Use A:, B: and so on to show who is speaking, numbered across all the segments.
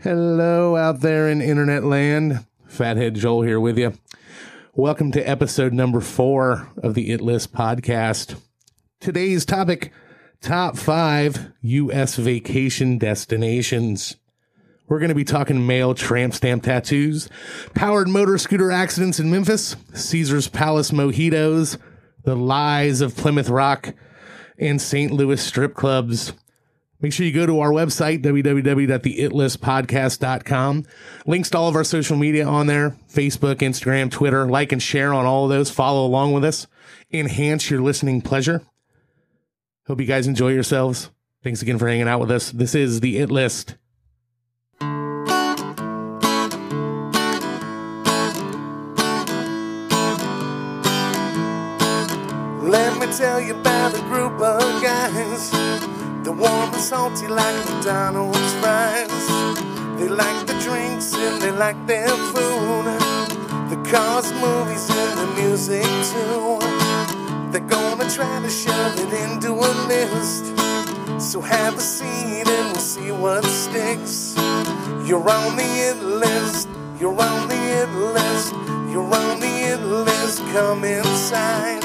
A: Hello, out there in internet land. Fathead Joel here with you. Welcome to episode number four of the It List podcast. Today's topic top five U.S. vacation destinations. We're going to be talking male tramp stamp tattoos, powered motor scooter accidents in Memphis, Caesar's Palace mojitos, the lies of Plymouth Rock, and St. Louis strip clubs. Make sure you go to our website, www.theitlistpodcast.com. Links to all of our social media on there Facebook, Instagram, Twitter. Like and share on all of those. Follow along with us. Enhance your listening pleasure. Hope you guys enjoy yourselves. Thanks again for hanging out with us. This is The It List.
B: Let me tell you about a group of guys. They're warm and salty like McDonald's fries. They like the drinks and they like their food. The cars, movies, and the music too. They're gonna try to shove it into a list. So have a seat and we'll see what sticks. You're on the it list. You're on the it list. You're on the it list. Come inside.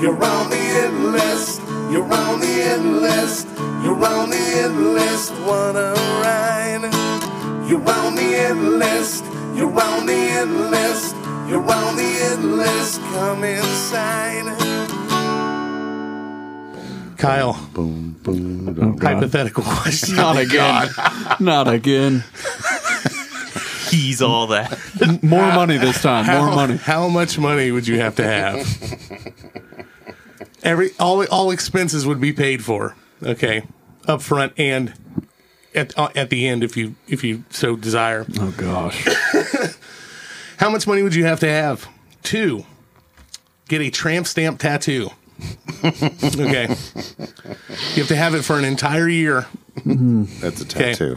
B: You're on the it list. You're on the it list. You're on the it list. What a ride. You're on the it list. You're on the it list. You're on the it list. Come inside.
A: Kyle,
C: Boom, boom. dum, dum.
A: hypothetical question.
C: Not again. Not again.
D: he's all that.
C: More money this time. More
A: how,
C: money.
A: How much money would you have to have? Every all all expenses would be paid for. Okay, up front and at uh, at the end if you if you so desire.
C: Oh gosh.
A: How much money would you have to have? Two. Get a tramp stamp tattoo. okay. You have to have it for an entire year.
E: That's a tattoo.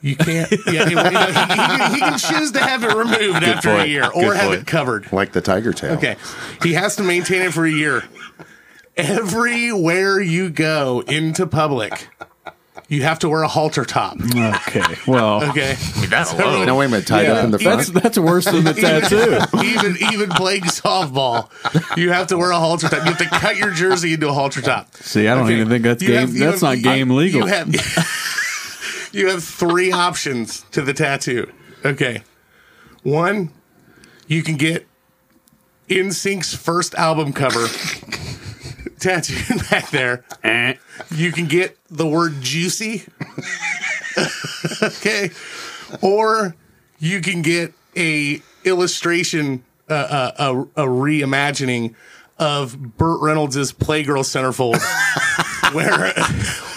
A: You can't. Yeah, it- you know, he, he can- he can choose to have it removed after a
D: point.
A: year or
D: Good
A: have
D: point.
A: it covered.
E: Like the tiger tail.
A: Okay. He has to maintain it for a year. Everywhere you go into public, you have to wear a halter top.
C: Okay. Well,
A: Okay.
D: That's low.
E: Oh. No, wait a minute. Tied up in the front.
C: that's that's worse than the tattoo.
A: even even playing softball, you have to wear a halter top. You have to cut your jersey into a halter top.
C: See, I don't even think that's
A: You
C: game.
A: have- you
C: that's
A: have-
C: not game
A: you
C: legal.
A: have, you have three options to the tattoo. Okay, one, you can get InSync's first album cover tattooed back there. You can get the word juicy. okay, or you can get a illustration, uh, uh, a, a reimagining of Burt Reynolds' Playgirl centerfold, where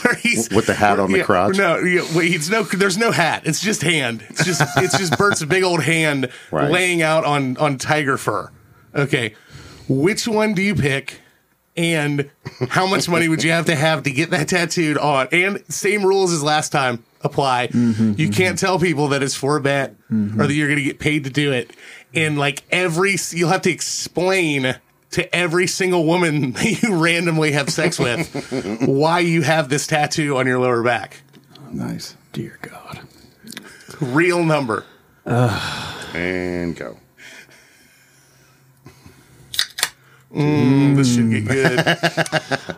A: where he's
E: With the hat on the
A: yeah,
E: crotch?
A: No, yeah, wait, it's no. There's no hat. It's just hand. It's just it's just Burt's big old hand
E: Right.
A: laying out on on tiger fur. Okay, which one do you pick? And how much money would you have to have to get that tattooed on? And same rules as last time apply. you can't tell people that it's for a bet or that you're going to get paid to do it. And like every, you'll have to explain to every single woman that you randomly have sex with why you have this tattoo on your lower back.
C: Nice. Dear God.
A: Real number.
E: And go.
A: This should get
C: Mm.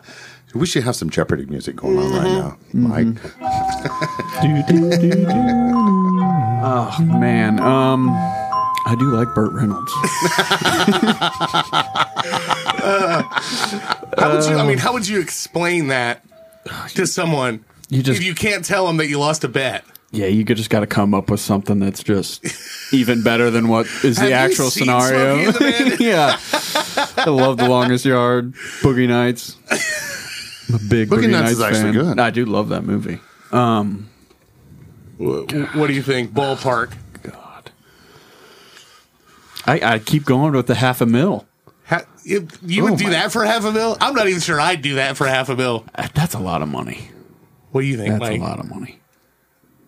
A: good.
E: We should have some Jeopardy music going on right now.
A: Mm-hmm.
E: Mike.
C: Do, do, do, do. Oh man. Um, I do like Burt Reynolds.
A: How would you? I
C: Oh.
A: mean, how would you explain that to someone
C: You just-
A: if you can't tell them that you lost a bet?
C: Yeah, you could- just got to come up with something that's just even better than what is
A: Have
C: the
A: you
C: actual
A: seen
C: scenario.
A: Smokey and the Man?
C: yeah, I love the longest yard, Boogie Nights. I'm a big Boogie,
E: Boogie Nights
C: Nights,
E: is actually
C: fan.
E: good.
C: I do love that movie.
A: What do you think? Ballpark.
C: God, I, I keep going with the half a mil.
A: Ha- you you would
E: Oh,
A: do
E: my-
A: that for half a mil? I'm not even sure I'd do that for half a mil.
C: Uh, That's a lot of money.
A: What do you think,
C: That's
A: Mike?
C: a lot of money.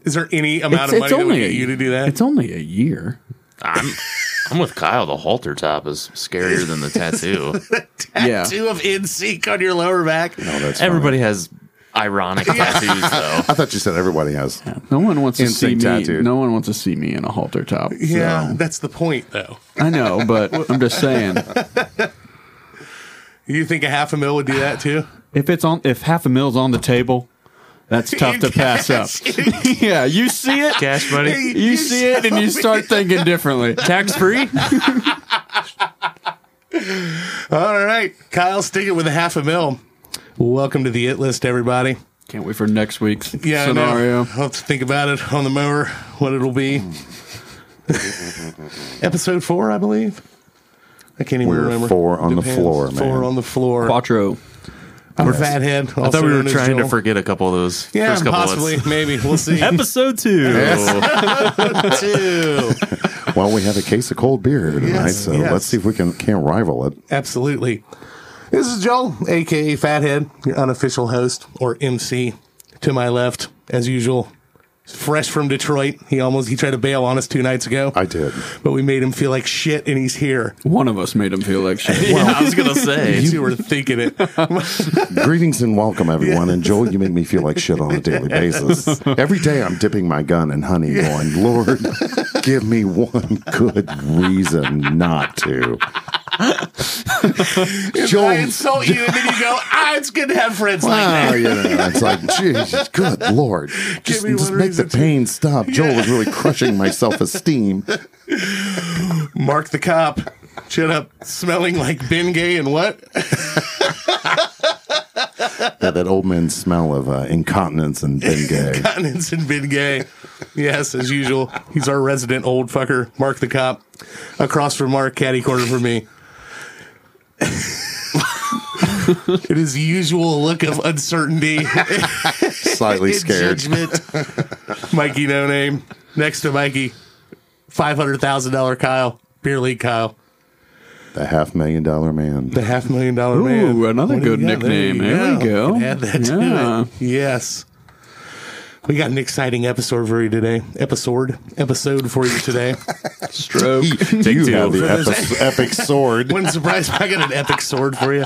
A: Is there any amount of money that would get you to do that?
C: It's only a year.
D: I'm, I'm with Kyle. The halter top is scarier than the tattoo.
C: yeah.
A: Two of in sync on your lower back.
E: Oh, that's
D: Everybody has Ironic tattoos, though.
E: I thought you said everybody has.
C: No one wants to see
E: Insane
C: me.
E: tattoo.
C: No one wants to see me in a halter top.
A: Yeah,
C: so-
A: that's the point, though.
C: I know, but I'm just saying.
A: You think a half a mil would do that too?
C: If it's on, if half a mil's on the table, that's tough to pass up. yeah, you see it,
D: Cash money.
C: you see it, and you start thinking differently.
D: Tax free?
A: All right, Kyle, stick it with a half a mil. Welcome to the it list, everybody.
C: Can't wait for next week's
A: Yeah, I know.
C: scenario.
A: I'll have to think about it on the mower, what it'll be. Episode four, I believe. I can't even
E: We're
A: remember.
E: four on the floor,
A: Four
E: man.
A: on the floor.
C: Quattro.
A: We're fathead.
D: I thought we were trying to forget a couple of those.
A: Yeah,
D: first couple of
A: possibly, maybe. We'll see.
D: Episode two.
A: Two.
E: Well, we have a case of cold beer here tonight,
A: Yes,
E: so
A: yes.
E: let's see if we can can rival it.
A: Absolutely. This is Joel, aka Fathead, your unofficial host or MC. To my left, as usual, fresh from Detroit. He almost he tried to bail on us two nights ago,
E: I did.
A: but we made him feel like shit, and he's here.
C: One of us made him feel like shit.
D: Yeah, I was gonna say.
A: You were thinking it.
E: Oh. Greetings and welcome, everyone. And Joel, you make me feel like shit on a daily basis. Every day I'm dipping my gun in honey, going, Lord, give me one good reason not to.
A: I
E: Joel,
A: insult you, and then you go, ah, it's good to have friends like
E: wow, you know, it's like, Jesus, good Lord. Just,
A: me
E: just
A: one
E: make the
A: reason to-
E: pain stop. Joel was really crushing my self esteem.
A: that. Mark the cop. Shut up, smelling like Ben Gay and what?
E: That, that old man smell of uh, incontinence and been gay.
A: Continents and Ben Gay. Yes, as usual. He's our resident old fucker, Mark the cop. Across from Mark, caddy corner for me. it is the usual look of uncertainty
E: Slightly
A: and
E: scared.
A: judgment. Mikey, no name. Next to Mikey, five hundred thousand dollar Kyle, beer league Kyle,
E: The half million dollar man.
A: the half million dollar
C: Ooh,
A: man.
C: another
A: What do you
C: good
A: got?
C: nickname. There we go.
A: Can Add that to
C: Yeah.
A: it. Yes. We got an exciting episode for you today. Episode episode for you today.
C: Stroke.
E: you
D: two.
E: have the epi- epic sword.
A: Wouldn't surprise me. I got an epic sword for you.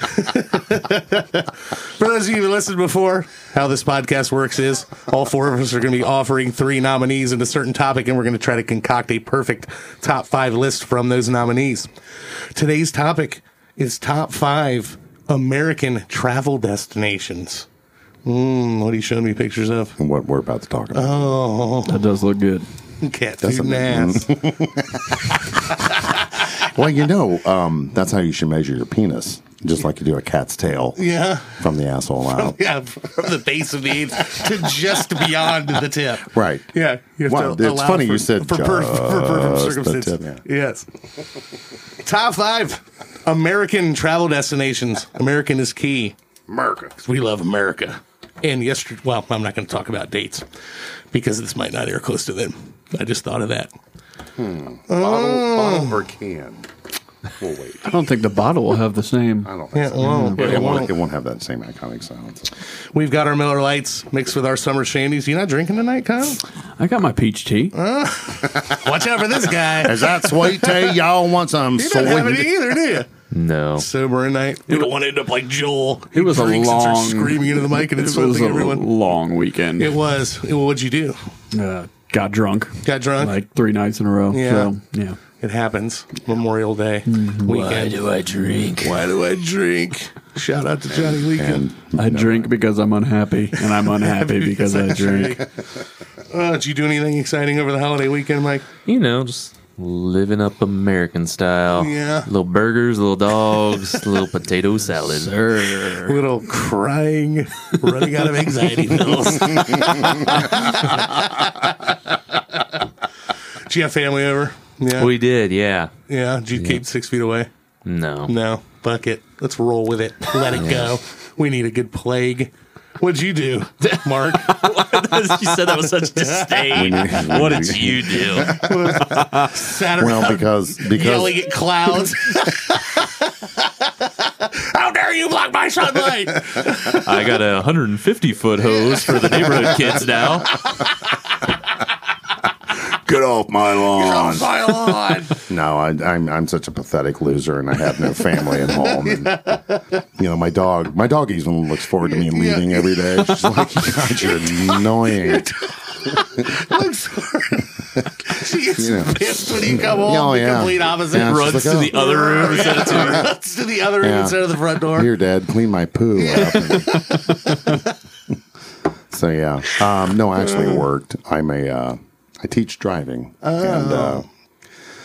A: for those of you who listened before, how this podcast works is all four of us are going to be offering three nominees in a certain topic, and we're going to try to concoct a perfect top five list from those nominees. Today's topic is top five American travel destinations. Mm, what are you showing me pictures of?
E: And what we're about to talk about.
C: That does look good.
A: Cat
E: a-
A: food and ass. Oh.
E: Well, you know, um, that's how you should measure your penis, just like you do a cat's tail
A: Yeah.
E: from the asshole out.
A: Yeah, from the base of the eighth to just beyond the tip.
E: Right.
A: Yeah, you have
E: Well,
A: to
E: it's
A: allow
E: funny
A: for-
E: you said
A: for, per, for perfect
E: just the
A: circumstances.
E: tip,
A: Yes. Top five American travel destinations. American is key. America, 'Cause we love America. And yesterday, well, I'm not going to talk about dates because this might not air close to them. I just thought of that.
E: Bottle, bottle or can? We'll wait.
C: I don't think the bottle will have the same.
E: I don't think
A: Yeah,
E: so.
A: well,
E: It,
A: it
E: won't,
A: won't.
E: it won't have that same iconic sound.
A: We've got our Miller Lights mixed with our summer shandies. You not drinking tonight, Kyle?
C: I got my peach tea.
A: Watch out for this guy.
E: Is that sweet tea? Y'all want some
A: You don't have any
E: sweet?
A: either, do you?
D: No.
A: sober at night. We don't want to end up like Joel.
C: It was a
A: Drinks and starts
C: long-
A: screaming into the mic and
C: It was
A: insulting
C: a
A: everyone.
C: long weekend.
A: It was. Well, What'd you do?
C: uh, got drunk
A: Got drunk.
C: like three nights in a row.
A: Yeah.
C: So, yeah.
A: it happens. Memorial Day weekend.
D: Mm-hmm. do I drink?
A: Why do I drink? Shout out to Johnny Weekend.
E: And
C: I drink because I'm unhappy, and I'm unhappy because I drink.
A: Uh, did you do anything exciting over the holiday weekend, Mike?
D: You know, just living up American style.
A: Yeah.
D: Little burgers, little dogs, little potato salad.
A: Little crying, running out of anxiety pills. Did you have family over? Yeah.
D: We did, yeah.
A: yeah. Did you keep six feet away?
D: No.
A: No, fuck it. Let's roll with it. Let it go. We need a good plague. What'd you do, Mark?
D: you said that with such disdain. what did you do?
A: Sat around
E: well, because
A: yelling
E: because
A: at clouds. How dare you block my sunlight?
D: I got a 150 foot hose for the neighborhood kids now.
E: Get off my lawn.
A: Pile on.
E: No, I, I'm I'm such a pathetic loser, and I have no family at home. And, You know, my dog, my dog even looks forward to me leaving every day. She's like, God, you're annoying.
A: I'm sorry. she gets
E: Yeah.
A: pissed when you come home.
E: Oh,
A: the
E: yeah.
A: complete opposite.
E: Yeah,
A: Runs
D: Runs
E: she's like,
D: to the
E: "Oh,
D: other room instead of to
A: Runs to the other end
E: Yeah.
A: instead of the front door.
E: Here, Dad, clean my poo up. so yeah, um, no, I actually worked. I'm a uh, I teach driving. And uh,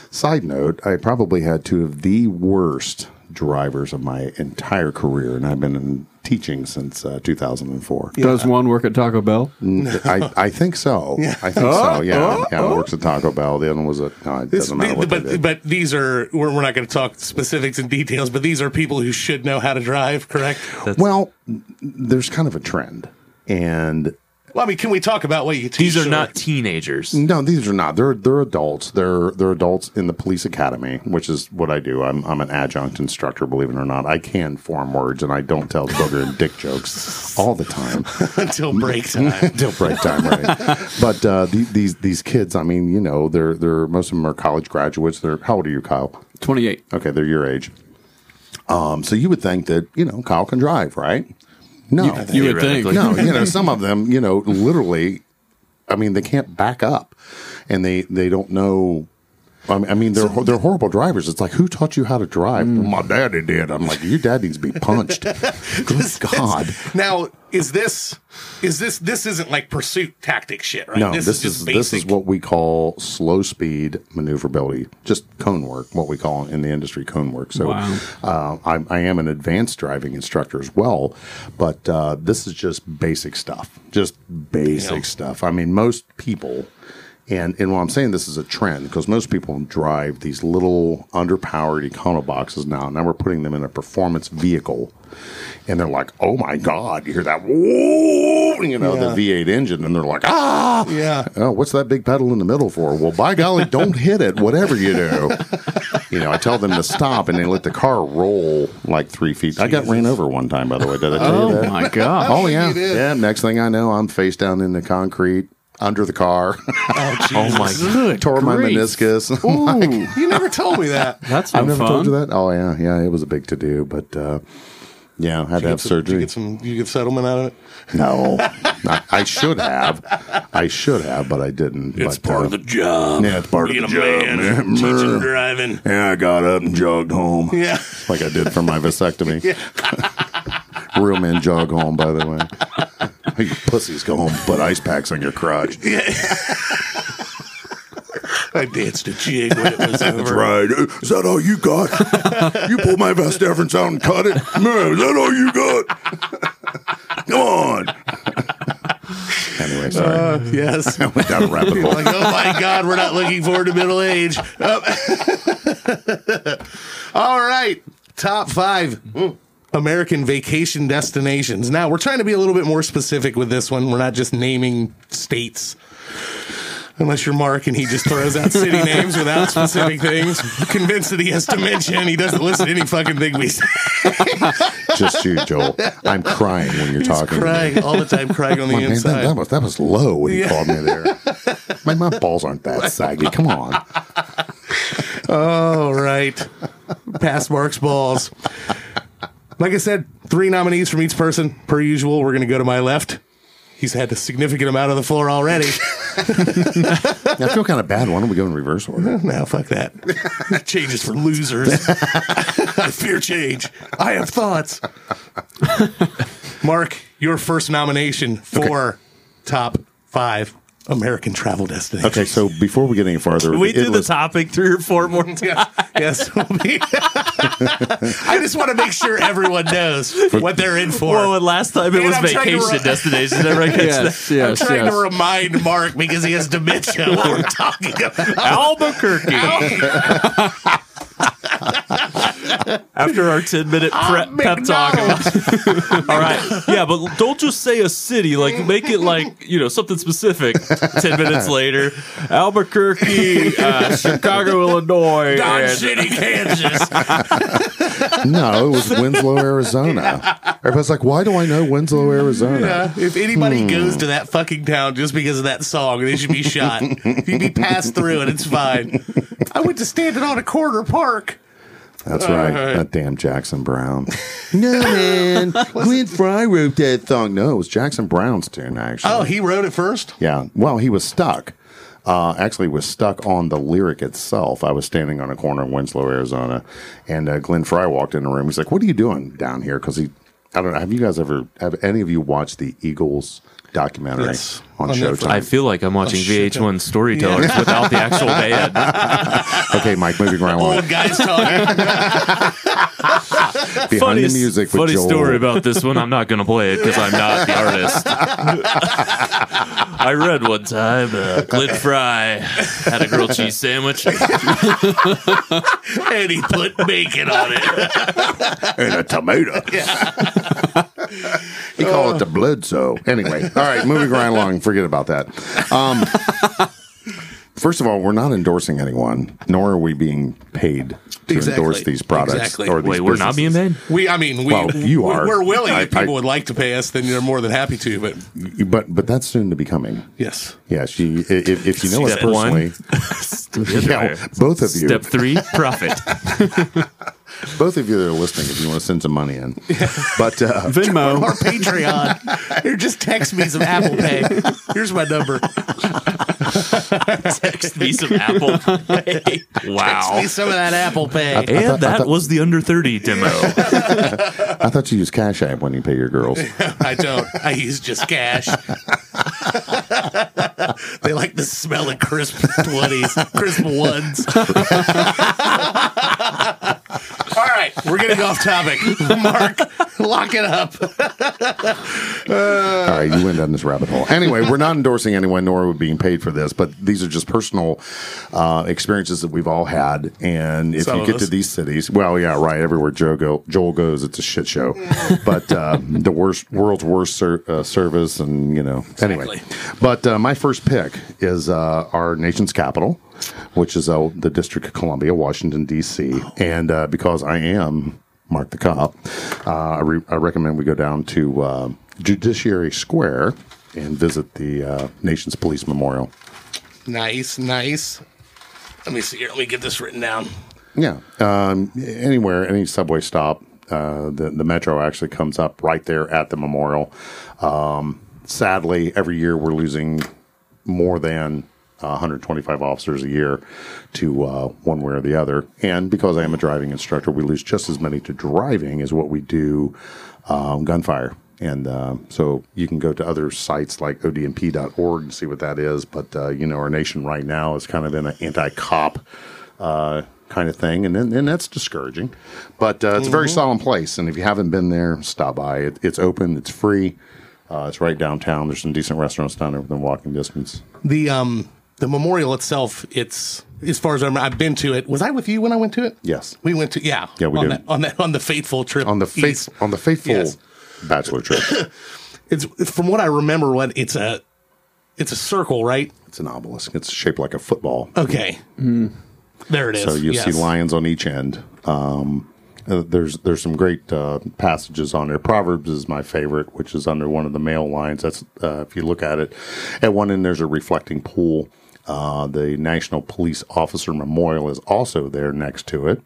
E: side note, I probably had two of the worst drivers of my entire career, and I've been in teaching since uh, 2004.
C: Does one work at Taco Bell?
D: Mm.
E: I, Mm, I think so. I think so. Yeah, yeah. Works at Taco Bell. The other one was a. No, it
A: This-
E: doesn't matter what they
A: but
E: did.
A: but these are we're, we're not going to talk specifics and details, but these are people who should know how to drive, correct?
E: well, there's kind of a trend, and
A: Well, I mean, can we talk about what you teach?
D: These are
A: or-
D: not teenagers.
E: No, these are not. They're they're adults. They're they're adults in the police academy, which is what I do. I'm I'm an adjunct instructor, believe it or not. I can form words and I don't tell booger and dick jokes all the time
A: until break time.
E: until break time, right? but uh, the, these these kids, I mean, you know, they're they're most of them are college graduates. They're how old are you, Kyle?
C: 28.
E: Okay, they're your age. Um, so you would think that you know Kyle can drive, right? No,
C: You would think.
D: Theoretically.
E: no, you know, some of them, you know, literally, I mean, they can't back up, and they they don't know. I mean- I mean, they're they're horrible drivers. It's like, who taught you how to drive? Well, my daddy did. I'm like, your dad needs to be punched. Good God.
A: now, is this is this this isn't like pursuit tactic shit, right?
E: No, this, is, this is what we call slow speed maneuverability, just cone work, what we call in the industry cone work. So,
C: Wow.
E: uh, I, I am an advanced driving instructor as well, but uh, this is just basic stuff, just basic stuff. I mean, most people. And, and while I'm saying this is a trend, because most people drive these little underpowered econo boxes now. Now we're putting them in a performance vehicle and they're like, "Oh my God!" You hear that? Whoa, you know the V8 engine, and they're like, "Ah,
A: Yeah.
E: Oh, what's that big pedal in the middle for? Well, by golly, don't hit it, whatever you do. you know, I tell them to stop, and they let the car roll like three feet. I got ran over one time, by the way. Did I tell you
C: Oh
E: that?
C: my God.
E: Oh yeah, yeah. Next thing I know, I'm face down in the concrete under the car.
D: Oh my
C: Good
E: Tore my
C: grief.
E: meniscus.
C: Ooh,
A: you never told me that.
C: that's no
E: I've never
C: fun.
E: told you that. Oh yeah, yeah. It was a big to do, but uh, yeah, I had to have
A: Did you
E: surgery.
A: get some you get settlement out of it?
E: No, I, I should have. I should have, but I didn't.
D: It's
E: but, uh,
D: part
A: uh,
D: of the job.
E: yeah, it's part of
D: Being
E: the
D: a
E: job.
D: man,
E: man.
D: teaching driving.
E: Yeah, I got up and jogged home.
A: Yeah.
E: like I did for my vasectomy. Real men jog home, by the way. You pussies go home, and put ice packs on your crotch.
A: I danced a jig when it was
E: That's
A: over.
E: right. Uh, Is that all you got? you pull my vest difference out and cut it. Man, is that all you got? Come on. anyway, sorry.
D: Uh.
A: Yes.
E: we got a rabbit hole.
A: like, oh my God, we're not looking forward to middle age. Oh. All right, top five American vacation destinations. Now, we're trying to be a little bit more specific with this one. We're not just naming states. Unless you're Mark and he just throws out city names without specific things, convinced that he has dementia and he doesn't listen to any fucking thing we say.
E: Just you, Joel. I'm crying when you're talking. to me.
A: Crying all the time, crying on the
E: Come on, man, that, that
A: inside.
E: was that was low when you called me there. Man, my balls aren't that saggy. Come on.
A: All Oh, right, past Mark's balls. Like I said, three nominees from each person. Per usual, we're going to go to my left. He's had a significant amount of the floor already.
E: I feel kind of bad. Why don't we go in reverse order?
A: no, fuck that. Changes for losers. I fear change. I have thoughts. Mark, your first nomination for top five American travel destinations.
E: Okay, so before we get any farther,
D: We
E: it
D: do the
E: was-
D: topic three or four more times.
A: Yeah. Yes. we'll be- I just want to make sure everyone knows what they're in for.
D: Well, and last time it
A: Man,
D: was
A: I'm trying to
D: vacation
A: re-
D: destinations. Everyone gets
C: Yes,
A: I'm
C: yes,
A: trying to
C: yes.
A: remind Mark because he has dementia what we're talking
D: that.
A: about.
D: Albuquerque. After our ten minute prep pep talk. All right. Yeah, but don't just say a city. Like, make it like, you know, something specific. 10 minutes later, Albuquerque, uh, Chicago, Illinois.
A: Dodge
D: and-
A: City, Kansas.
E: No, it was Winslow, Arizona. Everybody's like, why do I know Winslow, Arizona?
A: Yeah, if anybody
E: Hmm.
A: goes to that fucking town just because of that song, they should be shot. You'd be passed through and it's fine. I went to standing on a corner park.
E: That's right.
A: right.
E: That damn Jackson Brown. no, man. Glenn Fry wrote that song. No, it was Jackson Brown's tune, actually.
A: Oh, he wrote it first?
E: Yeah. Well, he was stuck. Uh, actually, was stuck on the lyric itself. I was standing on a corner in Winslow, Arizona, and uh, Glenn Fry walked in the room. He's like, "What are you doing down here?" Because he, I don't know. Have you guys ever? Have any of you watched the Eagles documentary
A: Yes.
E: on,
A: On Netflix.
E: Showtime?
D: I feel like I'm watching
A: shit.
D: VH1 Storytellers without the actual band.
E: okay, Mike, moving around.
A: Old guys talking.
E: Behind the music. With
D: funny
E: Joel.
D: story about this one. I'm not going to play it because I'm not the artist. I read one time uh, Glenn Fry had a grilled cheese sandwich.
A: and he put bacon on it.
E: and a tomato. he called it the blood so. Anyway, all right, moving right along. Forget about that. Um, first of all, we're not endorsing anyone, nor are we being paid to
A: Exactly.
E: endorse these products
A: Exactly.
E: or these
D: Wait, we're not being
E: businesses.
D: paid?
A: We, I mean, we,
E: Well, you
A: we-
E: are.
A: We're willing.
E: I-
A: if people
E: I-
A: would like to pay us, then they're more than happy to. But
E: but but that's soon to be coming.
A: yes,
E: Yes, you, i- if, if you know us
D: Step one.
E: personally, yeah, both of you,
D: Step three, profit.
E: both of you that are listening, if you want to send some money in, but uh,
A: or
C: Venmo.
A: Patreon. Here, just text me some Apple Pay. Here's my number.
D: Text me some Apple. Pay. wow.
A: Pay some of that Apple Pay.
D: And
E: thought- I
D: that
E: thought-
D: was the under 30 demo.
E: I thought you used Cash App when you pay your girls.
A: I don't. I use just cash. they like the smell of crisp 20s, crisp ones. All right, we're getting off topic. Mark, lock it up.
E: All right, you went down this rabbit hole. Anyway, we're not endorsing anyone, nor are we being paid for this, but these are just personal uh, experiences that we've all had. And if
A: Some
E: you
A: of
E: get
A: us.
E: to these cities, well, yeah, right. Everywhere Joe go, Joel goes, it's a shit show. but uh, the worst, world's worst ser- uh, service, and you know, anyway. But uh, my first pick is uh, our nation's capital, which is uh, the District of Columbia, Washington D.C. And uh, because I am Mark the Cop, uh, I, re- I recommend we go down to uh, Judiciary Square and visit the uh, nation's police memorial.
A: Nice, nice. Let me see here. Let me get this written down.
E: Yeah, um, anywhere, any subway stop, uh, the the metro actually comes up right there at the memorial. Um, sadly, every year we're losing more than uh, 125 officers a year to uh, one way or the other. And because I am a driving instructor, we lose just as many to driving as what we do um, gunfire. And uh, so you can go to other sites like odmp.org and see what that is. But uh, you know, our nation right now is kind of in an anti-cop uh, kind of thing, and then- and that's discouraging. But uh, it's a
A: Mm-hmm.
E: very solemn place, and if you haven't been there, stop by. It, it's open, it's free, uh, it's right downtown. There's some decent restaurants down there within walking distance.
A: The um the memorial itself, it's as far as I'm, I've been to it. Was I with you when I went to it?
E: Yes.
A: We went to yeah.
E: Yeah, we
A: on
E: did.
A: that on that on the fateful trip
E: On the faith,
A: east.
E: on the faithful
A: Yes.
E: bachelor trip,
A: It's from what I remember. What it's a it's a circle, right?
E: it's an obelisk. It's shaped like a football,
A: Okay. Mm. There it is.
E: so you
A: Yes.
E: see lions on each end. Um, uh, there's there's some great uh, passages on there. Proverbs is my favorite, which is under one of the male lines. That's uh, if you look at it, at one end there's a reflecting pool. Uh, the National Police Officer Memorial is also there next to it.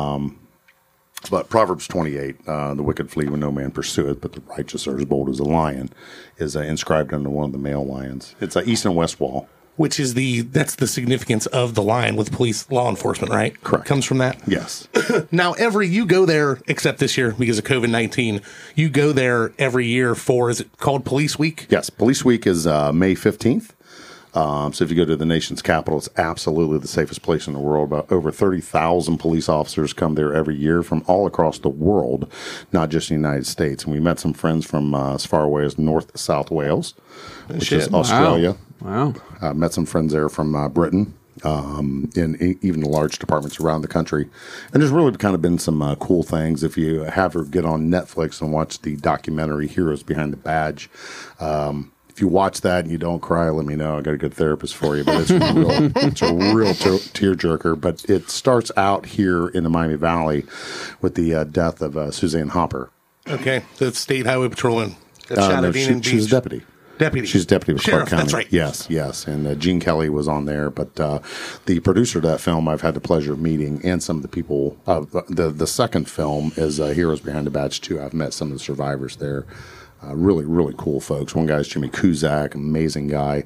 E: Um, But Proverbs 28, uh, the wicked flee when no man pursueth, but the righteous are as bold as a lion, is uh, inscribed under one of the male lions. It's uh, east and west wall.
A: Which is the that's the significance of the line with police law enforcement, right?
E: Correct.
A: Comes from that.
E: Yes.
A: Now, every you go there, except this year because of COVID nineteen, you go there every year for is it called Police Week?
E: yes. Police Week is uh, May 15th. Um, so if you go to the nation's capital, it's absolutely the safest place in the world. About over 30,000 police officers come there every year from all across the world, not just the United States. And we met some friends from uh, as far away as North South Wales, which is
A: Shit. Wow.
E: Australia.
C: Wow.
E: I met some friends there from uh, Britain um, and e- even the large departments around the country. And there's really kind of been some uh, cool things. If you have or get on Netflix and watch the documentary Heroes Behind the Badge, um, If you watch that and you don't cry, let me know. I got a good therapist for you. But it's real, it's a real ter- tearjerker. But it starts out here in the Miami Valley with the uh, death of uh, Suzanne Hopper.
A: Okay, the state highway patrolman. That
E: Uh,
A: shot
E: no,
A: at
E: she,
A: Indian
E: she was
A: Beach.
E: deputy.
A: deputy.
E: She's deputy with
A: Sheriff,
E: Clark County.
A: That's right.
E: Yes, yes. And uh, Gene Kelly was on there, but uh, the producer of that film I've had the pleasure of meeting, and some of the people. Uh, the the second film is uh, Heroes Behind the Badge too. I've met some of the survivors there. Uh, really, really cool folks. One guy's Jimmy Kuzak, amazing guy,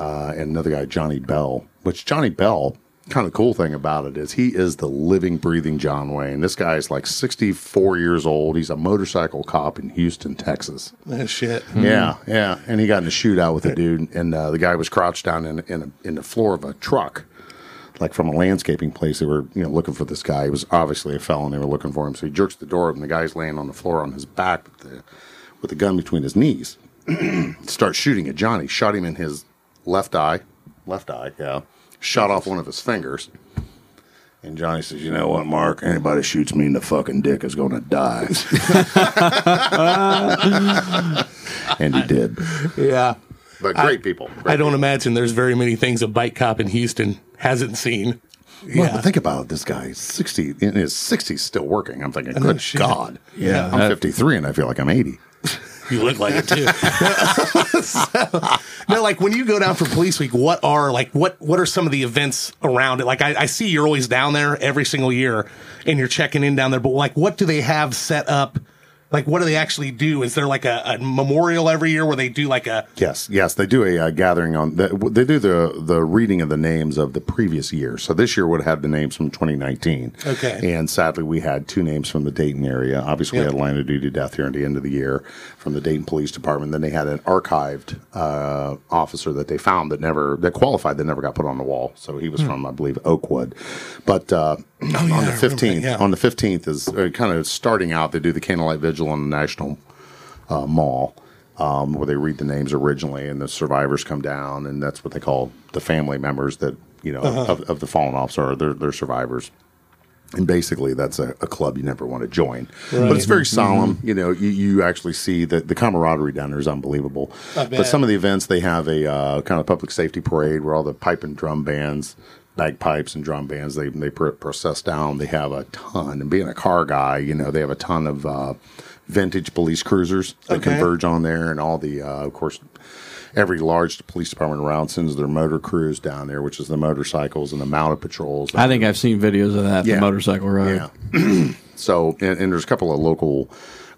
E: uh, and another guy Johnny Bell. Which Johnny Bell. Kind of cool thing about it is he is the living, breathing John Wayne. This guy is like 64 years old. He's a motorcycle cop in Houston, Texas.
A: Oh, shit.
E: Yeah, yeah. And he got in a shootout with a dude, and uh, the guy was crouched down in in, a, in the floor of a truck, like from a landscaping place. They were you know looking for this guy. He was obviously a felon. They were looking for him. So he jerks the door open. The guy's laying on the floor on his back with the with the gun between his knees. Starts shooting at Johnny. Shot him in his left eye. Left eye. Yeah. Shot off one of his fingers. And Johnny says, "You know what, Mark? Anybody shoots me in the fucking dick is going to die." and he did.
A: Yeah.
E: But great people.
A: I don't imagine there's very many things a bike cop in Houston hasn't seen.
E: Well, but think about it. This guy, is sixty in his sixties, still working. I'm thinking, good
A: Oh, shit.
E: God,
A: Yeah.
E: I'm fifty three, and I feel like I'm eighty.
A: You look like it too. now, like when you go down for Police Week, what are like what what are some of the events around it? Like I, I see you're always down there every single year, and you're checking in down there. But like, what do they have set up? Like, what do they actually do? Is there like a, a memorial every year where they do like a
E: Yes, yes, they do a uh, gathering on. The, they do the the reading of the names of the previous year. So this year would have the names from 2019.
A: Okay.
E: And sadly, we had two names from the Dayton area. Obviously,
A: Yeah.
E: we had a line of duty death here at the end of the year from the Dayton Police Department. Then they had an archived uh, officer that they found that never that qualified that never got put on the wall. So he was
A: Hmm.
E: from, I believe, Oakwood. But uh,
A: Oh,
E: on the 15th,
A: yeah.
E: on the 15th is uh, kind of starting out. They do the candlelight vigil on the National uh, mall um, where they read the names originally and the survivors come down and that's what they call the family members that you know of, of the fallen officer or they're, they're survivors and basically that's a, a club you never want to join but it's
A: Mm-hmm.
E: very solemn you know you, you actually see that the camaraderie down there is unbelievable but
A: bet.
E: some of the events they have a uh, kind of public safety parade where all the pipe and drum bands bagpipes and drum bands they, they pr- process down they have a ton and being a car guy you know they have a ton of uh, vintage police cruisers that
A: Okay.
E: converge on there and all the uh, of course every large police department around sends their motor crews down there which is the motorcycles and the mounted patrols
C: I think I've seen videos of that
E: Yeah.
C: from motorcycle ride.
E: yeah. so, and, and there's a couple of local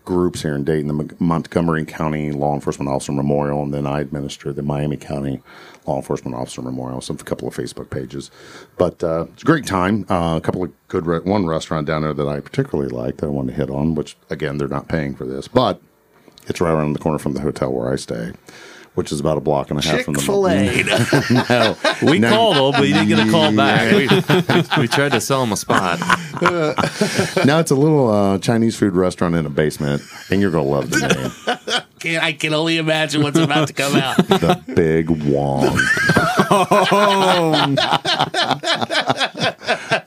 E: groups here in Dayton, the Mon- Montgomery County Law Enforcement Officer Memorial, and then I administer the Miami County Law Enforcement Officer Memorial. So, a couple of Facebook pages, but uh, it's a great time. Uh, a couple of good re- one restaurant down there that I particularly like that I wanted to hit on, which again they're not paying for this, but it's right around the corner from the hotel where I stay. Which is about a block and a half from the no,
D: We
E: No.
D: called him, but he didn't get a call back.
F: we, we- we tried to sell him a spot.
E: now it's a little uh, Chinese food restaurant in a basement, and you're gonna love the name.
A: Can I can only imagine what's about to come out.
E: the big Wong.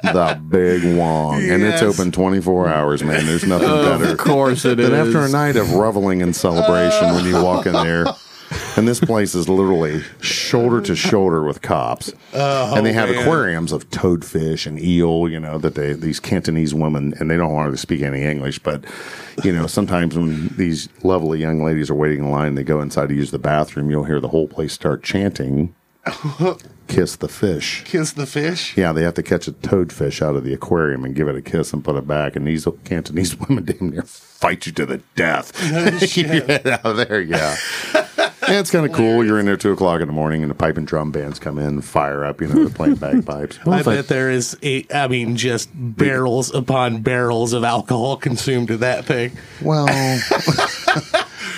E: the big Wong. And it's
A: Yes.
E: open 24 hours, man. There's nothing better
C: Of course it is.
E: than after a night of reveling and celebration when you walk in there. And this place is literally shoulder to shoulder with cops.
C: Oh,
E: and they have
A: man.
E: aquariums of toadfish and eel, you know, that they, these Cantonese women, and they don't hardly speak any English, but, you know, sometimes when these lovely young ladies are waiting in line, they go inside to use the bathroom, you'll hear the whole place start chanting, kiss the fish.
A: Kiss the fish.
E: Yeah, they have to catch a toadfish out of the aquarium and give it a kiss and put it back. And these Cantonese women damn near fight you to the death. Get out of there, yeah. and it's kind of cool. You're in there two o'clock in the morning, and the pipe and drum bands come in, and fire up. You know, they're playing bagpipes.
A: I bet there is a, I mean, just barrels upon barrels of alcohol consumed in that thing.
E: well,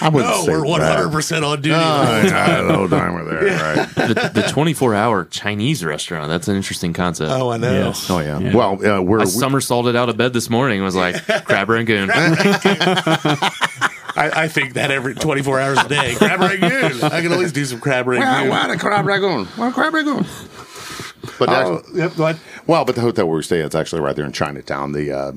E: I wouldn't
A: Oh,
E: say Oh,
A: we're one hundred percent on duty.
E: Uh, I know, timer there, right?
F: The, the 24 hour Chinese restaurant. That's an interesting concept.
A: oh, I know.
E: Oh yeah. Well, uh, we're
F: I
E: we-
F: somersaulted out of bed this morning and was like, crab rangoon.
A: I, I think that every twenty four hours a day. Crab rangoon. I can always do some crab
E: Why-
A: rangoon.
E: why the crab ragoon? Why the crab ragoon? But
A: Oh,
E: that's-
A: yep, what?
E: Well, but the hotel where we stay, it's actually right there in Chinatown.
A: Uh-huh.
E: The uh,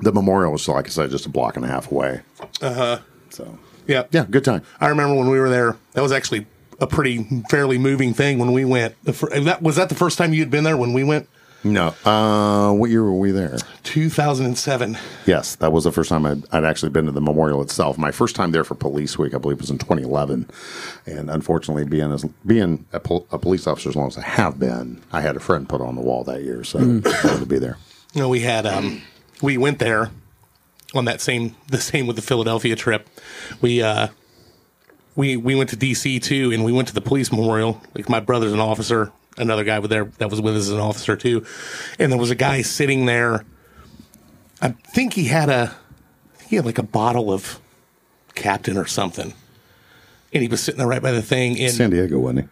E: the memorial is, like I said, just a block and a half away. Uh huh. So
A: Yeah.
E: Yeah, good time.
A: I remember when we were there, that was actually a pretty fairly moving thing when we went. The fir- that was that the first time you had been there when we went
E: No. Uh, what year were we there?
A: 2007.
E: Yes, that was the first time I'd, I'd actually been to the memorial itself. My first time there for Police Week, I believe, was in 2011. And unfortunately, being as being a, pol- a police officer as long as I have been, I had a friend put on the wall that year, so I had to be there.
A: No, we had um we went there on that same the same with the Philadelphia trip. We uh we we went to DC too and we went to the police memorial. Like my brother's an officer, another guy with there that was with us as an officer too. And there was a guy sitting there. I think he had a he had like a bottle of Captain or something. And he was sitting there right by the thing and
E: San Diego, wasn't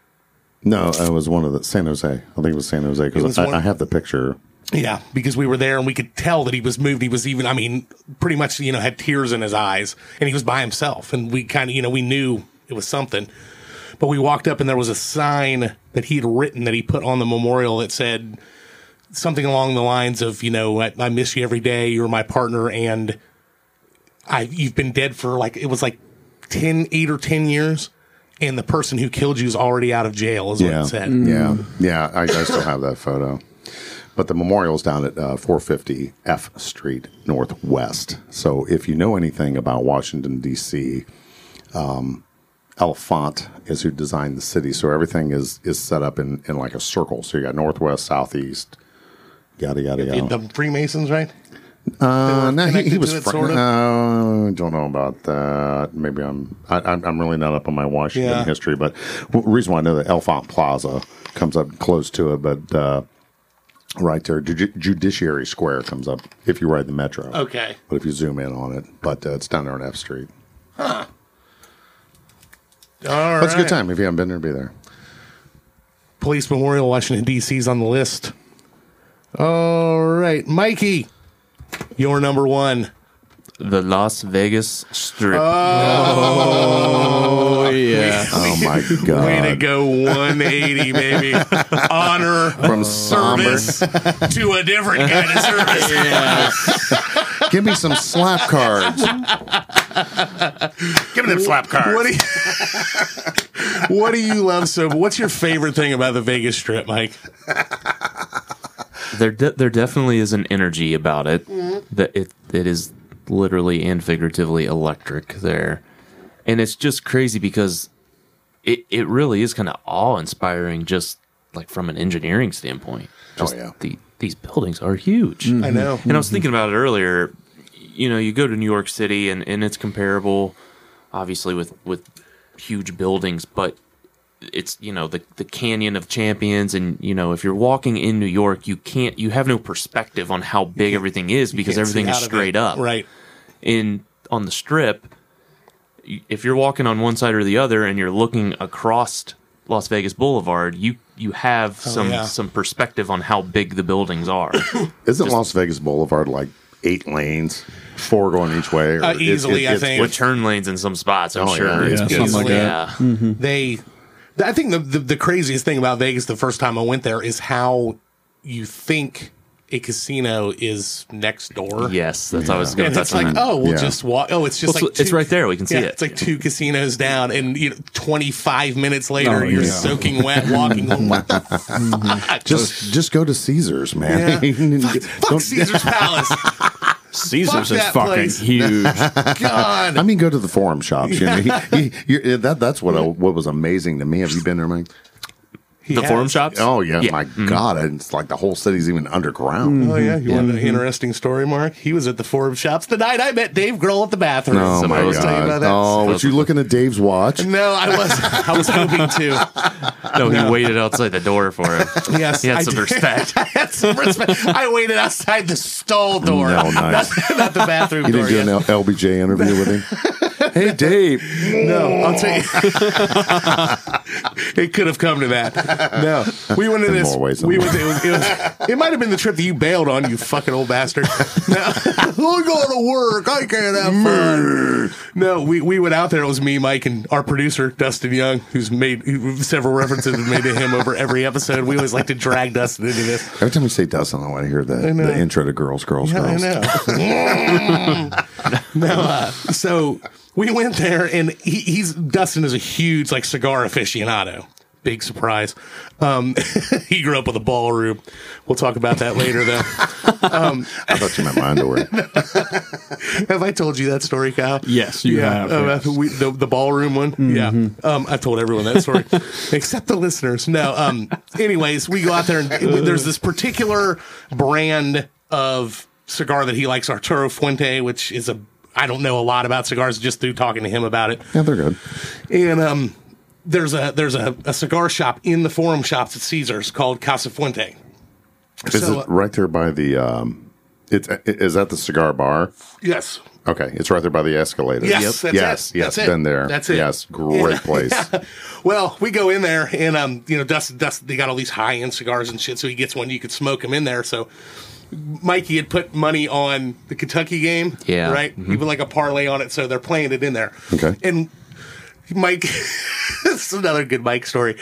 E: he? No, it was one of the San Jose. I think it was San Jose
A: was
E: because I,
A: one-
E: I have the picture.
A: Yeah, because we were there and we could tell that he was moved. He was even, I mean, pretty much, you know, had tears in his eyes and he was by himself. And we kind of, you know, we knew it was something. But we walked up and there was a sign that he'd written that he put on the memorial that said something along the lines of, you know, I, I miss you every day. You're my partner and I, you've been dead for like, it was like 10, eight or 10 years. And the person who killed you is already out of jail, is what
E: Yeah, Mm-hmm.
A: it said.
E: yeah, yeah. I, I still have that photo. But the memorial's down at uh, 450 F Street Northwest. So if you know anything about Washington D.C., um, Elefant is who designed the city. So everything is is set up in in like a circle. So you got northwest, southeast, yada yada yada.
A: The Freemasons, right?
E: Uh, no, he,
A: connected
E: he
A: to
E: was.
A: it,
E: Fr-
A: sort of?
E: uh, I don't know about that. Maybe I'm. I, I'm I'm really not up on my Washington
A: Yeah.
E: history, but w- reason why I know that Elfont Plaza comes up close to it, but uh, right there, Judi- Judiciary Square comes up if you ride the metro.
A: Okay.
E: But if you zoom in on it, but uh, it's down there on F Street.
A: All
E: That's
A: right.
E: a good time if you haven't been there. Be there.
A: Police Memorial, Washington, D.C.'s on the list. All right, Mikey, your number one.
F: The Las Vegas Strip.
C: Oh yeah.
E: Oh my
A: Way to
E: god!
A: go, 180, baby. Honor
E: From somber,
A: service to a different kind of service.
E: give me some slap cards.
B: Give me them slap cards.
A: What do you, what do you love so? What's your favorite thing about the Vegas Strip, Mike?
F: there, de- there definitely is an energy about it that it it is literally and figuratively electric there, and it's just crazy because it it really is kind of awe inspiring just like from an engineering standpoint. Just
E: yeah.
F: the, these buildings are huge.
A: I know.
F: And I was thinking about it earlier. You know, you go to New York City, and, and it's comparable, obviously, with with huge buildings, but it's you know the the Canyon of Champions, and you know if you're walking in New York, you can't you have no perspective on how big everything is because everything is
A: Out of it.
F: straight up.
A: Right.
F: In on the Strip, y- if you're walking on one side or the other, and you're looking across Las Vegas Boulevard, you you have some
A: Oh, yeah.
F: some perspective on how big the buildings are.
E: Isn't Las Vegas Boulevard like eight lanes, four going each way? or
A: Uh,
E: it-
A: easily, I
E: it's-
A: think.
F: with turn lanes in some spots. I'm
E: Oh,
F: sure.
E: yeah.
F: Yeah,
E: Yeah,
F: it's
C: something like
F: beautiful.
C: that.
F: Yeah.
A: they i think the, the the craziest thing about vegas the first time i went there is how you think a casino is next door
F: Yes, that's how I was going
A: and
F: to
A: it's
F: touch on
A: like
F: that.
A: oh we'll
E: Yeah.
A: just walk oh it's just
F: Well,
A: like
F: so it's right there, we can see
A: yeah,
F: it.
A: it's like two casinos down and you know 25 minutes later
C: Oh,
A: you're
C: yeah.
A: soaking wet walking going, what the fuck
E: Mm-hmm. Just just go to Caesars, man.
A: fuck
E: Don't-
A: caesar's palace
C: Caesar's
A: Fuck
C: is
A: that
C: fucking
A: place.
C: huge.
A: god
E: I mean, go to the forum shops. You know, You- you- you- that, that's what I, what was amazing to me. Have you been there, Mike?
F: the forum shops.
E: Oh yeah, Mm-hmm.
F: Yeah.
E: my god! It's like the whole city's even underground.
A: Oh yeah, you want an interesting story, Mark? He was at the Forum Shops the night I met Dave Grohl at the bathroom.
E: Oh my
A: I was telling you about
E: god!
A: that.
E: Oh, was you looking at Dave's watch?
A: No, I was. I was hoping to.
F: No, he waited outside the door for him.
A: Yes,
F: he
A: I
F: had some
A: did.
F: respect.
A: I had some respect. I waited outside the stall door,
E: No, nice.
A: not the bathroom
E: You
A: door.
E: didn't do an
A: yes.
E: L- LBJ interview with him. hey, Dave.
A: No, I'll tell you. it could have come to that. No, we went to
E: In
A: this.
E: more ways than
A: we
E: one.
A: went. It, was, it, was, it might have been the trip that you bailed on, you fucking old bastard. No, I'm going to work. I can't have fun. No, we, we went out there. It was me, Mike, and our producer Dustin Young, who's made who, several references have made to him over every episode. We always like to drag Dustin into this.
E: Every time we say Dustin, I want to hear the,
A: know.
E: the intro to Girls, Girls, Girls.
A: I know. no, uh, so we went there and he, he's Dustin is a huge like cigar aficionado. Big surprise. Um, he grew up with a ballroom. We'll talk about that later though.
E: I thought you meant my underwear.
A: Have I told you that story, Kyle?
C: Yes, you
A: yeah,
C: have,
A: um,
C: yes. Mm-hmm.
A: we- the, the ballroom one. Yeah, um, I've told everyone that story except the listeners. No. Um, anyways, we go out there and there's this particular brand of cigar that he likes, Arturo Fuente, which is a I don't know a lot about cigars just through talking to him about it
E: Yeah, they're good.
A: and um, there's a there's a, a cigar shop in the Forum Shops at Caesars called Casa Fuente.
E: Is
A: So, uh,
E: it right there by the? Um, it's is that the cigar bar?
A: Yes,
E: Okay, it's right there by the escalator.
A: Yes, Yep. that's
E: yes,
A: it.
E: yes.
A: That's it.
E: Been there.
A: That's it.
E: Yes, great place.
A: Well, we go in there and um, you know, Dustin, Dustin, they got all these high end cigars and shit, so he gets one you could smoke them in there. So Mikey had put money on the Kentucky game,
F: Yeah.
A: right? He put like a parlay on it, so they're playing it in there.
E: Mm-hmm. Okay.
A: and Mike. this is another good Mike story.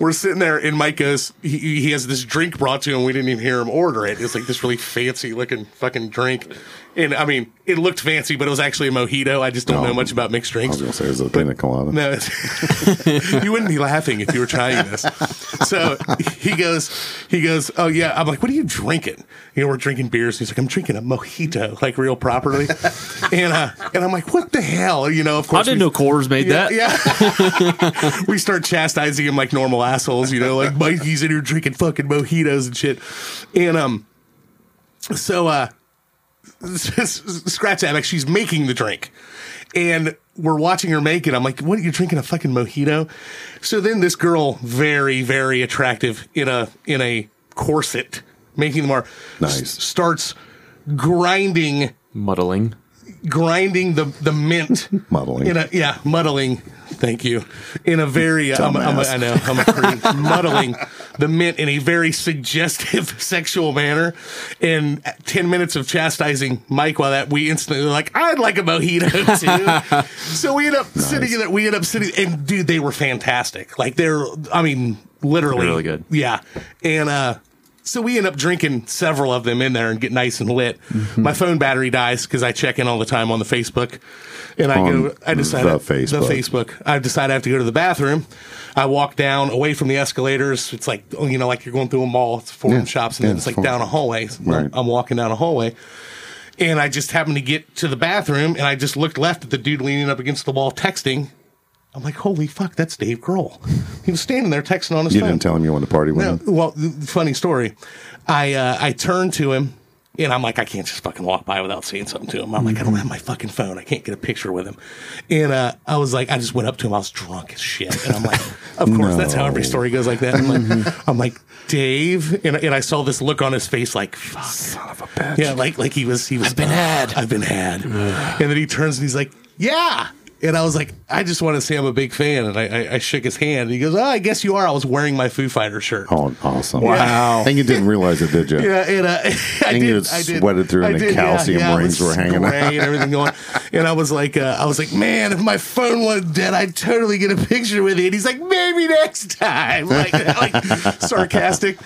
A: We're sitting there, and Mike goes, he, he has this drink brought to him. We didn't even hear him order it. It's like this really fancy looking fucking drink. And I mean, it looked fancy, but it was actually a mojito. I just don't
E: No.
A: know much about mixed
E: I
A: drinks.
E: was gonna say, is it a pina colada?
A: No, it's- you wouldn't be laughing if you were trying this. So he goes, he goes, oh yeah. I'm like, what are you drinking? You know, we're drinking beers. He's like, I'm drinking a mojito, like real properly. and uh, and I'm like, what the hell? You know, of course.
D: I didn't
A: we-
D: know Coors made
A: yeah,
D: that.
A: Yeah. we start chastising him like normal assholes, you know, like Mikey's in here drinking fucking mojitos and shit. And um so uh scratch that like she's making the drink. And we're watching her make it. I'm like, what? You're drinking a fucking mojito? So then this girl, very, very attractive in a in a corset, making the mar
E: Nice.
A: s- starts grinding
F: Muddling.
A: grinding the the mint
E: Muddling.
A: in a yeah muddling thank you in a very uh, I'm, a- I'm a,
E: Dumbass.
A: i know i'm a creep muddling the mint in a very suggestive sexual manner and 10 minutes of chastising mike while that we instantly were like i'd like a mojito too so we end up sitting in there we end up sitting and dude they were fantastic like they're i mean literally
F: Really good.
A: yeah. And uh so we end up drinking several of them in there and get nice and lit.
E: Mm-hmm.
A: My phone battery dies because I check in all the time on the Facebook, and I
E: On
A: go. I decide
E: the Facebook.
A: Facebook. I decide I have to go to the bathroom. I walk down away from the escalators. It's like oh, you know, like you're going through a mall, it's forum
E: Yeah.
A: shops, and
E: Yeah,
A: then it's like
E: forum.
A: down a hallway.
E: Right.
A: I'm walking down a hallway, and I just happened to get to the bathroom, and I just looked left at the dude leaning up against the wall texting. I'm like, holy fuck, that's Dave Grohl. He was standing there texting on his
E: You
A: phone.
E: didn't tell him you wanted to party with
A: No,
E: him.
A: well, th- funny story. I uh, I turned to him and I'm like, I can't just fucking walk by without saying something to him. I'm like, I don't have my fucking phone. I can't get a picture with him. And uh, I was like, I just went up to him. I was drunk as shit. And I'm like, of course, that's how every story goes like that. I'm like, I'm like Dave, and, and I saw this look on his face, like fuck, son of a bitch. Yeah, like like he was he was. I've been had. I've been had. and then he turns and he's like, yeah. And I was like, I just want to say I'm a big fan. And I, I, I shook his hand. And he goes, Oh, I guess you are. I was wearing my Foo Fighter shirt.
E: Oh, awesome! Wow. And you didn't realize it, did you?
A: Yeah, and uh, I
E: And
A: did,
E: you
A: I did,
E: sweated through
A: I
E: and the calcium
A: it
E: rings
A: was
E: were hanging
A: gray
E: out.
A: and everything going. And I was like, uh, I was like, man, if my phone wasn't dead, I'd totally get a picture with you. And he's like, maybe next time, like, like sarcastic.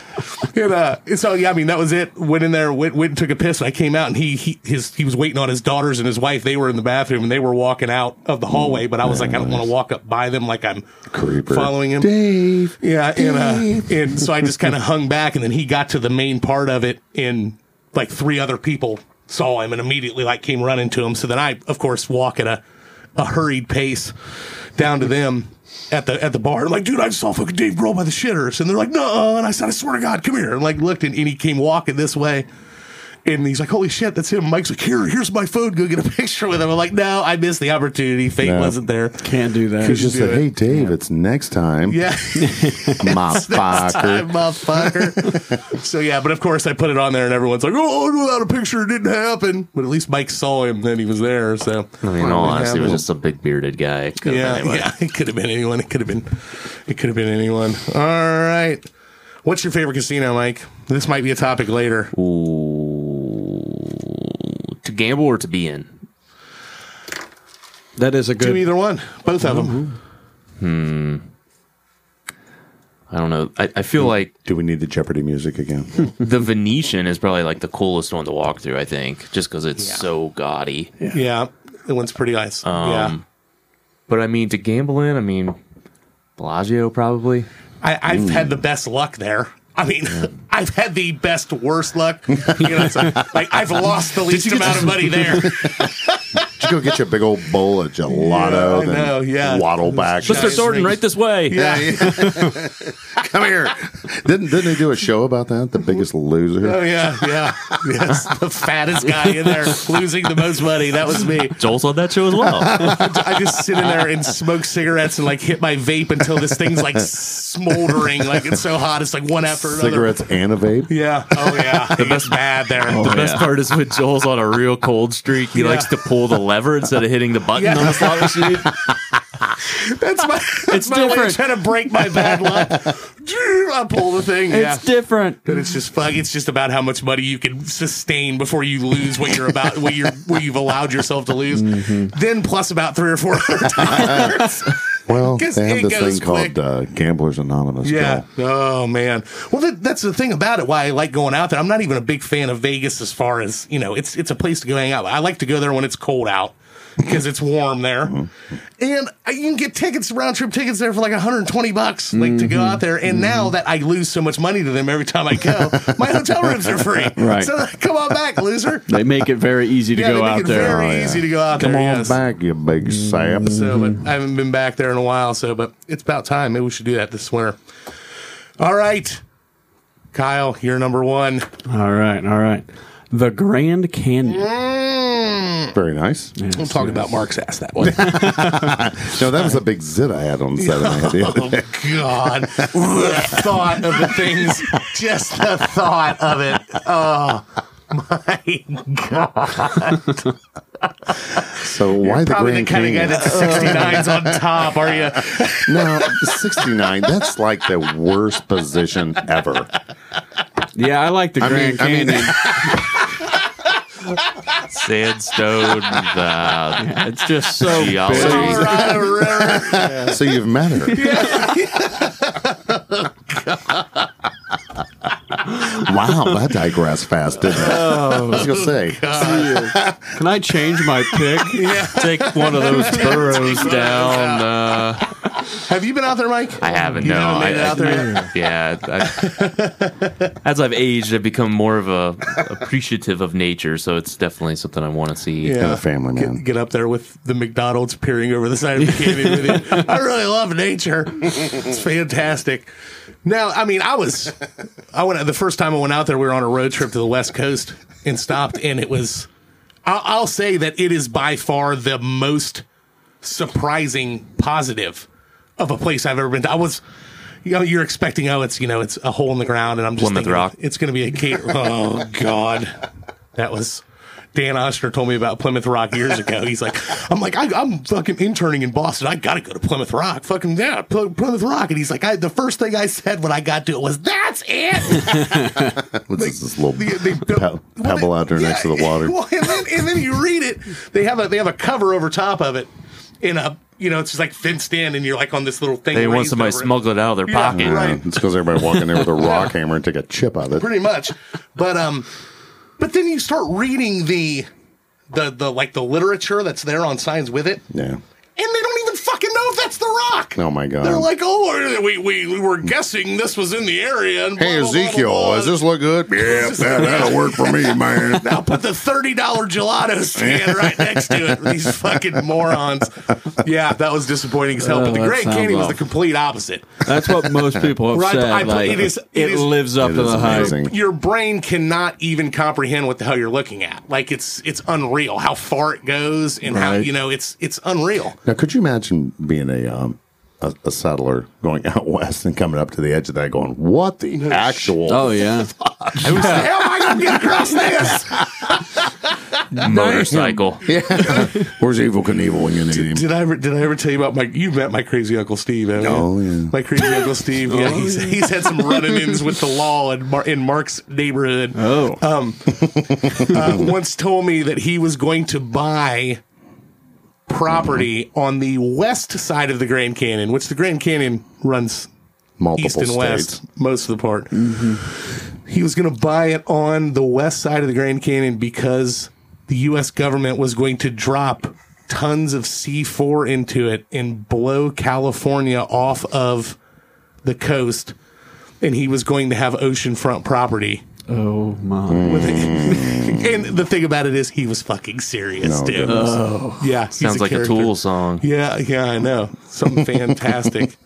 A: And, uh, and so yeah, I mean that was it. Went in there, went, went and took a piss. And I came out, and he he his he was waiting on his daughters and his wife. They were in the bathroom and they were walking out of the hallway. But I was like, I don't want to walk up by them like I'm
E: Creeper.
A: following him.
E: Dave.
A: Yeah, and uh, and so I just kind of hung back, and then he got to the main part of it, and like three other people saw him and immediately like came running to him. So then I, of course, walk at a, a hurried pace down to them at the at the bar. like, dude, I just saw fucking Dave Grohl by the shitters, and they're like, no, and I said, I swear to God, come here, and like looked, and, and he came walking this way. And he's like, "Holy shit, that's him!" Mike's like, "Here, here's my phone. Go get a picture with him." I'm like, "No, I missed the opportunity. Fate
E: No.
A: wasn't there."
C: Can't do that.
E: He just said, "Hey, Dave, it's next time."
A: Yeah.
E: my fucker.
A: time, motherfucker. so yeah, but of course I put it on there, and everyone's like, "Oh, without a picture, it didn't happen." But at least Mike saw him; then he was there. So
F: I mean, in all honesty, it was just a big bearded guy. Could've
A: yeah,
F: been anyone.
A: yeah, it could have been anyone. It could have been, it could have been anyone. All right, what's your favorite casino, Mike? This might be a topic later.
F: Ooh, to gamble or to be in?
C: that is a
A: Do
C: good.
A: either one, both of them.
F: I don't know. I, I feel like
E: Do we need the Jeopardy music again?
F: the Venetian is probably like the coolest one to walk through. I think just because it's so gaudy.
A: Yeah, That one's pretty nice. yeah.
F: But I mean, to gamble in, I mean, Bellagio probably.
A: I, I've had the best luck there. I mean, I've had the best worst luck. You know, it's like, like, I've lost the least amount of money there.
E: Did you go get you a big old bowl of
A: Yeah, I
E: gelato,
A: know,
E: then
A: yeah.
E: waddle back?
A: Just
D: Mr.
A: Guys,
D: Thornton,
A: thanks.
D: right this way.
E: Yeah. Come here. Didn't didn't they do a show about that? The biggest loser.
A: Oh yeah, yeah, yes. The fattest guy in there losing the most money. That was me.
D: Joel's on that show as well.
A: I just sit in there and smoke cigarettes and like hit my vape until this thing's like smoldering. Like it's so hot, it's like one after another.
E: Cigarettes and a vape.
A: Yeah. Oh yeah. The best bad there.
F: Oh.
D: the best part is when Joel's on a real cold streak, he likes to pull the lever instead of hitting the button
A: Yeah.
D: on the slot machine.
A: That's my. That's
D: It's
A: my way of
D: different.
A: trying to break my bad luck. I pull the thing. yeah.
C: It's different.
A: But it's just fuck. It's just about how much money you can sustain before you lose what you're about, what you're, what you've allowed yourself to lose. Then plus about three or four other dollars.
E: Well,
A: Guess
E: they
A: it
E: have this
A: goes
E: thing
A: quick.
E: called uh, Gamblers Anonymous.
A: yeah.
E: Joel.
A: Oh man. Well, that, that's the thing about it. Why I like going out there. I'm not even a big fan of Vegas as far as you know. It's it's a place to go hang out. I like to go there when it's cold out because it's warm there, and I, you can get tickets round trip tickets there for like 120 bucks, like to go out there. And now that I lose so much money to them every time I go, my hotel rooms are free.
C: Right.
A: So come on back, loser.
C: They make it very easy to
A: Yeah,
C: go
A: they make
C: out
A: it
C: there.
A: Very
E: Oh, yeah.
A: easy to go out
E: Come
A: there.
E: on
A: yes. Mm.
E: back, you big sap.
A: So, but I haven't been back there in a while. So, but it's about time. Maybe we should do that this winter. All right, Kyle, you're number one.
C: All right, all right. The Grand Canyon.
E: Very nice.
A: We'll talk about Mark's ass that way.
E: No, that was a big zit I had on the side of my head. the other
A: oh
E: day.
A: God, the thought of the things, just the thought of it. Oh my God!
E: So why the
A: Probably the kind
E: Grand Canyon?
A: of guy that 69's on top. Are you?
E: no, 69. That's like the worst position ever.
C: Yeah, I like the
E: I
C: Grand
E: mean, I mean,
C: Canyon.
F: Sandstone. uh,
C: it's just so
F: Geology.
C: big.
A: Colorado River.
E: so you've met her. wow, that digressed fast, didn't it?
A: Oh,
E: I was going to say.
C: Can I change my pick?
D: Take one of those burrows down. Uh,
A: Have you been out there, Mike?
F: I haven't.
A: You
F: No,
A: haven't made it
F: I,
A: out there
F: I- yeah. I- as I've aged, I've become more of a appreciative of nature, so it's definitely something I want to see.
E: Kind of family man.
A: get up there with the McDonald's peering over the side of the canyon with you. I really love nature. It's fantastic. Now, I mean, I was, I went the first time I went out there. We were on a road trip to the West Coast and stopped, and it was. I'll, I'll say that it is by far the most surprising positive of a place I've ever been to. I was. You know, you're expecting, oh, it's you know, it's a hole in the ground, and I'm just
F: Plymouth
A: thinking
F: Rock.
A: it's going to be a gate. Oh God, that was Dan Oshner told me about Plymouth Rock years ago. He's like, I'm like, I, I'm fucking interning in Boston. I gotta go to Plymouth Rock. Fucking yeah, Pl- Plymouth Rock. And he's like, I, the first thing I said when I got to it was, "That's it."
E: What's this, this little
A: They- they built-
E: pe-
A: well,
E: pebble
A: they-
E: out there
A: yeah,
E: next to the water?
A: Well, and, then, and then you read it. They have a they have a cover over top of it in a you know it's just like fenced in, and you're like on this little thing.
F: They want
A: raised
F: somebody to
A: over it.
F: smuggle it out of their
A: Yeah,
F: pocket.
A: right.
E: Yeah, it's because everybody walk in there with a rock hammer and take a chip out of it.
A: pretty much. But um, but then you start reading the the the like the literature that's there on signs with it.
E: Yeah.
A: and they don't even fucking know if that's the rock.
E: Oh my God.
A: They're like, oh, we we, we were guessing this was in the area. And
E: Hey
A: blah, blah, blah, blah,
E: Ezekiel,
A: blah.
E: does this look good? Yeah, that, that'll work for me, man.
A: Now put the thirty dollar gelato stand right next to it. These fucking morons. Yeah, that was disappointing as hell. but
C: Oh,
A: the
C: that
A: Great
C: sounds
A: Canyon was the
C: awful.
A: complete opposite.
C: That's what most people have
A: Right,
C: said.
A: I put-
C: like,
A: it
C: it,
A: is- it is-
C: lives up
E: It
C: to
E: is
C: the hype.
E: amazing.
A: Your brain cannot even comprehend what the hell you're looking at. Like it's it's unreal how far it goes and how
C: Right.
A: you know it's it's unreal.
E: Now, could you imagine being a um, a, a settler going out west and coming up to the edge of that, going, "What the actual?"
C: Oh yeah,
A: How am I gonna get across this?
F: Motorcycle.
E: Where's Evil Knievel when you need him?
A: Did I ever did I ever tell you about my you met my crazy uncle Steve? Haven't you?
E: Oh, yeah.
A: my crazy uncle Steve. Yeah, he's, he's had some run-ins with the law in, Mar- in Mark's neighborhood.
C: Oh.
A: um, uh, once told me that he was going to buy property on the west side of the Grand Canyon, which the Grand Canyon runs
E: Multiple
A: east and
E: states.
A: west most of the part.
E: Mm-hmm.
A: He was going to buy it on the west side of the Grand Canyon because the U.S. government was going to drop tons of C4 into it and blow California off of the coast. And he was going to have oceanfront property.
C: Oh my.
A: With it. and the thing about it is, he was fucking serious,
E: No,
A: dude.
E: goodness.
A: yeah, he's
F: Oh. Sounds like
A: character.
F: a Tool song.
A: Yeah, yeah, I know. Something fantastic.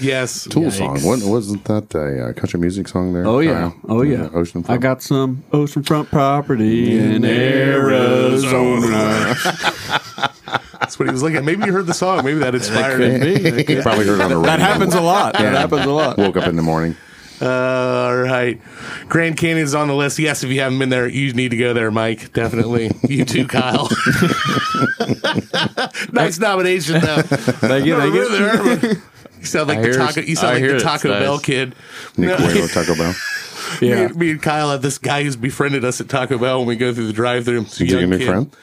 A: yes.
E: Tool song. What, wasn't that a uh, country music song there?
C: Oh yeah.
E: Kyle?
C: Oh yeah.
E: Ocean.
C: I got some oceanfront property in Arizona.
A: That's what he was looking at. Maybe you heard the song. Maybe that inspired him.
E: You probably heard it on the radio.
C: that happens a lot. That happens a lot.
E: Woke up in the morning.
A: Uh, All right. Grand Canyon's on the list. Yes, if you haven't been there, you need to go there, Mike. Definitely. You too, Kyle. nice nomination, though.
C: Thank you. Thank you.
A: Never been there, but You sound like
F: I
A: the
F: hear
A: taco.
F: it's-
A: You sound
F: I
A: like
F: hear
A: the
F: it's
A: Taco
F: nice.
A: Bell kid.
E: Nick
A: No.
E: Cuero, Taco Bell.
A: Me,
C: Yeah.
A: and- me and Kyle have this guy who's befriended us at Taco Bell when we go through the drive-through.
E: Did you get a new friend?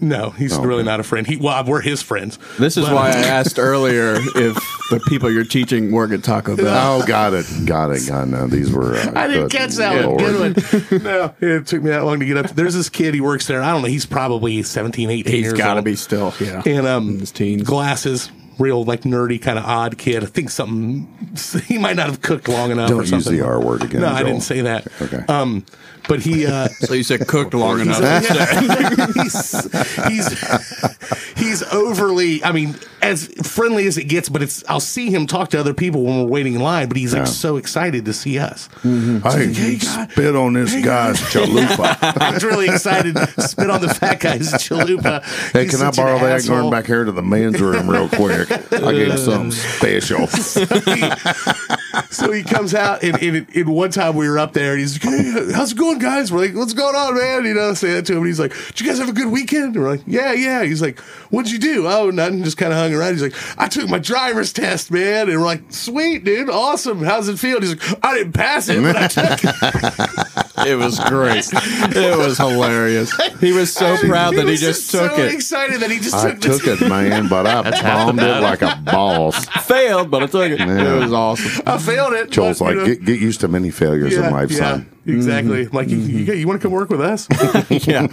A: No, he's really not a friend. He well, we're his friends.
C: This is why I asked earlier if the people you're teaching work at Taco Bell.
E: Oh, got it. Got it. God, no. These were. Uh,
A: I didn't
E: good
A: catch that one.
E: Lord.
A: Good one. No, it took me that long to get up. There's this kid. He works there. I don't know. He's probably 17, 18
C: He's
A: years
C: got to
A: old.
C: be still. Yeah.
A: And um,
C: his teens.
A: glasses, real like nerdy kind of odd kid. I think something he might not have cooked long enough. or
E: Don't use
A: something.
E: the R word again.
A: No, I
E: Joel.
A: didn't say that.
E: Okay.
A: Um, but he uh,
C: So you said cooked long enough.
A: he's, he's he's overly. I mean, as friendly as it gets, but it's. I'll see him talk to other people when we're waiting in line. But he's like
E: Yeah. Hmm.
A: so excited to see us.
E: Hey, you spit on this guy's chalupa.
A: He's really excited. Spit on the fat guy's chalupa.
E: hey,
A: He's
E: can I
A: such an
E: borrow that
A: asshole.
E: going back here to the men's room real quick? I gave him something special.
A: so he comes out, and, and, and one time we were up there, and he's like, hey, "How's it going, guys?" We're like, "What's going on, man?" You know, say that to him, and he's like, "Did you guys have a good weekend?" And we're like, "Yeah, yeah." He's like, "What'd you do?" Oh, nothing. Just kind of hung around. He's like, "I took my driver's test, man," and we're like, "Sweet, dude, awesome. How's it feel?" And he's like, "I didn't pass it, but I took it."
C: It was great. It was hilarious. He was so proud that he
A: was
C: just took
A: so
C: it.
A: Excited that he just
E: I
A: took, this-
E: took it, man, but I bombed it like a boss.
C: Failed, but I took it. It was awesome.
A: I failed it.
E: Joel's
A: but,
E: like,
A: you know,
E: get, get used to many failures in life, son.
A: Exactly. Like, you, you, you want to come work with us?
C: Yeah.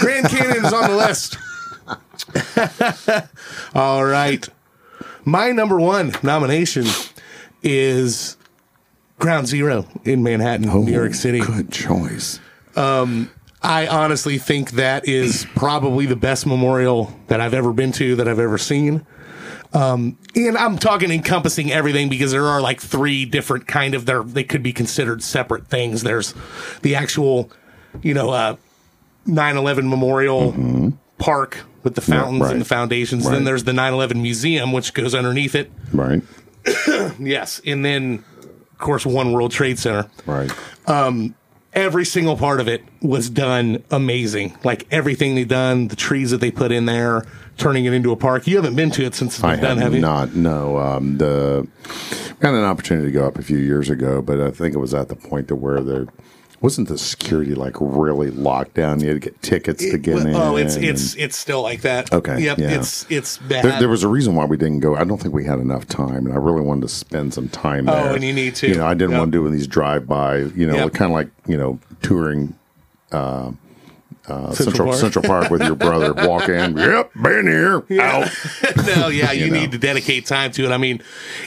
A: Grand Canyon is on the list. All right. My number one nomination is Ground Zero in Manhattan, New York City.
E: Oh, Good choice.
A: I honestly think that is probably the best memorial that I've ever been to, that I've ever seen. Um, and I'm talking encompassing everything because there are like three different kind of there. They could be considered separate things. There's the actual, you know, uh, 9/11 memorial park with the fountains
E: Mm-hmm. right.
A: and the foundations.
E: Right.
A: Then there's the 9/11 museum, which goes underneath it.
E: Right.
A: Yes, and then of course One World Trade Center
E: Right.
A: every single part of it was done amazing. Like everything they done, the trees that they put in there, turning it into a park. You haven't been to it since it's been
E: I
A: done,
E: have
A: have you?
E: not. No, um, the we had an opportunity to go up a few years ago, but I think it was at the point to where there wasn't the security like really locked down. You had to get tickets to get in.
A: oh, it's
E: and-
A: it's it's still like that.
E: Okay,
A: Yep.
E: yeah.
A: It's it's bad.
E: There, there was a reason why we didn't go. I don't think we had enough time, and I really wanted to spend some time there.
A: Oh, and you need to.
E: You know, I didn't
A: Yep.
E: want to do one of these drive-by. You know,
A: Yep.
E: kind of like you know touring. Uh, uh, Central
A: Park.
E: Central Park with your brother walk in. Yep, been here. Out.
A: no, yeah, you,
E: You know.
A: need to dedicate time to it. I mean,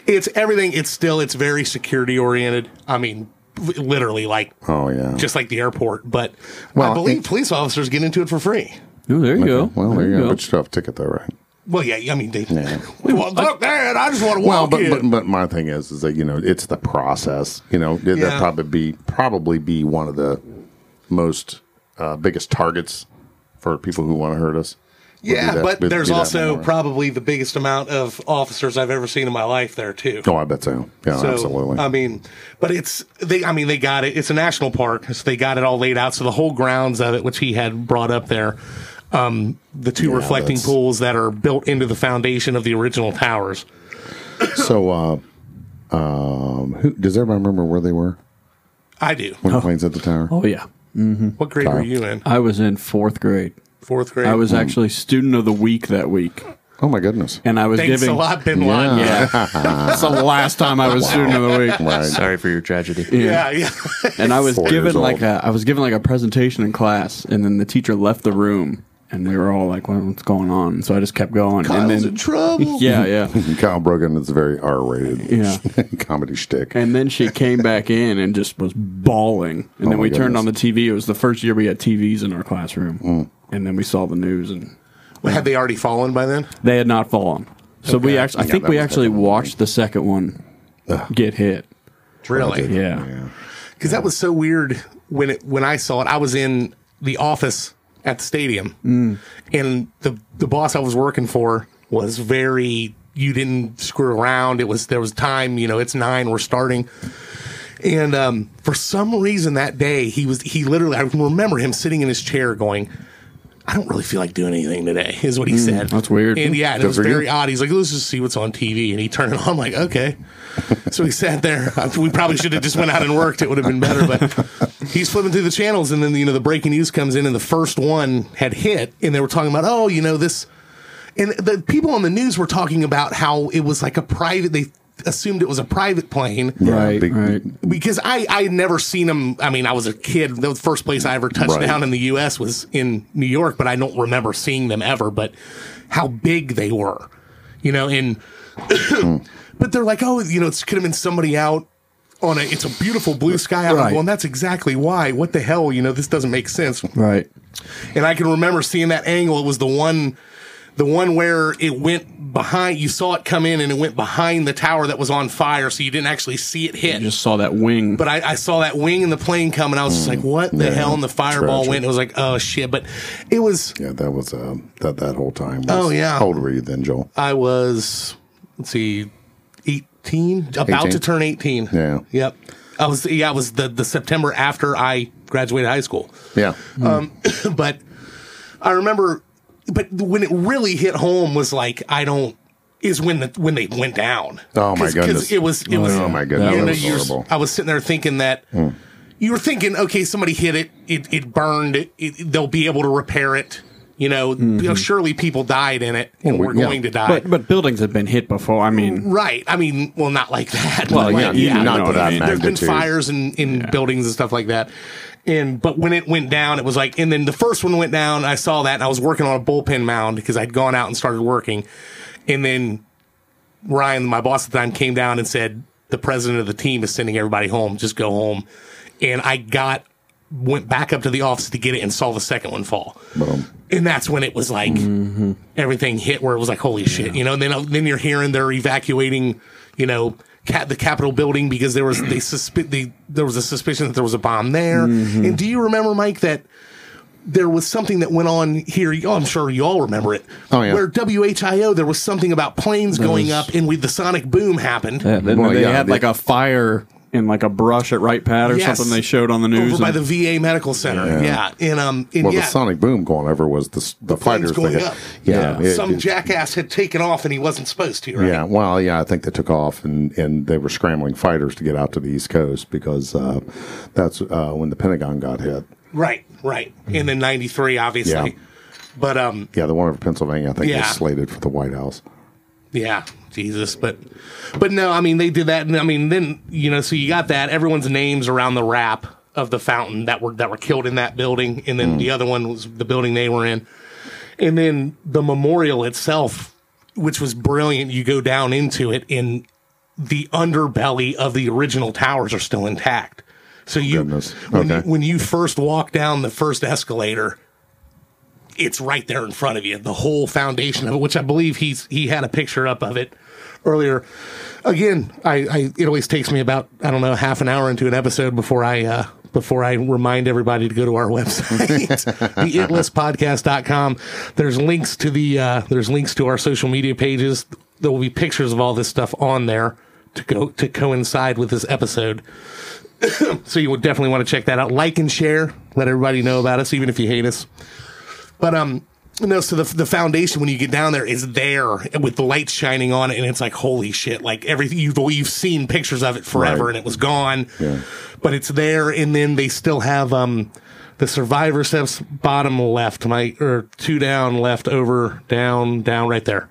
A: it's everything. It's still it's very security oriented. I mean, li- literally like
E: Oh yeah.
A: just like the airport. But I
E: Well,
A: believe
E: it-
A: police officers get into it for free.
C: Oh, there you go.
E: well, there you go.
C: go.
E: But you still have a ticket though, right?
A: Well, yeah, I mean, they, we want look, man, I just want to walk
E: Well, but,
A: in.
E: but but my thing is is that you know it's the process. You know that
A: Yeah.
E: that probably be probably be one of the most uh, biggest targets for people who want to hurt us. Would be
A: Yeah,
E: that-
A: but
E: would
A: there's
E: be that
A: also
E: memorial.
A: probably the biggest amount of officers I've ever seen in my life there too.
E: oh, I bet so. Yeah,
A: So, um,
E: absolutely.
A: I mean, but it's they. I mean, they got it. It's a national park, so they got it all laid out. So the whole grounds of it, which he had brought up there, um, the two reflecting
E: that's-
A: pools that are built into the foundation of the original towers.
E: so, uh, um, who does everybody remember where they were
A: I do.
E: when the planes hit the tower?
C: Oh, yeah.
A: What grade were you in?
C: I was in fourth grade.
A: Fourth grade.
C: I was actually student of the week that week.
E: Oh my goodness!
C: And I was
A: Thanks
C: giving.
A: a lot, Bin Laden.
C: Yeah. That's the last time I was student of the week.
E: Right.
F: Sorry for your tragedy.
A: Yeah, yeah.
C: and I was
E: Four
C: given
E: years
C: like
E: old.
C: a I was given like a presentation in class, and then the teacher left the room, and we were all like, "What- "What's going on?" So I just kept going, and
A: Kyle's
C: then
A: in trouble.
C: yeah, yeah,
E: Kyle Brogan is very R rated
C: Yeah.
E: comedy shtick.
C: and then she came back in and just was bawling. And then
E: Oh my
C: we turned
E: goodness. Mm.
C: on the TV. It was the first year we had TVs in our classroom, and then we saw the news, and
A: Had they already fallen by then?
C: they had not fallen. So we actually, I
E: Yeah,
C: think
E: that
C: we
E: was
C: actually
E: definitely-
C: watched the second one get hit.
A: Really?
C: Yeah.
A: because that was so weird when it when I saw it. I was in the office at the stadium, and the the boss I was working for was very. You didn't screw around. It was there was time. You know, it's nine. We're starting. And um, for some reason that day, he was he literally. I remember him sitting in his chair going. I don't really feel like doing anything today, is what he said.
C: that's weird.
A: And yeah, and it
E: Good
A: was
E: for you.
A: very odd. He's like, let's just see what's on TV. And he turned it on. I'm like, okay. So he sat there. We probably should have just went out and worked. It would have been better. But he's flipping through the channels, and then you know the breaking news comes in, and the first one had hit, and they were talking about, oh, you know this, and the people on the news were talking about how it was like a private. They assumed it was a private plane
C: Right, right.
A: because I I had never seen them. I mean, I was a kid. The first place I ever touched
E: Right.
A: down in the U.S. was in New York, but I don't remember seeing them ever. But how big they were, you know. And but they're like, oh, you know, it could have been somebody out on a. It's a beautiful blue sky out.
C: Right.
A: Well, and that's exactly why. What the hell, you know? This doesn't make sense.
C: Right.
A: And I can remember seeing that angle. It was the one, the one where it went behind. You saw it come in, and it went behind the tower that was on fire, so you didn't actually see it hit.
C: I just saw that wing.
A: But I, I saw that wing in the plane come, and I was just like, "What the
E: Mm, yeah.
A: hell?" And the fireball
E: Tragic.
A: went. And it was like, "Oh shit!" But it was.
E: Yeah, that was uh, that that whole time. Was,
A: Oh, yeah.
E: How old were you then, Joel?
A: I was. Let's see, eighteen, about
E: 18?
A: to turn eighteen.
E: Yeah.
A: Yep. I was. Yeah, I was the the September after I graduated high school.
E: Yeah,
A: but I remember. But when it really hit home was like, I don't. Is when the when they went down.
E: Oh,
A: 'Cause-
E: my
A: 'cause
E: goodness.
A: It was. It was.
E: Oh, my goodness.
A: you
E: That
A: know,
E: was
A: you were-
E: horrible. Hmm.
A: I was sitting there thinking that you were thinking, okay, somebody hit it. It it burned. It, it, they'll be able to repair it. You know, you know, surely people died in it, and
E: Mm-hmm. Well,
A: we're
E: yeah.
A: going to die.
C: but but buildings have been hit before. I mean,
A: right? I mean, well, not like that.
C: Well,
A: but
C: yeah,
A: like,
C: you know
E: not
C: what
E: to
C: I
E: that
C: mean.
A: there's been
E: magnitude.
A: fires in, in buildings and stuff like that. And but when it went down, it was like, and then the first one went down. I saw that, and I was working on a bullpen mound because I'd gone out and started working. And then Ryan, my boss at the time, came down and said, "The president of the team is sending everybody home. Just go home." And I got went back up to the office to get it and saw the second one fall.
E: Boom.
A: And that's when it was like
E: Mm-hmm.
A: everything hit where it was like, holy shit, you know. And then then you're hearing they're evacuating, you know, cat, the Capitol building because there was they suspi- they, there was a suspicion that there was a bomb there.
E: Mm-hmm.
A: And do you remember, Mike, that there was something that went on here? Oh, I'm sure you all remember it.
E: Oh, yeah.
A: Where WHIO there was something about planes going
C: was-
A: up, and with the sonic boom happened.
C: yeah, then
E: Well,
C: they
E: yeah,
C: had
E: they-
C: like a fire in like a brush at Wright Pat or
A: Yes.
C: something they showed on the news.
A: Over by the
C: and-
A: VA Medical Center, yeah, and um, and
E: Well,
A: yeah,
E: the sonic boom going over was the s- the,
A: planes
E: fighters
A: going
E: thing.
A: up.
E: Yeah, it-
A: some
E: it-
A: jackass had taken off and he wasn't supposed to, right?
E: Yeah, well, yeah, I think they took off and, and they were scrambling fighters to get out to the East Coast because uh, that's uh, when the Pentagon got hit.
A: Right, right. And then 93, obviously.
E: Mm. Yeah.
A: But, um,
E: Yeah, the one over Pennsylvania, I think,
A: Yeah.
E: was slated for the White House.
A: yeah, Jesus. But, but no, I mean, they did that. And I mean, then, you know, so you got that. Everyone's names around the wrap of the fountain that were, that were killed in that building. And
E: Mm.
A: then the other one was the building they were in. And then the memorial itself, which was brilliant. You go down into it and the underbelly of the original towers are still intact. So you,
E: goodness.
A: when,
E: Okay.
A: when you first walk down the first escalator, it's right there in front of you. The whole foundation of it, which I believe he's he had a picture up of it earlier. Again, I, I it always takes me about I don't know half an hour into an episode before I uh, before I remind everybody to go to our website, theitlistpodcast.com. There's links to the uh, there's links to our social media pages. There will be pictures of all this stuff on there to go to coincide with this episode. so you would definitely want to check that out. Like and share. Let everybody know about us, even if you hate us. But um, no. So the the foundation when you get down there is there with the lights shining on it, and it's like holy shit! Like everything you've you've seen pictures of it forever,
E: Right.
A: and it was gone.
E: Yeah.
A: But it's there, and then they still have um, the survivor steps bottom left, my or two down, left over, down, down, right there.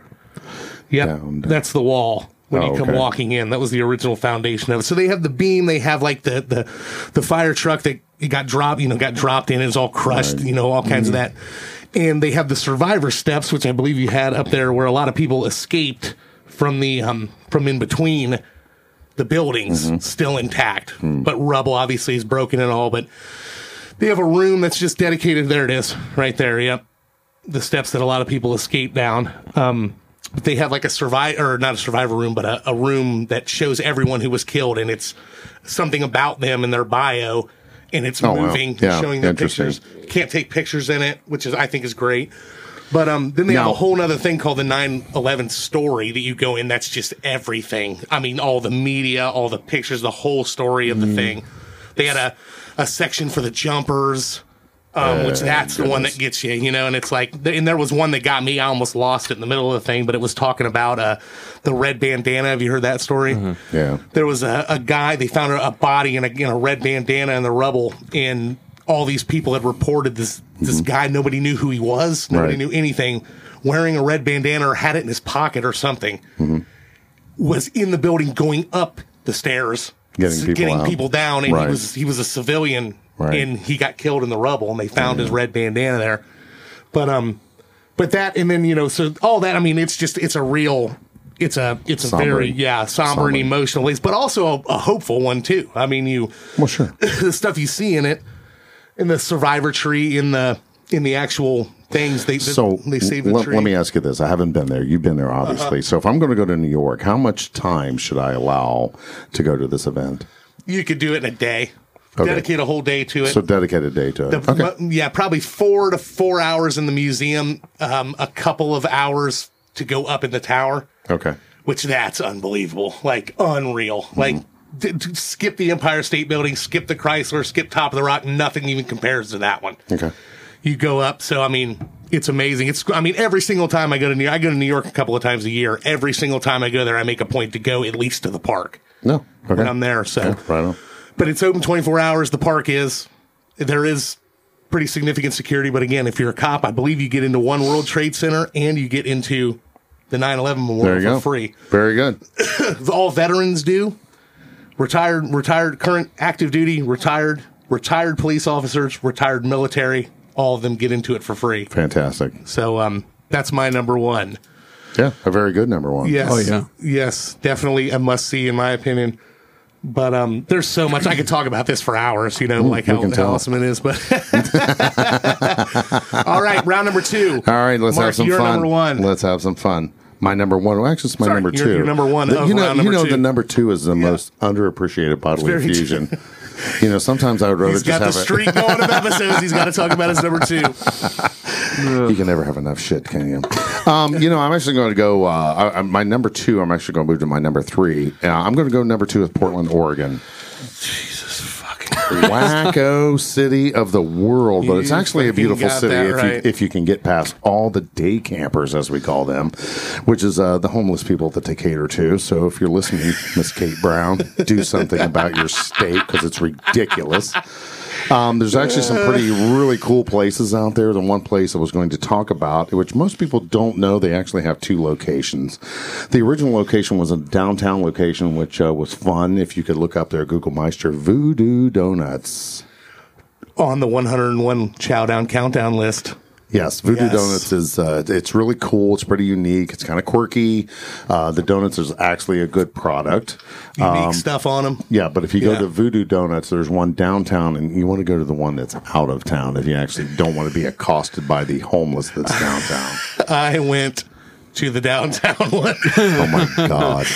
A: Yep,
E: Down, down.
A: that's the wall. When
E: Oh,
A: you come
E: okay.
A: walking in, that was the original foundation of it. So they have the beam, they have like the the,
E: Mm-hmm.
A: the fire truck that it got dropped, you know, got dropped in. It's all crushed, you know, all kinds of that. and they have the survivor steps, which I believe you had up there, where a lot of people escaped from the um, from in between the buildings,
E: Mm-hmm.
A: still intact,
E: Hmm.
A: but rubble obviously is broken and all. But they have a room that's just dedicated. There it is, right there. Yep, the steps that a lot of people escape down. Um, but they have like a survivor, or not a survivor room, but a, a room that shows everyone who was killed, and it's something about them and their bio, and it's
E: Oh, wow.
A: moving,
E: Yeah,
A: showing their
E: interesting.
A: pictures. Can't take pictures in it, which is I think is great. But um, then they have
E: Now-
A: a whole other thing called the 9/11 story that you go in. That's just everything. I mean, all the media, all the pictures, the whole story of the thing. They had a a section for the jumpers, um, which that's the one that gets you, you know. And it's like, and there was one that got me. I almost lost it in the middle of the thing, but it was talking about uh, the red bandana. Have you heard that story?
E: Mm-hmm. Yeah.
A: there was a, a guy they found a, a body in a, in a red bandana in the rubble and all these people had reported this this guy nobody knew who he was nobody
E: Mm-hmm. Right.
A: knew anything wearing a red bandana or had it in his pocket or something
E: Mm-hmm.
A: was in the building going up the stairs
E: Getting
A: s-
E: people out.
A: people down and
E: Right.
A: he was he was a civilian
E: Right.
A: and he got killed in the rubble and they found his red bandana there but um but that and then you know so all that i mean it's just it's a real it's a it's a
E: Somber.
A: very yeah somber,
E: Somber.
A: and emotional place but also a, a hopeful one too i mean you
E: Well, sure.
A: the stuff you see in it in the survivor tree in the in the actual things they
E: So
A: they save the
E: let,
A: tree Uh-huh.
E: let me ask you this: I haven't been there. You've been there, obviously. So if I'm going to go to New York, how much time should I allow to go to this event?
A: you could do it in a day
E: Okay.
A: dedicate a whole day to it
E: So dedicate a day to it.
A: The- mo- yeah, probably four to four hours in the museum, um, a couple of hours to go up in the tower,
E: okay.
A: which that's unbelievable, like unreal.
E: Mm-hmm.
A: Like d- d- skip the Empire State Building, skip the Chrysler, skip Top of the Rock. Nothing even compares to that one.
E: Okay.
A: You go up, so I mean. It's amazing. It's I mean every single time I go to New York, I go to New York a couple of times a year. Every single time I go there, I make a point to go at least to the park
E: No. Okay.
A: when I'm there. So
E: Right on.
A: but it's open 24 hours. The park is. There is pretty significant security. But again, if you're a cop, I believe you get into One World Trade Center and you get into the 9 11
E: There
A: Memorial
E: you
A: for
E: go.
A: free.
E: Very good.
A: All veterans do. Retired, retired, current active duty, retired, retired police officers, retired military. All of them get into it for free.
E: Fantastic.
A: So um, that's my number one.
E: Yeah. A very good number one.
A: Yes.
C: Oh, yeah.
A: Yes, definitely a must see in my opinion. But um, there's so much I could talk about this for hours. You know, like
E: we
A: how,
E: can
A: how
E: tell.
A: awesome it is. But all right, round number two.
E: All right, let's
A: Mark,
E: have some
A: you're
E: fun.
A: Number one.
E: Let's have some fun. My number one. Well, actually, it's my
A: Sorry,
E: number 2
A: you're- you're number one
E: The-
A: of
E: you know,
A: round
E: you
A: number
E: know,
A: two.
E: the number two is the most underappreciated bodily
A: very true.
E: fusion. you know, sometimes I would rather
A: He's
E: just
A: got the
E: have it.
A: streak going of episodes. He's got to talk about his number two.
E: You can never have enough shit, can you? Um, you know, I'm actually going to go. Uh, I, I, my number two. I'm actually going to move to my number three. Uh, I'm going to go number two with Portland, Oregon. Jesus fucking wacko city of the world, but it's
A: You
E: actually a
A: fucking
E: beautiful
A: got
E: city
A: that
E: if you
A: right.
E: if you can get past all the day campers as we call them, which is uh, the homeless people that they cater to. So if you're listening, Miss Kate Brown, do something about your state because it's ridiculous. Um, there's actually some pretty really cool places out there. The one place I was going to talk about, which most people don't know, they actually have two locations. The original location was a downtown location, which uh, was fun. If you could look up there, Google Meister Voodoo Donuts.
A: On the 101 Chow Down Countdown list.
E: Yes, Voodoo
A: Yes.
E: Donuts is uh, it's really cool. It's pretty unique. It's kind of quirky. Uh, the donuts is actually a good product.
A: Unique
E: Um,
A: stuff on him.
E: Yeah, but if you
A: Yeah.
E: go to Voodoo Donuts, there's one downtown, and you want to go to the one that's out of town if you actually don't want to be accosted by the homeless that's downtown.
A: I went to the downtown one.
E: oh my god!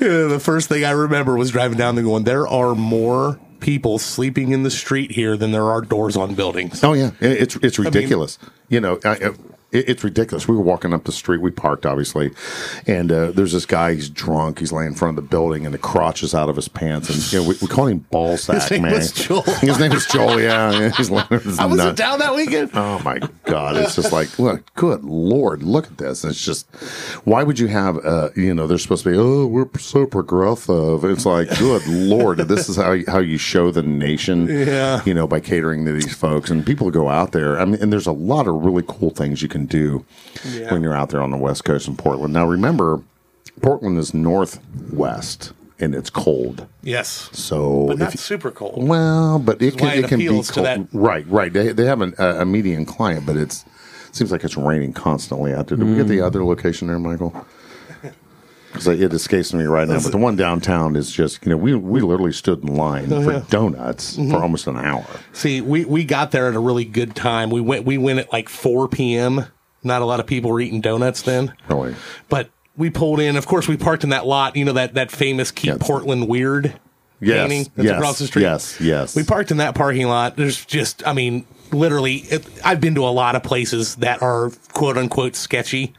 A: Yeah, the first thing I remember was driving down there going, there are more people sleeping in the street here than there are doors on buildings.
E: Oh yeah, It- it's it's ridiculous. you know, I, I- it, it's ridiculous. We were walking up the street. We parked obviously, and uh, there's this guy. He's drunk. He's laying in front of the building, and the crotch is out of his pants. And you know, we, we call him Ballsack
A: name
E: Man.
A: was Joel.
E: His name is Joel. Yeah, yeah, he's laying. I
A: I wasn't down that weekend.
E: Oh my God! It's just like, look, good Lord, look at this. It's just, why would you have? Uh, you know, they're supposed to be, oh, we're so progressive. It's like, good Lord, this is how how you show the nation.
A: Yeah.
E: You know, by catering to these folks and people go out there. I mean, and there's a lot of really cool things you can do when you're out there on the West Coast in Portland. Now, remember, Portland is northwest and it's cold.
A: Yes.
E: So
A: But
E: if
A: not
E: you-
A: super cold.
E: well, but it can
A: why
E: it,
A: it
E: can be
A: appeals to
E: cold.
A: that-
E: right, right. They they have an, a a median client, but it's Seems like it's raining constantly out there. Did we get the other location there, Michael? Because it escapes me right now. But the one downtown is just you know we we literally stood in line for
A: Oh, yeah. Mm-hmm.
E: donuts for almost an hour.
A: See, we, we got there at a really good time. We went we went at like 4 p.m. Not a lot of people were eating donuts then.
E: Really,
A: But we pulled in. Of course, we parked in that lot. You know that that famous Keep
E: Yeah.
A: Portland Weird
E: yes,
A: painting that's
E: yes,
A: across the street.
E: Yes, yes.
A: We parked in that parking lot. There's just, I mean, literally, it, I've been to a lot of places that are quote unquote sketchy.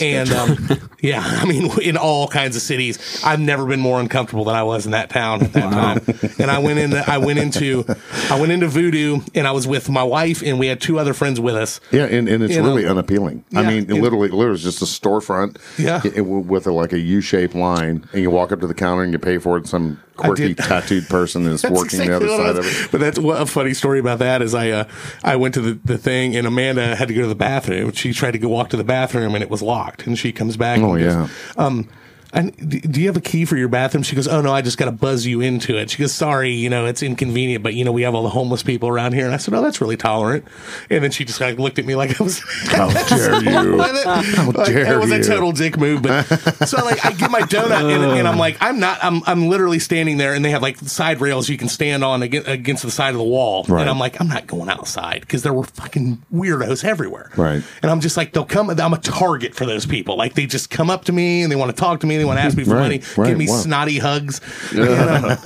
A: and um, yeah, I mean, in all kinds of cities, I've never been more uncomfortable than I was in that town at that time. And I went in, I went into, I went into Voodoo, and I was with my wife, and we had two other friends with us.
E: Yeah, and, and it's
A: You know.
E: really unappealing. I
A: Yeah.
E: mean, it literally, literally, it's just a storefront.
A: Yeah.
E: i- i- with a, like a U-shaped line, and you walk up to the counter and you pay for it. Some quirky
A: did-
E: tattooed person is working the
A: That's
E: other
A: exactly
E: side
A: what
E: of
A: I was-
E: it.
A: But that's what a funny story about that is I uh, I went to the, the thing and Amanda had to go to the bathroom. She tried to go walk to the bathroom and it was locked. And she comes back.
E: Oh,
A: and
E: yeah.
A: Goes, um, and d- do you have a key for your bathroom? She goes, Oh no, I just got to buzz you into it. She goes, Sorry, you know it's inconvenient, but you know we have all the homeless people around here. And I said, Oh, that's really tolerant. And then she just like looked at me like I was.
E: How dare you?
A: How
E: dare
A: It was
E: you.
A: a total dick move, but so like I get my donut and, and I'm like I'm not I'm I'm literally standing there and they have like side rails you can stand on against, against the side of the wall
E: Right.
A: and I'm like I'm not going outside because there were fucking weirdos everywhere
E: Right.
A: and I'm just like they'll come I'm a target for those people like they just come up to me and they want to talk to me they want to ask me for
E: Right,
A: money
E: right,
A: give me
E: wow.
A: snotty hugs You know? yeah,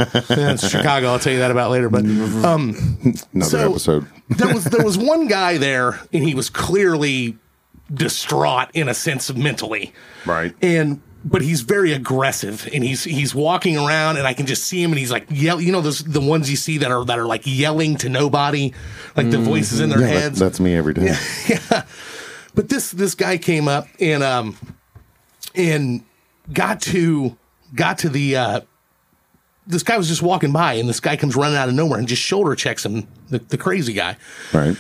A: it's Chicago I'll tell you that about later but
E: Mm-hmm.
A: um
E: Another
A: So-
E: episode.
A: there was there was one guy there and he was clearly distraught in a sense mentally
E: Right.
A: and but he's very aggressive and he's he's walking around and I can just see him and he's like yell you know those the ones you see that are that are like yelling to nobody like the voices in their
E: Mm-hmm. Yeah, that-
A: heads
E: that's me every day.
A: but this this guy came up and um and got to got to the uh this guy was just walking by and this guy comes running out of nowhere and just shoulder checks him the, the crazy guy
E: Right.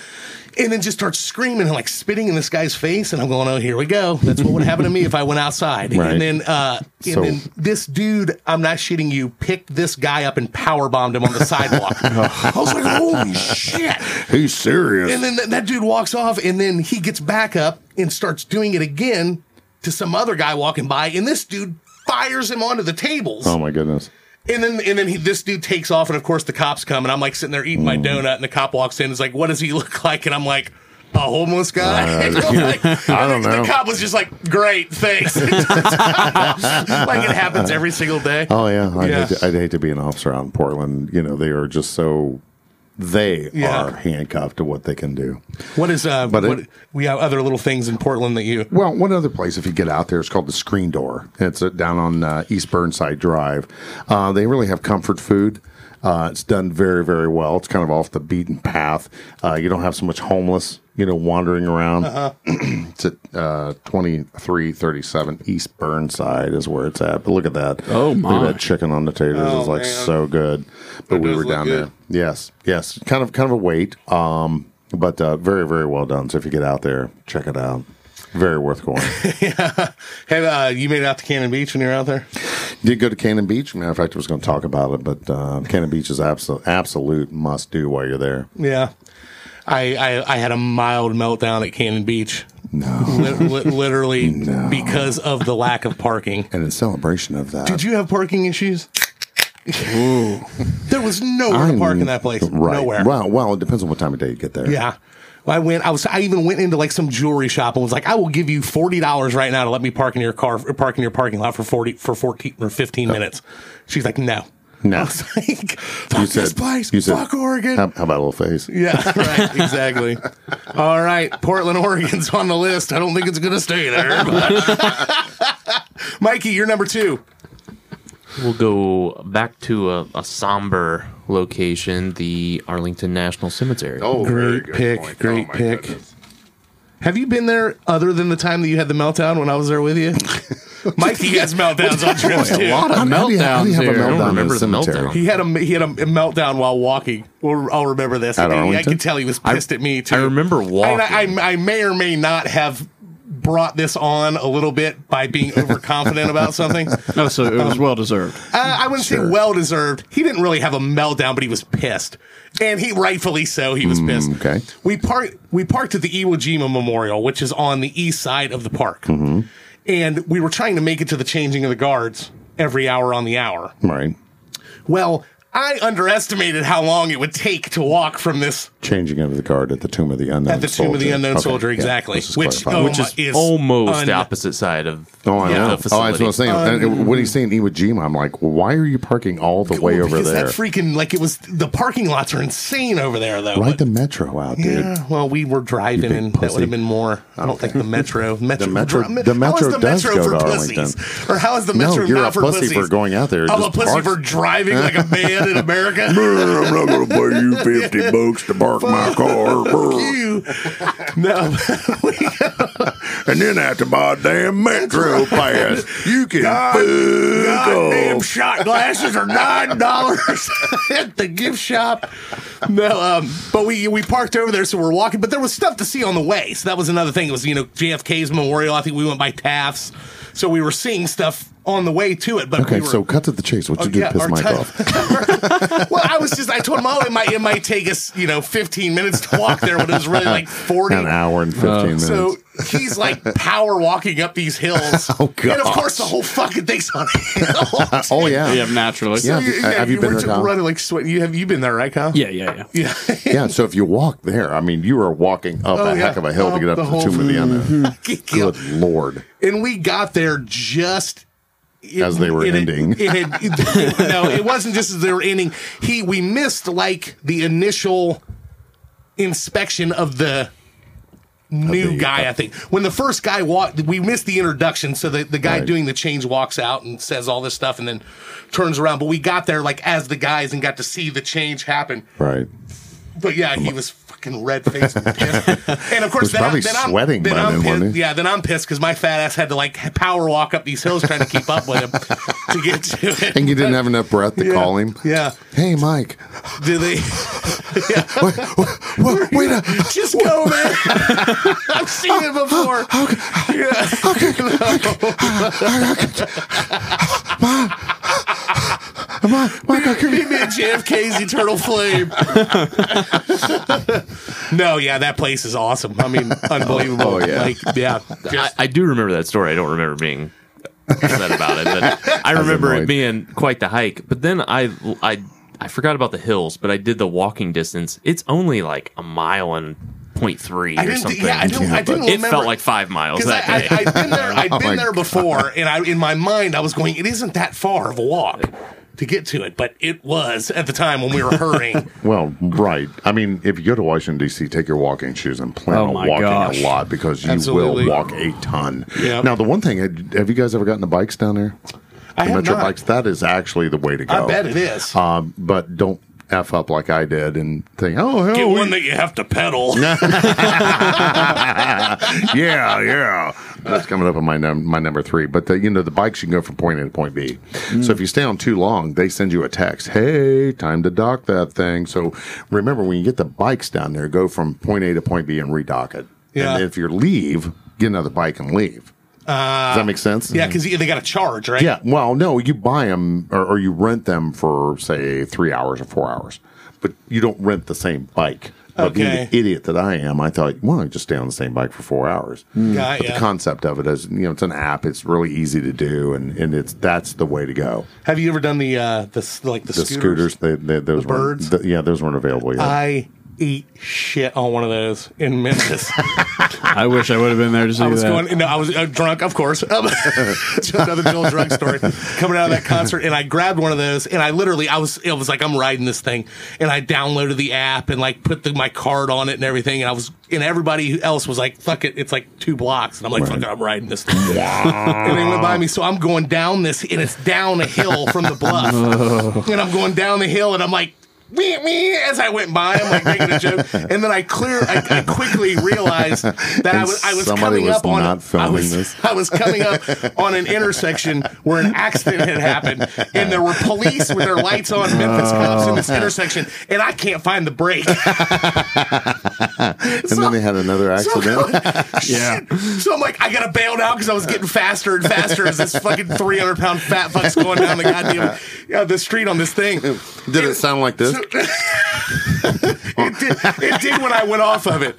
A: and then just starts screaming and like spitting in this guy's face. And I'm going, oh, here we go. That's what would happen to me if I went outside.
E: Right.
A: And then, uh, and
E: So-
A: then this dude, I'm not shitting you, picked this guy up and power bombed him on the sidewalk.
E: Oh.
A: I was like, holy shit.
E: He's serious.
A: And then that, that dude walks off, and then he gets back up and starts doing it again to some other guy walking by, and this dude fires him onto the tables.
E: oh my goodness.
A: And then and then he, this dude takes off, and of course the cops come, and I'm like sitting there eating
E: Mm.
A: my donut, and the cop walks in, and is like, "What does he look like?" And I'm like. A homeless guy. And I'm like-
E: Uh, I don't
A: and the-
E: know.
A: The cop was just like, "Great, thanks." like it happens every single day.
E: Oh yeah, I'd,
A: Yeah.
E: Hate to, I'd hate to be an officer out in Portland. You know, they are just so they
A: Yeah.
E: are handcuffed to what they can do.
A: What is uh?
E: But it-
A: what, we have other little things in Portland that you.
E: Well, one other place, if you get out there, it's called the Screen Door. It's uh, down on uh, East Burnside Drive. Uh, they really have comfort food. Uh, it's done very, very well. It's kind of off the beaten path. Uh, you don't have so much homeless, you know, wandering around.
C: Uh-huh.
E: it's at uh, 2337 East Burnside is where it's at. But look at that.
C: Oh,
E: Look
C: my. Oh,
E: at that chicken on the taters. it's like so good. But we
A: does
E: were
A: look
E: down
A: good.
E: there. Yes, yes. Kind of, kind of a wait. Um, but uh, very, very well done. So if you get out there, check it out. Very worth going.
A: Have uh, you made it out to Cannon Beach when you're out there?
E: Did go to Cannon Beach. Matter of fact, I was going to talk about it, but uh, Cannon Beach is absolute absolute must do while you're there.
A: Yeah. I, I, I had a mild meltdown at Cannon Beach. No. Li- li- literally because of the lack of parking.
E: And in celebration of that,
A: Did you have parking issues? there was nowhere to park in that place.
E: Right.
A: Nowhere.
E: Well, well, it depends on what time of day you get there.
A: Yeah. Well, I went. I was. I even went into like some jewelry shop and was like, "I will give you forty dollars right now to let me park in your car, or park in your parking lot for forty for fourteen or fifteen minutes." She's like, "No,
E: No.
A: I was like, Oh, "Fuck this place.
E: you said-
A: Fuck Oregon."
E: How, how about a little face?
A: Yeah, right, exactly. All right, Portland, Oregon's on the list. I don't think it's going to stay there. but- Mikey, you're number two.
F: We'll go back to a, a somber location, the Arlington National Cemetery.
E: Oh, very
A: Great
E: good
A: pick,
E: point. Oh,
A: great
E: my
A: pick.
E: goodness.
A: Have you been there other than the time that you had the meltdown when I was there with you? Mikey has meltdowns on trips
E: Boy, a
A: too.
E: lot of
C: How do you- how do you have a
E: meltdowns
C: meltdown
E: here. I don't
F: in
E: remember
F: the
E: the cemetery.
F: meltdown?
A: He had a he had a meltdown while walking. Well, I'll remember this.
E: At
A: I, I
E: Arlington?
A: can tell he was pissed at me too.
F: I remember
A: And
F: walking.
A: I, I, I may or may not have brought this on a little bit by being overconfident about something. Uh,
C: No, Oh, so it was well deserved.
A: I wouldn't say well deserved. He didn't really have a meltdown, but he was pissed, and he rightfully so. He was pissed.
E: Mm, okay.
A: we parked we parked at the Iwo Jima Memorial, which is on the east side of the park,
E: Mm-hmm.
A: and we were trying to make it to the changing of the guards every hour on the hour.
E: Right.
A: Well, I underestimated how long it would take to walk from this
E: Changing over the card at the Tomb of the Unknown
A: at the Tomb of the
E: Soldier.
A: Unknown
E: Okay,
A: Soldier,
E: yeah,
A: exactly.
E: let's just
A: which
E: clarify.
A: oh
E: Which-
F: which is
A: my- is
F: almost
A: un-
F: the opposite side of
E: Oh, I
F: the
E: know. Oh, that's what I was saying. And when he's saying Iwo Jima, I'm like, well, why are you parking all the way
A: Um, Well,
E: over
A: because
E: there?
A: That freaking like it was the parking lots are insane over there though.
E: Ride
A: but-
E: the metro out, dude.
A: Yeah, well, we were driving,
E: big
A: and that would
E: pussy.
A: have been more. I don't think the metro, metro,
E: metro-
A: dri-
E: the
A: how is
E: metro does go to
A: pussies,
E: Arlington.
A: or how is the
E: No,
A: metro
E: you're
A: not
E: a
A: for
E: pussy
A: pussies?
E: for going out there.
A: I'm a
E: Just
A: pussy
E: park.
A: for driving like a man in America.
E: I'm not going to pay you 50 bucks to park my car.
A: You. No,
E: and then after my damn metro pass, you can
A: goddamn shot glasses are nine dollars at the gift shop. No, um, but we we parked over there, so we're walking. But there was stuff to see on the way, so that was another thing. It was you know JFK's memorial. I think we went by Taft's, so we were seeing stuff on the way to it. But
E: Okay,
A: we were,
E: so cut to the chase. What you do
A: Oh, yeah,
E: to piss
A: our
E: Mike
A: time-
E: off?
A: well, I was just I told Molly it might it might take us you know 15 minutes to walk there, but it was really like 40.
E: An hour and 15 minutes.
A: Uh, So he's like power walking up these hills.
E: Oh,
A: And of course,
E: gosh.
A: the whole fucking thing's on a hill.
E: oh, yeah.
C: Yeah, naturally.
E: Yeah.
A: You-
E: Uh, have you been
A: were
E: there,
A: just
E: Kyle?
A: running like sweat. You have you been there, right, Kyle?
C: yeah, yeah, yeah.
A: Yeah.
E: Yeah, so if you walk there, I mean, you are walking up
A: Oh,
E: a
A: yeah.
E: heck of a hill
A: Up
E: to get up
A: the
E: to the
A: whole-
E: Tomb of the Unknown. Good Lord.
A: and we got there just it-
E: As they were
A: it had-
E: ending.
A: it had- it- no, it wasn't just as they were ending. He we missed like the initial inspection of the new
E: the- uh,
A: guy. I think when the first guy walked, we missed the introduction. So the the guy
E: Right.
A: doing the change walks out and says all this stuff, and then turns around. But we got there like as the guys and got to see the change happen.
E: Right.
A: But yeah, he was fucking red faced and pissed. And of course,
E: Was probably sweating
A: then
E: by
A: I'm
E: then,
A: pissed,
E: wasn't he?
A: Yeah, then I'm pissed because my fat ass had to like power walk up these hills trying to keep up with him to get to it.
E: And you didn't have enough breath to call him?
A: Yeah.
E: Hey, Mike.
A: Do they
E: Wait, wait, wait a,
A: just go, man? I've seen it before. Yeah.
E: Mike, I can,
A: Give me a JFK's eternal flame. no, yeah, that place is awesome. I mean, unbelievable.
E: Oh, yeah.
A: Like, yeah.
F: I,
A: Just-
F: I do remember that story. I don't remember being upset about it, but I remember
E: annoyed.
F: it being quite the hike. But then I, I, I forgot about the hills, but I did the walking distance. It's only like a mile and point three
A: I
F: or
A: didn't.
F: something.
A: Yeah, I, don't, I didn't
F: it
A: remember.
F: felt like five miles
A: Because
F: that
A: I,
F: day.
A: I, I've been there, I've been
E: my
A: there before, and I in my mind I was going, it isn't that far of a walk to get to it, but it was at the time when we were hurrying.
E: well, right. I mean, if you go to Washington, D.C., take your walking shoes and plan
C: Oh,
E: on
C: my
E: walking
C: gosh.
E: a lot because you
A: Absolutely.
E: will walk a ton.
A: Yeah.
E: Now, the one thing, had- have you guys ever gotten the bikes down there?
A: I
E: The
A: have
E: Metro
A: not.
E: bikes, that is actually the way to
A: I
E: go.
A: bet it is.
E: Um, but don't F up like I did and think, oh, hell,
A: Get
E: we-
A: one that you have to pedal.
E: yeah, yeah. That's coming up on my num- my number three. But the, you know, the bikes you can go from point A to point B. So if you stay on too long, they send you a text. Hey, time to dock that thing. So remember, when you get the bikes down there, go from point A to point B and redock it.
A: Yeah.
E: And if you leave, get another bike and leave. Does that make sense?
A: Uh, yeah, because they got a charge, right?
E: Yeah. Well, no, you buy them or, or you rent them for say three hours or four hours, but you don't rent the same bike. But being
A: Okay.
E: the idiot that I am, I thought, well, I just stay on the same bike for four hours.
A: Mm. Got
E: But
A: ya.
E: the concept of it is, you know, it's an app. It's really easy to do, and, and it's that's the way to go.
A: Have you ever done the uh, the s- like the,
E: The scooters, they, they, those
A: The
E: weren't,
A: birds? Uh,
E: th- yeah, those weren't available yet.
A: I eat shit on one of those in Memphis.
C: I wish I would have been there to see
A: I was
C: that.
A: going. No, I was uh, drunk, of course. Um, another Joel drunk story. Coming out of that concert, and I grabbed one of those, and I literally, I was, it was like I'm riding this thing, and I downloaded the app and like put the, my card on it and everything, and I was, and everybody else was like, "Fuck it," it's like two blocks, and I'm like, "Fuck it," I'm riding this thing, and they went by me, so I'm going down this, and it's down a hill from the bluff, and I'm going down the hill, and I'm like. Wee, wee, as I went by, I'm like making a joke, and then I clear. I, I quickly realized that I
E: And
A: was I was
E: somebody
A: coming
E: was
A: up on
E: not filming
A: I was,
E: this.
A: I was coming up on an intersection where an accident had happened, and there were police
E: Oh.
A: with their lights on, Memphis cops in this intersection, and I can't find the brake.
E: And then they had another accident.
C: Yeah.
A: So I'm like, I gotta bail now because I was getting faster and faster as this fucking 300 pound fat fuck's going down the goddamn yeah, the street on this thing.
E: Did it sound like this?
A: It did, it did when I went off of it.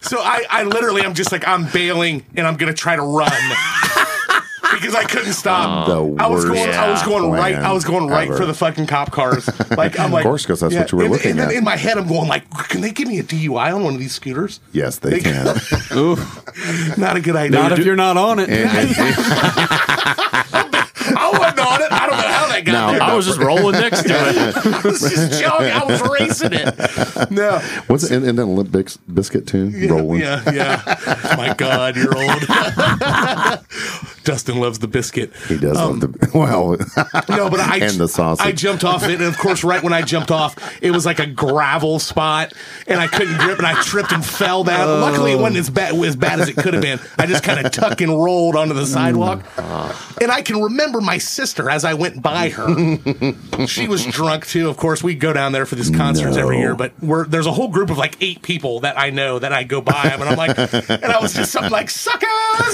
A: So I, I literally, I'm just like, I'm bailing and I'm gonna try to run because I couldn't stop.
E: Oh, The
A: I was going,
E: worst
A: I was going right,
E: plan
A: I was going right
E: ever.
A: for the fucking cop cars. Like I'm like,
E: course, 'cause that's what you were
A: and-
E: looking
A: and then
E: at.
A: In my head, I'm going like, can they give me a DUI on one of these scooters?
E: Yes, they can.
A: Not a good idea.
C: Not if you're not on it.
E: And- and-
A: I wasn't on it. I don't know how that got
E: No,
A: there.
E: I
D: I was just rolling next to it.
A: I was just jogging. I was racing it. No.
E: what's it? And, and then Limp Biz- Biscuit tune rolling.
A: Yeah, yeah. Oh my God, you're old. Dustin loves the biscuit.
E: He does
A: Um,
E: love the well.
A: No, but I
E: And the sausage.
A: I jumped off it, and of course, right when I jumped off, it was like a gravel spot, and I couldn't grip, and I tripped and fell down.
E: Oh.
A: Luckily, it wasn't as bad as bad as it could have been. I just kind of tuck and rolled onto the sidewalk,
E: Mm.
A: and I can remember my sister as I went by her. she was drunk too. Of course, we go down there for these concerts every
E: No.
A: year, but we're, uh, there's a whole group of like eight people that I know that I go by, 'em, and I'm like, and I was just something like suckers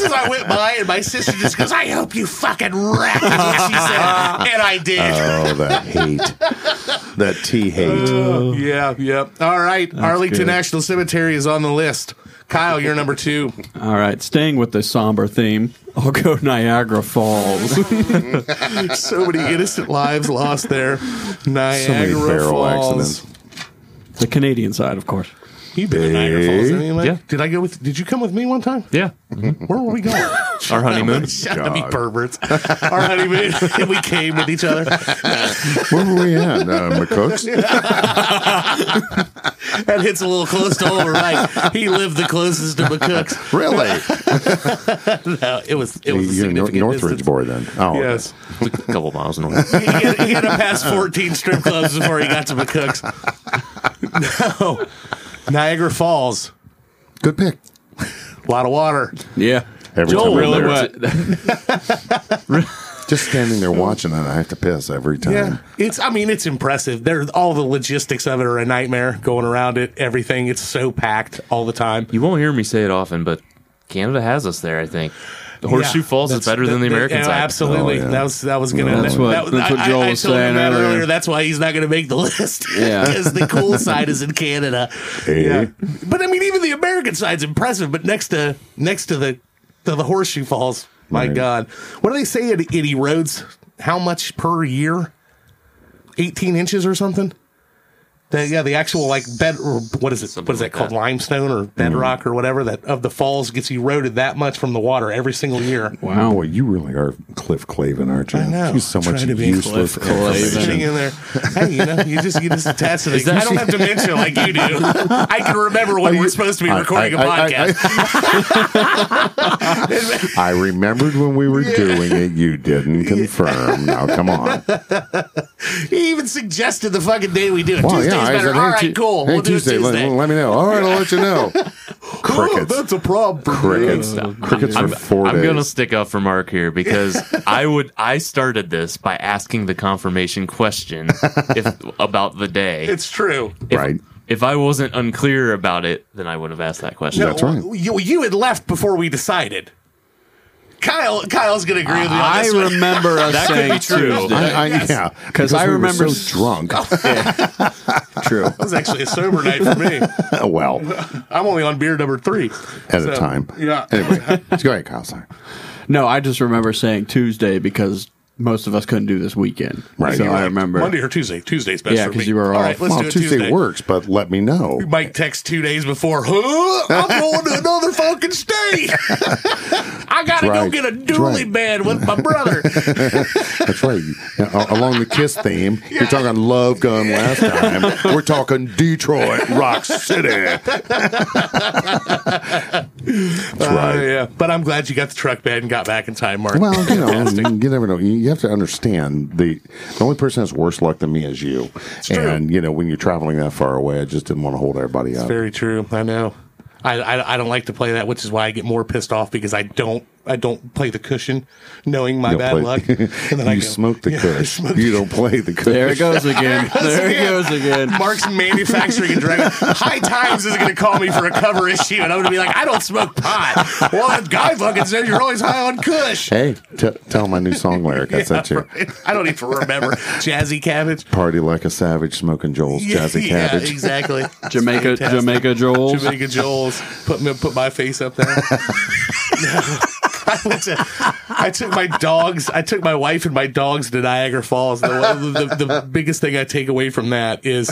A: as I went by, and my sister just goes, "I hope you fucking wreck," is what she said, and I did.
E: oh, that hate. That tea hate.
A: Oh, Uh, Yeah, yep. All right. Arlington
C: good.
A: National Cemetery is on the list. Kyle, you're number two.
C: All right, staying with the somber theme, I'll go Niagara Falls.
A: so many innocent lives lost there. Niagara
E: so many barrel
A: Falls.
E: accidents.
C: the Canadian side, of course.
A: You been to Niagara Falls? haven't you, Mike?
D: Yeah.
A: Did I go with? Did you come with me one time?
D: Yeah.
A: Where were we going?
D: Our honeymoon.
A: Shut up, you perverts. Our honeymoon. and we came with each other.
E: Where were we at? Uh, McCook's?
A: That hits a little close to home, right? He lived the closest to McCook's.
E: Really?
A: No, it was. It was a
E: You're a Nor-
A: significant
E: Northridge
A: distance.
E: boy then. Oh,
A: Yes.
F: a couple miles north.
A: he, had, he had to pass 14 strip clubs before he got to McCook's. No. Niagara Falls,
E: good pick.
A: a lot of water.
C: Yeah.
E: Every time I'm there,
C: wet.
E: just standing there watching it, I have to piss every time.
A: It's, I mean, it's impressive. There, all the logistics of it are a nightmare going around it, everything. It's so packed all the time.
F: You won't hear me say it often, but Canada has us there, I think. The Horseshoe
A: Yeah,
F: Falls is
A: that's-
F: better than the
A: that- that-
F: American
A: yeah,
F: side.
A: Absolutely.
E: Oh, yeah.
A: That was, that was going to,
E: That's
A: that,
C: what-
A: that,
C: that's what
A: I-
C: Joel
A: I, I
C: was
A: told him
C: saying
A: that
C: earlier.
A: earlier. That's why he's not going to make the list.
C: Yeah.
A: Because the cool side is in Canada.
E: Eh?
A: Yeah. But I mean, even the American side's impressive. But next to next to the to the Horseshoe Falls, my
E: Right.
A: God, what do they say it, it erodes? How much per year? Eighteen inches or something. The, yeah, the actual like bed or what is it?
F: Something
A: what is that
F: like
A: called?
F: that.
A: Limestone or bedrock
C: Mm.
A: or whatever that of the falls gets eroded that much from the water every single year.
E: Wow. Boy, you really are Cliff Clavin, aren't you?
A: I know.
E: He's so much
A: Trying to be
E: useless
C: Cliff Clavin.
A: Sitting
E: information.
A: in there, hey, you know, you just you just attach to things. I don't have dementia like you do. I can remember when we're supposed to be
E: I-
A: recording a
E: I- I- I-
A: podcast.
E: I remembered when we were doing it. You didn't confirm. Now, come on.
A: He even suggested the fucking day we do it.
E: Well,
A: Tuesday's
E: yeah. I
A: better.
E: said,
A: All
E: hey,
A: right,
E: Tu-
A: cool.
E: hey,
A: we'll do
E: Tuesday,
A: it
E: let-
A: Tuesday.
E: Let, me know. All right, I'll let you know. Crickets.
A: that's a problem.
E: Crickets. Crickets for
F: I'm,
E: four
F: I'm
E: days.
F: gonna stick up for Mark here because I would I started this by asking the confirmation question if about the day.
A: It's true.
F: if,
E: right.
F: If I wasn't unclear about it, then I would have asked that question.
E: That's right.
A: You, you had left before we decided. Kyle, Kyle's gonna agree with me on
C: I
A: this one.
C: remember us
F: That could
C: saying
F: be true.
C: Tuesday.
E: I, I, Yeah. Because
C: I
E: we were
C: remember s-
E: so drunk.
C: True.
A: That was actually a sober night for me.
E: well,
A: I'm only on beer number three.
E: at
A: So,
E: a time.
A: Yeah.
E: Anyway, go ahead, Kyle. Sorry.
C: No, I just remember saying Tuesday because most of us couldn't do this weekend.
E: Right.
C: So
E: You were
C: I
E: like,
C: remember.
A: Monday or Tuesday. Tuesday's best
C: Yeah,
A: for me.
C: 'cause you were
A: All
C: off.
A: right, let's
E: well,
A: do it
E: Tuesday,
A: Tuesday.
E: works, but let me know.
A: Mike texts two days before, huh? I'm going to another fucking state. I gotta
E: That's
A: go
E: right.
A: get a
E: That's
A: dually
E: right.
A: bed with my brother.
E: That's right. Now, a- along the Kiss theme, you're talking Love Gun last time. We're talking Detroit, Rock City. That's
A: Uh,
E: right.
A: yeah, but I'm glad you got the truck bed and got back in time, Mark.
E: Well, you know, you never know. You- You have to understand the the only person that's worse luck than me is you.
A: true.
E: And you know, when you're traveling that far away, I just didn't want to hold everybody up.
A: Very true. I know. I, I I don't like to play that, which is why I get more pissed off because I don't I don't play the cushion, knowing my
E: Don't
A: bad
E: play-
A: luck. And then I
E: you
A: go,
E: smoke the
A: yeah, I
E: kush.
A: smoke
E: You don't play the kush.
C: There it goes again. there it
A: again.
C: goes again.
A: Mark's manufacturing and driving. High Times is going to call me for a cover issue, and I'm going to be like, I don't smoke pot. Well, that guy fucking said you're always high on Kush.
E: Hey, t- tell my new song lyric. I sent you.
A: I don't even remember. Jazzy Cabbage.
E: Party like a savage, smoking Joel's jazzy
A: Yeah,
E: cabbage.
A: exactly.
C: Jamaica,
A: Fantastic.
C: Jamaica Joel.
A: Jamaica Joel's put me put my face up there. I, went to- I took my dogs. I took my wife and my dogs to Niagara Falls. The, the, the biggest thing I take away from that is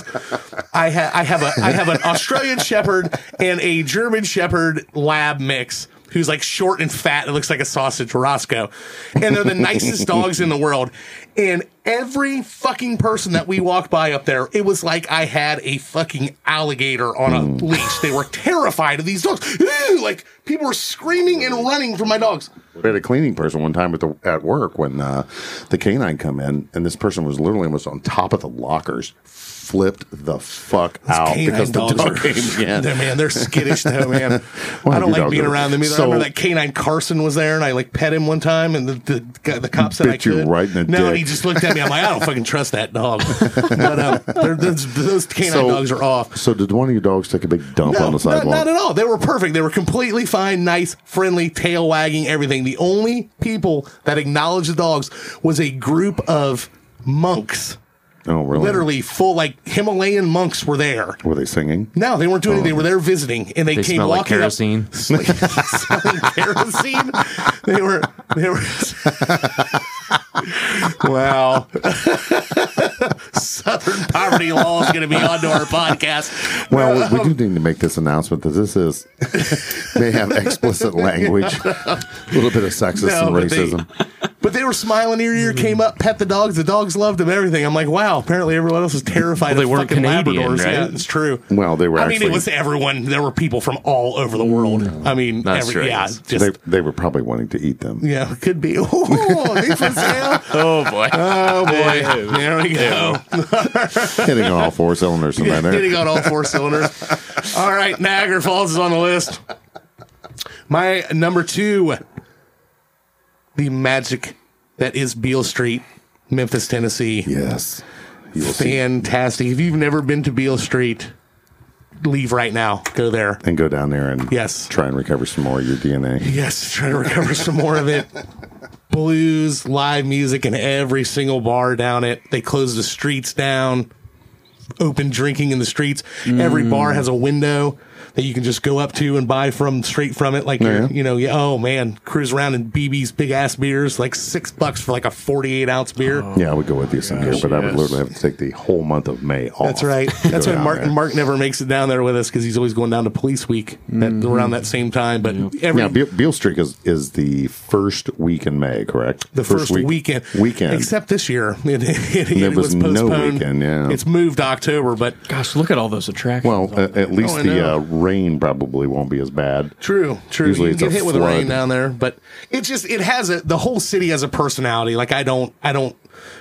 A: I, ha- I have a I have an Australian Shepherd and a German Shepherd lab mix. Who's like short and fat and looks like a sausage, Roscoe. And they're the nicest dogs in the world. And every fucking person that we walked by up there, it was like I had a fucking alligator on a leash. They were terrified of these dogs. Ew, like people were screaming and running from my dogs.
E: We had a cleaning person one time at the at work when uh, the canine come in, and this person was literally was on top of the lockers, flipped the fuck out
A: Canine
E: because the
A: dogs
E: dog
A: are-
E: came in.
A: They're, man, they're skittish though, man.
E: Well,
A: I don't
E: you
A: like
E: dogs
A: being
E: are-
A: around them either. I
E: so-
A: remember that canine Carson was there, and I like pet him one time, and the the, guy, the cop said I
E: Bit you
A: could.
E: right in the
A: no, and
E: dick.
A: he just looked at me. I'm like, I don't fucking trust that dog. but um, they're, those, those canine dogs are off.
E: So did one of your dogs take a big dump
A: No,
E: on the
A: not-
E: sidewalk?
A: Not, at all. They were perfect. They were completely fine, nice, friendly, tail wagging, everything. The only people that acknowledged the dogs was a group of monks,
E: oh, really?
A: literally full like Himalayan monks were there.
E: Were they singing?
A: No, they weren't doing anything. They were there visiting, and they,
F: They
A: came
F: smell
A: walking
F: like kerosene.
A: Up, smelling kerosene. They were. They were. wow. Southern poverty law is going to be onto our podcast.
E: Well, we,
A: um,
E: we do need to make this announcement that this is they have explicit language, a little bit of sexism and
A: but they-
E: racism.
A: But they were smiling ear to ear, came up, pet the dogs. The dogs loved them, everything. I'm like, wow, apparently everyone else is terrified
F: Well, they
A: of
F: weren't
A: fucking
F: Canadian,
A: Labradors.
F: right?
A: Yeah, it's true.
E: Well, they were
A: I mean, it
E: actually-
A: was everyone. There were people from all over the world. I mean,
F: Mm. That's
A: every,
F: true,
A: yeah,
F: yes.
A: just.
E: they they were probably wanting to eat them.
A: yeah, could be. Oh, these for sale.
F: Oh boy.
A: Oh boy! There we go.
E: Hitting on all four cylinders in that
A: Hitting
E: area.
A: on all four cylinders. All right, Niagara Falls is on the list. My number two, the magic that is Beale Street, Memphis, Tennessee.
E: Yes. You will see.
A: Fantastic. If you've never been to Beale Street, leave right now. Go there.
E: And go down there and
A: Yes.
E: try and recover some more of your DNA.
A: Yes, trying to recover some more of it. Blues, live music in every single bar down it. They close the streets down, open drinking in the streets. Every bar has a window that you can just go up to and buy from straight from it. Like, you're-
E: yeah?
A: you know, yeah, oh man, cruise around in BB's big ass beers, like six bucks for like a 48 ounce beer.
E: Yeah, I would go with you some here, but I would
C: yes.
E: literally have to take the whole month of May off.
A: That's right.
E: to
A: That's
E: go
A: why
E: down
A: Mark
E: there.
A: Mark never makes it down there with us because he's always going down to Police Week that, around that same time. But every
E: Now, Beale, Beale Streak is, is the first week in May, correct?
A: the first,
E: week-
A: weekend.
E: Weekend.
A: Except this year. It, it, it
E: There
A: was,
E: was no
A: postponed.
E: weekend, yeah.
A: It's moved October, but
C: Gosh, look at all those attractions.
E: well, uh, at least
A: Oh, I
E: the
A: know.
E: uh, rain probably won't be as bad.
A: true, true.
E: Usually
A: you
E: it's
A: can
E: a
A: get hit with the rain
E: flood.
A: down there, but it just it has a the whole city has a personality. Like I don't I don't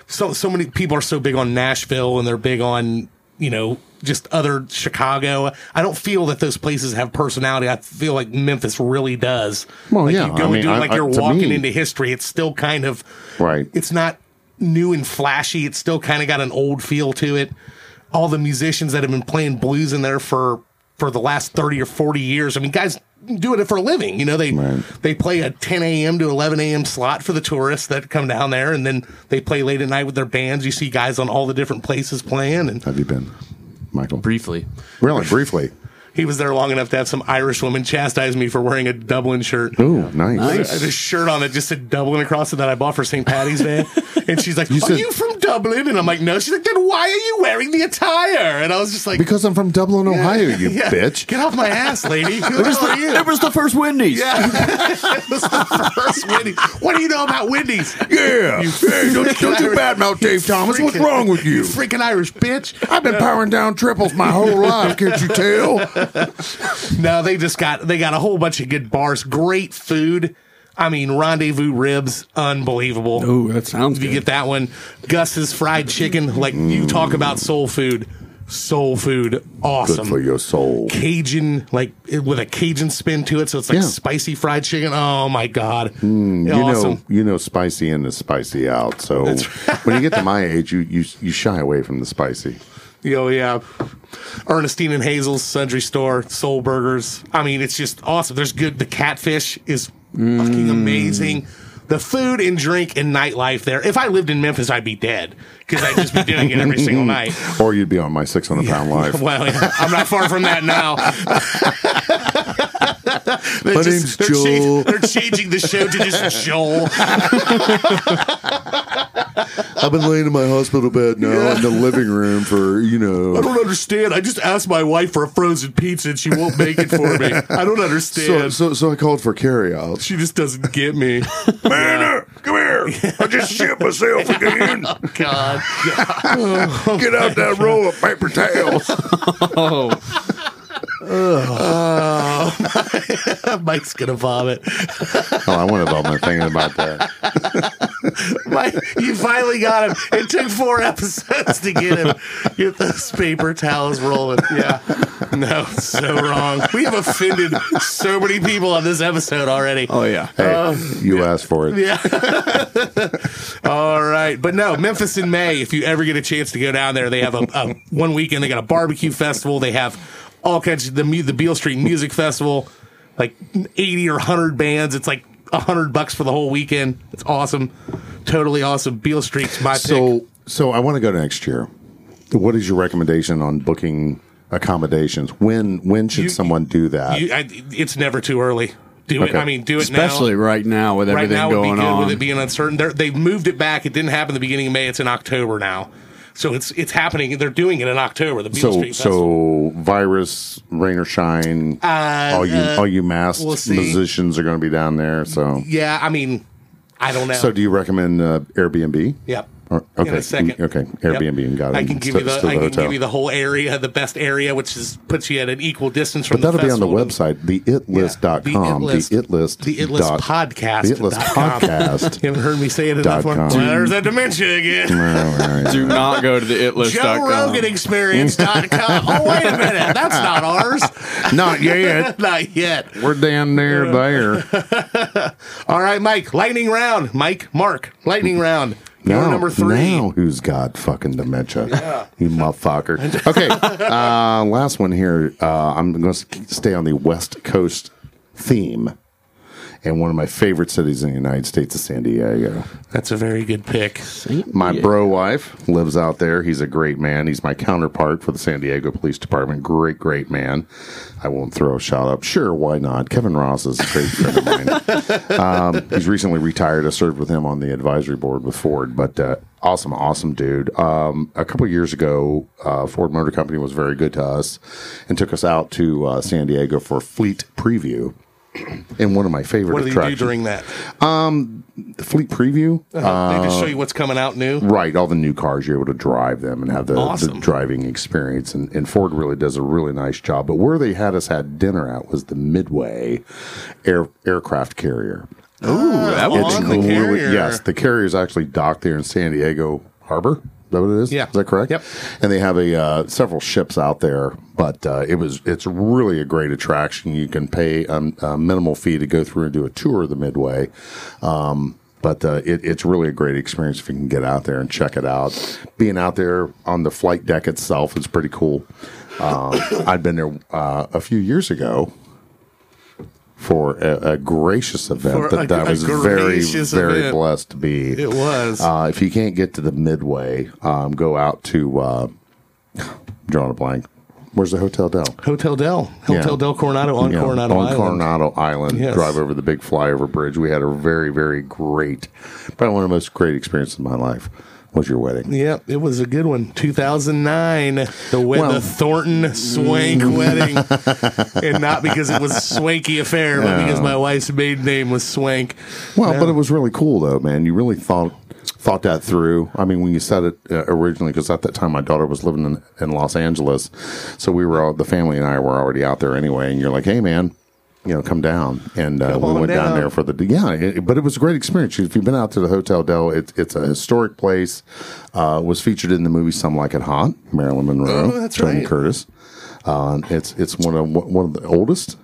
A: so so many people are so big on Nashville and they're big on, you know, just other Chicago. I don't feel that those places have personality. I feel like Memphis really does.
E: Well,
A: like you
E: yeah,
A: go
E: I
A: and
E: mean,
A: do it
E: I-
A: like
E: I-
A: you're
E: to
A: walking
E: me-
A: into history. It's still kind of
E: Right.
A: it's not new and flashy. It's still kind of got an old feel to it. All the musicians that have been playing blues in there for for the last thirty or forty years. I mean, guys doing it for a living. You know, they
E: Right.
A: they play a ten a.m. to eleven a.m. slot for the tourists that come down there, and then they play late at night with their bands. You see guys on all the different places playing, and
E: Have you been, Michael?
F: Briefly.
E: really, briefly.
A: he was there long enough to have some Irish woman chastise me for wearing a Dublin shirt.
E: Ooh, nice.
A: I had a shirt on that just said Dublin across it that I bought for St. Patty's Day. and she's like, Are
E: said-
A: you from Dublin? And I'm like, No. She's like, Then why are you wearing the attire? And I was just like,
E: Because I'm from Dublin, Ohio, you
A: "Yeah,
E: bitch.
A: Get off my ass, lady. Who the hell are you?
C: It was the first Wendy's.
A: Yeah. It was the first Wendy's. What do you know about Wendy's?
E: Yeah. Hey, don't, don't you badmouth Dave Thomas. What's
A: freaking-
E: wrong with you?
A: Freaking Irish bitch.
E: I've been powering down triples my whole life, can't you tell?
A: No, they just got they got a whole bunch of good bars, great food. I mean, rendezvous ribs,
E: Oh,
A: unbelievable.
C: Ooh, that sounds
A: If you
C: good.
A: get that one, Gus's fried chicken, like you talk about soul food. soul food. Awesome.
E: Good for your soul.
A: Cajun, like it- with a Cajun spin to it, so it's like
E: Yeah. Mm,
A: spicy fried chicken. Oh my god,
E: You
A: awesome!
E: know, you know, spicy in is spicy out. So when you get to my age, you, you you shy away from the spicy.
A: Oh yeah, Ernestine and Hazel's Sundry Store, Soul Burgers. I mean, it's just awesome. There's good. The catfish is fucking
E: Mm.
A: amazing. The food and drink and nightlife there. If I lived in Memphis, I'd be dead because I'd just be doing it every single night.
E: Or you'd be on my 600 pound life.
A: Well, yeah, I'm not far from that now. They're
E: My name's
A: they're cha-
E: Joel.
A: they're changing the show to just Joel.
E: I've been laying in my hospital bed now in the living room for, you
A: I
E: know.
A: don't understand. I just asked my wife for a frozen pizza and she won't make it for me. I don't
E: So,
A: understand.
E: so, so I called for carryout.
A: she just doesn't get me.
E: Banner, come here. I just shit myself again.
A: God.
E: Get out that roll of paper towels.
C: Oh.
A: Mike's going to vomit.
E: Oh, I went about my thinking about that.
A: Mike, you finally got him. It took four episodes to get him. Get those paper towels rolling. Yeah. No, so wrong. We have offended so many people on this episode already.
C: Oh yeah.
E: Hey, you asked for it.
A: Yeah. All right. But no, Memphis in May, if you ever get a chance to go down there, they have a, a one weekend, they got a barbecue festival. They have all kinds of the, mu- the Beale Street Music Festival, like 80 or 100 bands. It's like 100 bucks for the whole weekend. It's awesome. Totally awesome. Beale Street's my pick.
E: So, so I want to go next year. What is your recommendation on booking accommodations? When when should
A: You-
E: someone do that?
A: You, I, it's never too early. Do it.
E: Okay.
A: I mean, do it
C: Especially
A: now.
C: right now with
A: Right
C: everything
A: now would be
C: going
A: good
C: on.
A: with it being uncertain. They're, they've moved it back. It didn't happen the beginning of May. It's in October now. So it's it's happening. They're doing it in October. The Beale
E: so
A: Street Festival.
E: so virus, rain or shine.
A: Uh,
E: all you
A: uh,
E: all you masked
A: we'll see.
E: musicians are going to be down there. So
A: Yeah, I mean, I don't know.
E: so do you recommend uh, Airbnb?
A: yep.
E: Or,
A: In
E: okay.
A: a second.
E: Okay. Airbnb.
A: Yep.
E: Got it.
A: I can give
E: Still-
A: you the,
E: still
A: I can
E: hotel.
A: give you the whole area, the best area, which is puts you at an equal distance from.
E: But that'll
A: the
E: be on the
A: festival.
E: website, theitlist.com.
A: The It List.
E: The it list.
A: The It List
E: dot-
A: podcast
E: The it list
A: dot com.
E: podcast.
A: You haven't heard me say it enough.
E: Dot
A: Well,
E: com.
A: there's that dementia again.
C: Do not go to the itlist.com.
A: Joe Rogan Experience.com. Oh, wait a minute. That's not ours.
E: Not yet.
A: not yet.
E: We're down near there.
A: All right, Mike. Lightning round. Mike, Mark, lightning round. You're number three.
E: Mm. Now who's got fucking dementia? You motherfucker. Okay. Uh, last one here. Uh, I'm going to stay on the West Coast theme. And one of my favorite cities in the United States is San Diego.
A: That's a very good pick.
E: My bro wife lives out there. He's a great man. He's my counterpart for the San Diego Police Department. Great, great man. I won't throw a shout out. Sure, why not? Kevin Ross is a great friend of mine. Um, he's recently retired. I served with him on the advisory board with Ford, but uh, awesome, awesome dude. Um, a couple years ago, uh, Ford Motor Company was very good to us and took us out to uh, San Diego for fleet preview. And one of my favorite
A: What do they do
E: attractions,
A: during that?
E: the fleet preview, Um,
A: they just show you what's coming out new.
E: Right, all the new cars you're able to drive them and have the,
A: Awesome.
E: the driving experience, and, and Ford really does a really nice job. But where they had us had dinner at was the Midway air, aircraft carrier.
C: Ooh, that
A: It's
C: was
A: on the
E: really-
A: carrier.
E: yes, the carrier is actually docked there in San Diego Harbor. Is that what it is?
A: Yeah.
E: is that correct?
A: Yep.
E: And they have a uh, several ships out there, but uh, it was it's really a great attraction. You can pay um, a minimal fee to go through and do a tour of the Midway. Um, but uh, it, it's really a great experience if you can get out there and check it out. Being out there on the flight deck itself is pretty cool. Um, I'd been there uh, a few years ago for a, a gracious event
A: For
E: that,
A: a-
E: that
A: a
E: was very,
A: gracious
E: very
A: event.
E: blessed to be.
A: It was.
E: Uh, if you can't get to the midway, um, go out to uh, drawing a blank. Where's the hotel down?
A: Hotel Del. Hotel
E: Yeah.
A: Del Coronado on
E: Yeah,
A: Coronado
E: on
A: Island.
E: Coronado Island.
A: Yes.
E: Drive over the big flyover bridge. We had a very, very great, probably one of the most great experiences of my life was your wedding.
A: Yep, it was a good one. 2009, the, wed-
E: Well- mm.
A: the Thornton Swank wedding. and not because it was a swanky affair, but because my wife's maiden name was Swank.
E: Well, but it was really cool though, man. You really thought thought that through. I mean, when you said it uh, originally, because at that time my daughter was living in, in Los Angeles, so we were all the family and I were already out there anyway. And you're like, hey, man, you know, come down. And uh,
A: Come
E: we
A: on
E: went down.
A: down.
E: there for the yeah. It, but it was a great experience. If you've been out to the Hotel Del, it, it's a historic place. Uh, was featured in the movie Some Like It Hot, Marilyn Monroe,
A: Oh, that's
E: Tony
A: right.
E: Curtis. Uh, it's it's one of one of the oldest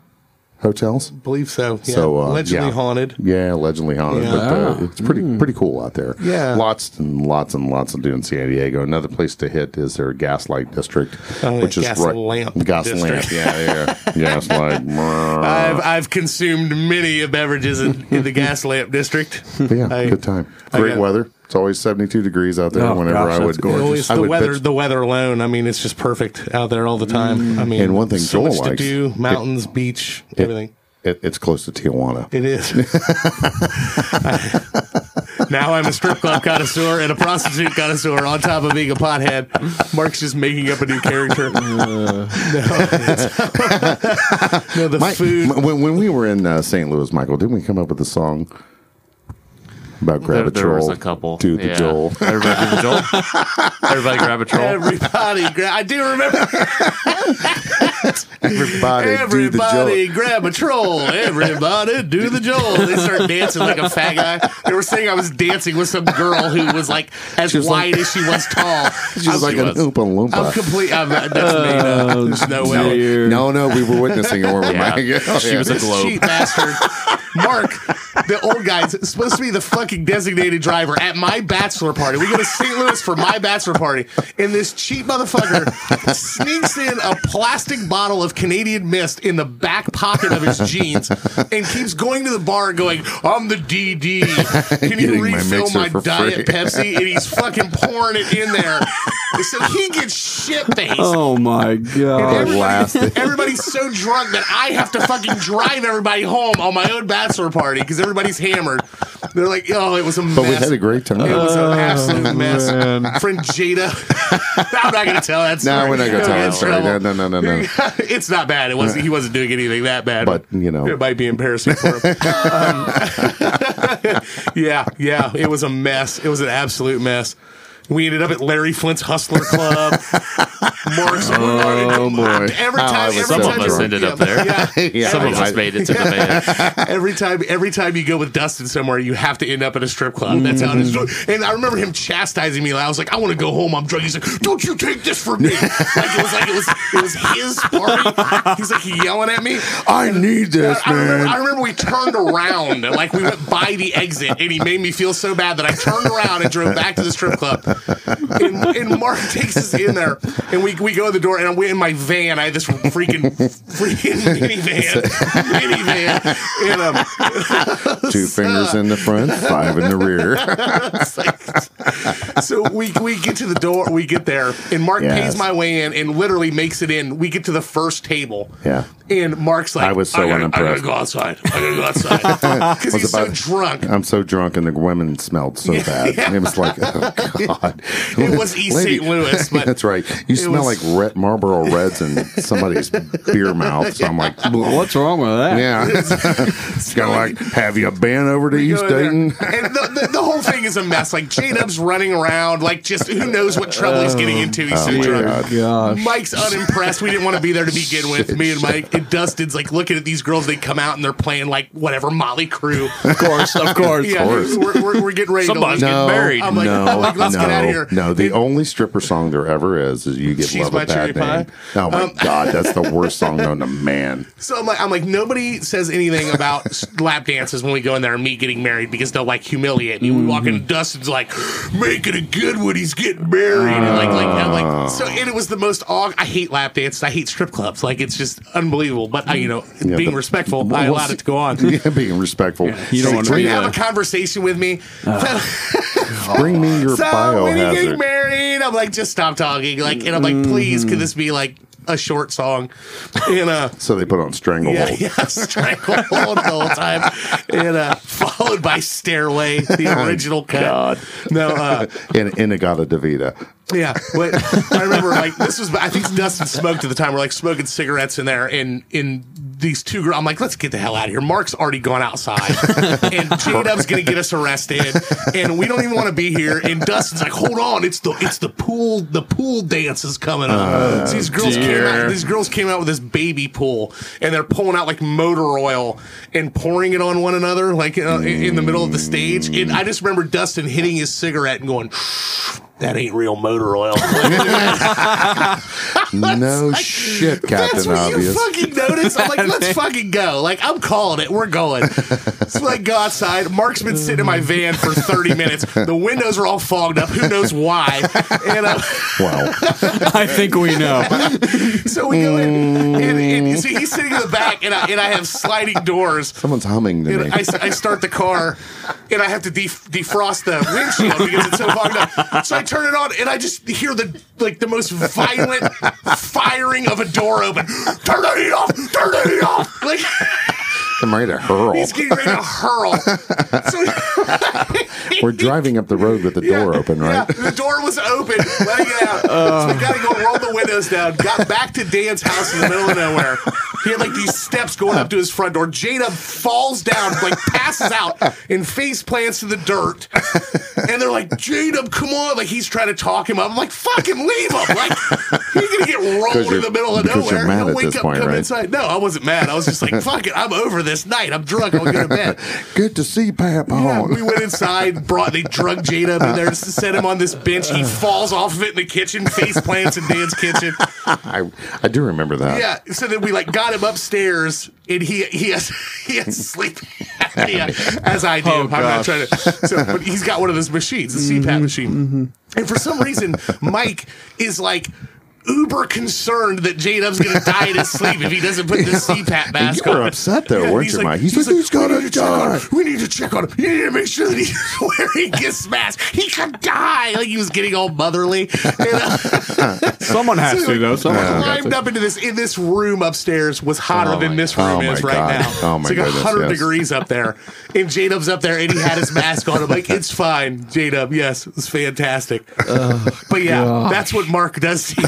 E: hotels.
A: believe so. Yeah.
E: So uh,
A: allegedly
E: yeah.
A: haunted.
E: Yeah, allegedly haunted.
A: Yeah.
E: But, uh, it's pretty
F: Hmm.
E: pretty cool out there.
A: Yeah.
E: lots and lots and lots of doing San Diego. Another place to hit is their Gaslight District,
A: Oh,
E: which
A: yeah,
E: is
A: gas
E: right,
A: lamp
E: gas
A: district.
E: lamp. Yeah, yeah, gaslight.
A: I've I've consumed many of beverages in, in the gas lamp district.
E: But yeah,
A: I-
E: good time.
A: I
E: Great
A: got-
E: weather. It's always seventy two degrees out there.
C: Oh,
E: whenever
C: gosh,
E: I
C: that's
E: would,
C: gorgeous.
A: Oh, it's
E: I
A: the
E: would
A: weather.
E: pitch-
A: the weather alone. I mean, it's just perfect out there all the time. I mean,
E: Mm. And one thing
A: so
E: Joel
A: much to
E: likes-
A: do: mountains, beach, everything.
E: it, it's close to Tijuana.
A: It is. now I'm a strip club connoisseur and a prostitute connoisseur on top of being a pothead. Mark's just making up a new character. no, it's- no, the
E: Mike,
A: food.
E: m- when, when we were in uh, St. Louis, Michael, didn't we come up with a song about grab
F: There,
E: a
F: there
E: troll?
F: was a couple.
E: Do the
F: Yeah.
E: Joel.
F: Everybody do the Joel. Everybody grab a troll.
A: Everybody, gra- I do remember.
E: Everybody, do the Joel.
A: Everybody, grab a troll. Everybody, do the Joel. They start dancing like a fat guy. They were saying I was dancing with some girl who was like as
E: She was
A: wide
E: like-
A: as she was tall.
E: She was like an Oompa Loompa.
A: I'm complete. I'm, that's made up. There's no way.
C: Dear.
E: No, no, we were witnessing it, weren't we,
F: Yeah.
E: Mike? Yeah.
F: She was a
A: This
F: globe.
A: cheap bastard. Mark, the old guy's supposed to be the fucking designated driver at my bachelor party. We go to St. Louis for my bachelor party, and this cheap motherfucker sneaks in a plastic bottle of Canadian mist in the back pocket of his jeans and keeps going to the bar and going, I'm the DD. Can you
E: Getting my
A: refill
E: mixer
A: my,
E: for
A: Diet
E: free."
A: Pepsi? And he's fucking pouring it in there. So he gets shit faced.
C: Oh my god.
A: Everybody-
E: Blasted.
A: Everybody's so drunk that I have to fucking drive everybody home on my own bachelor party because everybody's hammered. They're like, oh, it was a mess.
E: But we had a great time.
A: it was an absolute mess.
C: Oh, man.
A: Friend Jada. I'm not going to tell that story.
E: no, we're not going to
A: You'll
E: tell
A: get in
E: that story. No,
A: trouble.
E: no, no, no, no.
A: it's not bad. It wasn't. He wasn't doing anything that bad.
E: But, you know.
A: it might be embarrassing for him. Um, yeah, yeah. It was a mess. It was an absolute mess. We ended up at Larry Flint's Hustler Club. Mark's
E: Oh, boy.
A: Every
E: How I
A: time,
E: was
A: every
E: so
A: time
F: Some of us
A: you-
F: ended up
A: yeah,
F: there.
A: Yeah,
E: Yeah,
F: Some of
E: I-
F: us made it to the van.
A: every time, every time you go with Dustin somewhere, you have to end up at a strip club. That's how it
F: Mm-hmm.
A: is. And I remember him chastising me. Like, I was like, I want to go home. I'm drunk. He's like, Don't you take this from me? Like it was like it was it was his party. He's like yelling at me.
E: I need this,
A: I remember, I
E: man.
A: remember we turned around, like we went by the exit, and he made me feel so bad that I turned around and drove back to the strip club. And, and Mark takes us in there, and we, we go to the door, and I'm in my van. I had this freaking freaking minivan, minivan, and um,
E: Two fingers in the front, five in the rear.
A: it's like- um, so we we get to the door, we get there, and Mark
E: Yes.
A: pays my way in, and literally makes it in. We get to the first table,
E: Yeah.
A: and Mark's like,
E: I was so
A: gotta-
E: unimpressed.
A: I gotta go outside. I gotta go outside because
E: Was
A: he's
E: about-
A: so drunk.
E: I'm so drunk, and the women smelled so bad. It was like, oh god.
A: It was East
E: Lady-
A: St. Louis, but
E: That's right. You smell
A: was-
E: like red Marlboro Reds in somebody's beer mouth. So I'm like,
C: What's wrong with that?
E: yeah. it's kind of like, have you been over to East
A: go there.
E: Dayton?
A: And the, the, the whole thing is a mess. Like J Dub's running around, like just who knows what trouble he's getting into. He's so
E: Oh, my
A: drunk.
C: Oh, Gosh.
A: Mike's unimpressed. We didn't want to be there to begin with. Me and Mike and Dustin's like looking at these girls. They come out and they're playing like whatever Molly Crew.
C: Of course, of course.
A: Yeah, we're, we're, we're getting ready.
F: Somebody's
A: to leave.
F: getting
E: No,
F: married.
A: I'm like,
E: no,
A: I'm like, let's
E: no,
A: get outta here.
E: No, the only stripper song there ever is is "You Give
A: She's
E: Love
A: My
E: a
A: Cherry
E: Bad
A: Pie. Um,
E: Name." Oh my god, that's the worst song known to man.
A: So I'm like, I'm like, nobody says anything about s- lap dances when we go in there and me getting married because they'll like humiliate me. We walk in, and Dustin's like, making a good one. He's getting married, and like, like, I'm like, so. And it was the most. Aw- I hate lap dances. I hate strip clubs. Like, it's just unbelievable. But I, you know, being
E: the-
A: respectful,
E: well,
A: I
E: well,
A: allowed it to go on.
E: Yeah, being respectful.
C: You don't want to
A: Can
C: be
A: you have a
C: there.
A: conversation with me?
E: Bring me your
A: so when you get
E: biohazard.
A: married, I'm like, just stop talking. Like, and I'm like, please, could this be like a short song? And uh,
E: So they put on
A: Yeah,
E: stranglehold.
A: yeah, stranglehold the whole time, and uh, followed by Stairway, the original cut. No, uh,
E: In Inagata Davida.
A: yeah, but I remember like this was. I think Dustin smoked at the time. We're like smoking cigarettes in there, and in these two girls. I'm like, let's get the hell out of here. Mark's already gone outside, and J Dub's gonna get us arrested, and we don't even want to be here. And Dustin's like, hold on, it's the it's the pool the pool dance is coming up. So these girls
C: dear.
A: came out. These girls came out with this baby pool, and they're pulling out like motor oil and pouring it on one another, like uh, in in the middle of the stage. And I just remember Dustin hitting his cigarette and going. That ain't real motor oil.
E: no shit,
A: That's
E: Captain
A: what you
E: Obvious.
A: fucking notice. I'm like, let's fucking go. Like, I'm calling it. We're going. So I go outside. Mark's been sitting in my van for 30 minutes. The windows are all fogged up. Who knows why? And uh,
E: wow.
C: I think we know.
A: so we go in, and, and so he's sitting in the back, and I, and I have sliding doors.
E: Someone's humming to me.
A: And I, I start the car, and I have to def- defrost the windshield because it's so fogged up. So I turn it on, and I just hear the like the most violent firing of a door open. Turn the heat off! Turn the heat off! Like
E: I'm ready to hurl.
A: he's getting ready to hurl. So-
E: We're driving up the road with the door
A: Yeah,
E: open, right? Uh.
A: Yeah, the door was open, letting it out. so we gotta go roll the windows down. Got back to Dan's house in the middle of nowhere. He had like these steps going up to his front door. Jada falls down, like passes out, and face plants in the dirt. And they're like, Jada, come on. Like he's trying to talk him up. I'm like, fucking leave him. Like he's gonna get rolled in
E: you're-
A: the middle of
E: because
A: nowhere.
E: you're mad
A: He'll
E: at this point,
A: come
E: right?
A: inside. No, I wasn't mad. I was just like, fuck it, I'm over this night. I'm drunk, I'll go to bed.
E: Good to see you, Pap.
A: Yeah,
E: Hong.
A: we went inside, brought they drug Jade up in there, just set him on this bench. He falls off of it in the kitchen, face plants in Dan's kitchen.
E: I, I do remember that.
A: Yeah, so then we like got him upstairs, and he he has he has sleep apnea, as I do. I'm not trying to. So, but he's got one of those machines, the CPAP machine, and for some reason, Mike is like. Uber concerned that J Dub's gonna die in his sleep if he doesn't put this CPAP
E: And
A: mask
E: you were
A: on.
E: upset though,
A: Yeah,
E: weren't
A: he's
E: you,
A: like-
E: Mike? He's,
A: he's
E: like,
A: like,
E: who's gonna die?
A: We need to check on him. You need to make sure that he's wearing his mask. He could die. Like he was getting all motherly. And, uh,
C: Someone has to though.
E: Oh,
C: Someone has
A: climbed
C: to.
A: up into this in this room upstairs was hotter
F: Oh
A: than
F: my
A: this
E: God.
A: room
E: Oh
A: is
E: my
A: right
E: God.
A: now.
E: Oh
A: it's
E: my
A: like
E: goodness,
A: 100
E: yes.
A: degrees up there. And J Dub's up there and he had his mask on. I'm like, it's fine, J Dub. Yes, it's fantastic. but yeah,
E: Oh,
A: that's what Mark does to you.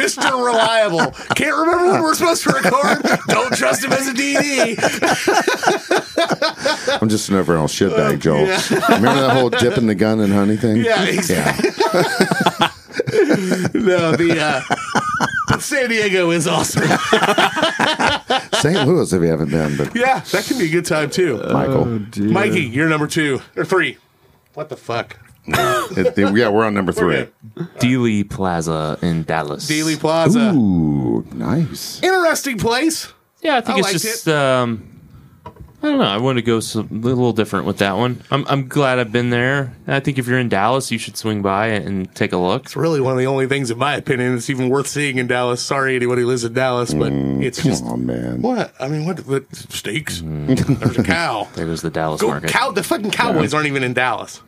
A: Mr. Reliable. Can't remember when we're supposed to record. Don't trust him as a DD.
E: I'm just an overall
A: Uh,
E: shitbag, Joel. Remember that whole dipping the gun and honey thing?
A: Yeah, exactly. no, the uh, but San Diego is awesome.
E: St. Louis, if you haven't been, but
A: yeah, that can be a good time too.
E: Michael.
A: Mikey, you're number two or three. What the fuck?
E: It- it- yeah, we're on number three.
A: good.
F: Dealey Plaza in Dallas.
A: Dealey Plaza.
E: Ooh, nice.
A: Interesting place.
F: Yeah, I think
A: I
F: it's
A: liked
F: just um, I don't know. I want to go some, a little different with that one. I'm I'm glad I've been there. And I think if you're in Dallas, you should swing by and, and take a look.
A: It's really one of the only things, in my opinion, that's even worth seeing in Dallas. Sorry, anyone who lives in Dallas, but it's
E: Come
A: just
E: on, man.
A: what I mean. What, what steaks?
E: Mm.
A: There's a cow.
F: There goes the Dallas
A: Go,
F: market.
A: cow. The fucking Cowboys aren't even in Dallas.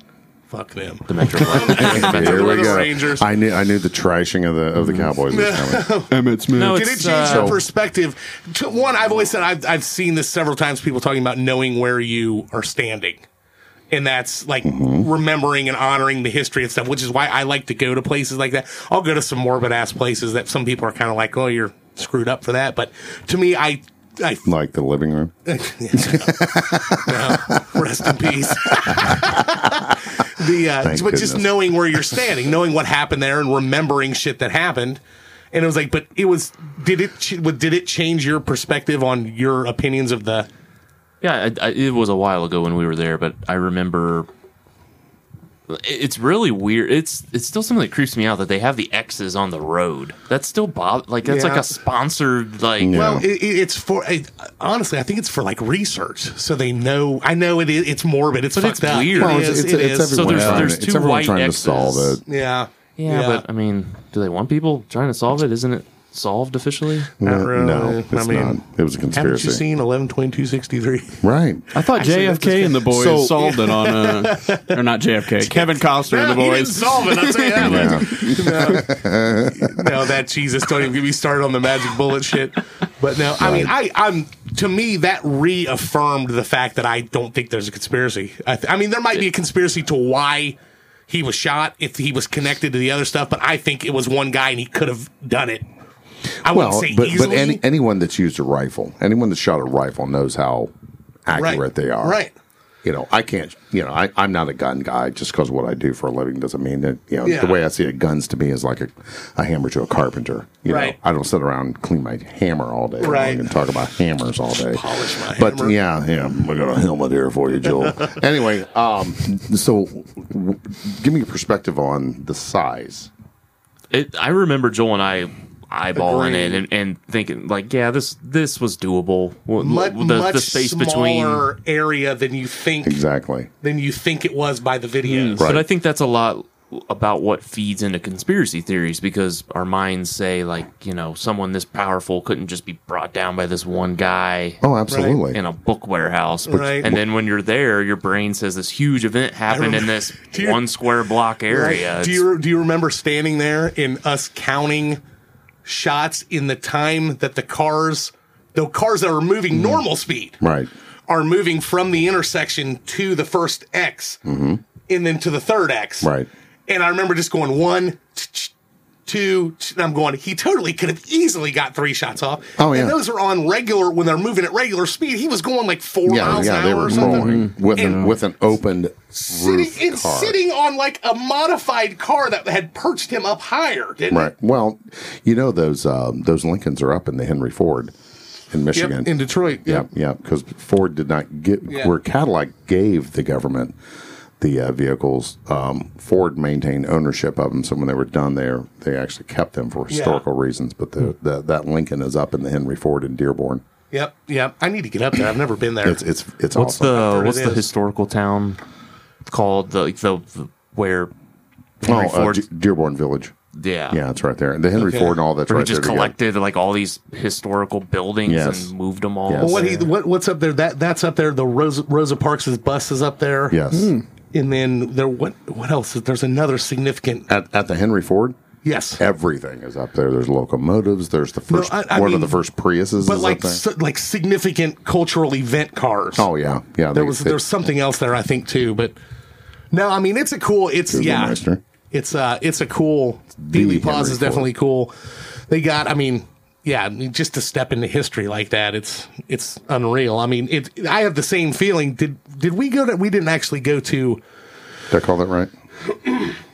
A: Fuck them.
F: the Metro.
E: Here
A: We're
E: we
A: the
E: go.
A: Rangers. Mm.
E: I knew I knew the trashing of the of the Cowboys was coming.
C: Emmett Smith.
F: No,
A: Did it
F: It's,
A: change
F: uh,
A: your perspective? To, one, I've always said I've, I've seen this several times. People talking about knowing where you are standing, and that's like
F: Mm-hmm.
A: remembering and honoring the history and stuff. Which is why I like to go to places like that. I'll go to some morbid ass places that some people are kind of like, "Oh, you're screwed up for that." But to me, I, I
E: Like the living room.
A: rest in peace. the uh, but
E: Thank
A: just
E: goodness.
A: knowing where you're standing, knowing what happened there, and remembering shit that happened. And it was like, but it was did it ch- what- did it change your perspective on your opinions of the?
F: yeah, I, I, it was a while ago when we were there, but I remember. it- It's really weird. It's it's still something that creeps me out that they have the X's on the road. That's still bob like that's like
A: Yeah.
F: a sponsored like
A: Well, it, it- it's for it, honestly, I think it's for like research, so they know. I know it is. It's morbid. It's
F: But
A: fucked
F: it's
A: up.
F: weird.
A: It
F: Well,
A: is, it is.
F: So
E: everyone
F: there's-
E: trying
F: there's
E: to-
F: two
E: it's everyone
F: white
E: trying
F: X's.
E: to solve it.
A: yeah,
F: Yeah, but I mean, do they want people trying to solve it? Isn't it solved officially?
A: not really.
E: No, it's
A: I mean,
E: not. It was a
A: haven't
E: conspiracy,
A: you seen eleven twenty two sixty three?
E: right?
C: I thought JFK and the boys
E: So-
C: solved it on uh, or not JFK. Kevin Costner and the
A: he didn't
C: boys.
A: solve it. I'll tell you that much.
E: Yeah.
A: no, that Jesus, don't even get me started on the magic bullet shit. But no, I mean, I, I'm to me that reaffirmed the fact that I don't think there's a conspiracy. I, th- I mean, there might be a conspiracy to why he was shot if he was connected to the other stuff, but I think it was one guy and he could have done it. I
E: well,
A: wouldn't say
E: but,
A: easily.
E: but any, anyone that's used a rifle, anyone that shot a rifle knows how accurate
A: Right.
E: they are.
A: Right.
E: You know, I can't, you know, I, I'm not a gun guy just because what I do for a living doesn't mean that, you know,
A: Yeah.
E: the way I see it, guns to me is like a, a hammer to a carpenter. You
A: Right.
E: know, I don't sit around and clean my hammer all day long
A: Right.
E: and talk about hammers all day.
A: polish my
E: but
A: hammer.
E: yeah, yeah, I got a helmet here for you, Joel. anyway, um, so w- give me your perspective on the size.
F: It, I remember Joel and I eyeballing it
A: Agreed.
F: and, and thinking like, yeah, this this was doable. Well,
A: much,
F: the,
A: much
F: the space between,
A: smaller area than you think
E: Exactly.
A: than you think it was by the videos.
E: Right.
F: but I think that's a lot about what feeds into conspiracy theories because our minds say like, you know, someone this powerful couldn't just be brought down by this one guy.
E: Oh, absolutely.
F: in a book warehouse.
A: Right.
F: And then when you're there, your brain says this huge event happened in this
A: Do you-
F: one square block area.
A: Do you do you remember standing there and us counting shots in the time that the cars, the cars that are moving normal speed,
E: Mm-hmm. Right.
A: are moving from the intersection to the first X and then to the third X.
E: Mm-hmm. Right.
A: And I remember just going one, t- t- two, t- and I'm going, he totally could have easily got three shots off.
E: Oh, yeah.
A: And those are on regular, when they're moving at regular speed, he was going like four
E: Yeah,
A: miles
E: yeah,
A: an
E: they
A: hour
E: were
A: or something.
E: rolling
F: Mm-hmm.
E: with an
A: And-
E: with an opened
A: Sitting,
E: roof
A: and
E: car.
A: sitting on like a modified car that had perched him up higher, didn't
E: Right. Well, you know those um, those Lincolns are up in the Henry Ford in
A: it?
E: Michigan.
A: Detroit.
E: yeah, yeah, because Ford did not get
A: Yeah.
E: where Cadillac gave the government the uh, vehicles. Um, Ford maintained ownership of them, so when they were done, they they actually kept them for historical reasons. But the, the that Lincoln is up in the Henry Ford in Dearborn.
A: Yep. Yep. I need to get up there. I've never been there.
E: It's it's it's
F: what's
E: awesome.
F: the
A: heard
F: what's
A: it
F: the
A: is.
F: historical town called? The the, the where Henry
E: oh, uh,
F: Ford.
E: D- Dearborn Village.
F: yeah.
E: Yeah, it's right there. The Henry
A: Okay.
E: Ford and all that's
F: Where he
E: right
F: just
E: there. together.
F: collected like all these historical buildings
E: Yes.
F: and moved them all.
E: Yes.
A: well, what he what, what's up there? That that's up there. The Rosa, Rosa Parks' bus is up there.
E: Yes.
A: And then there what what else? There's another significant.
E: At, at the Henry Ford,
A: Yes.
E: everything is up there. There's locomotives. There's the first
A: I- I
E: one
A: mean-
E: of the first Priuses.
A: but
E: is up
A: like
E: there.
A: si- like significant cultural event cars.
E: oh yeah, yeah.
A: there
E: they-
A: was
E: they-
A: there's something else there I think too. But no, I mean it's a cool. It's
E: Google
A: yeah.
E: Meister.
A: It's uh it's a cool. Dealey Plaza is
E: Henry Ford.
A: definitely cool. They got. I mean. Yeah, I mean, just to step into history like that, it's it's unreal. I mean, it. I have the same feeling. Did did we go to? We didn't actually go to
E: did I call that right?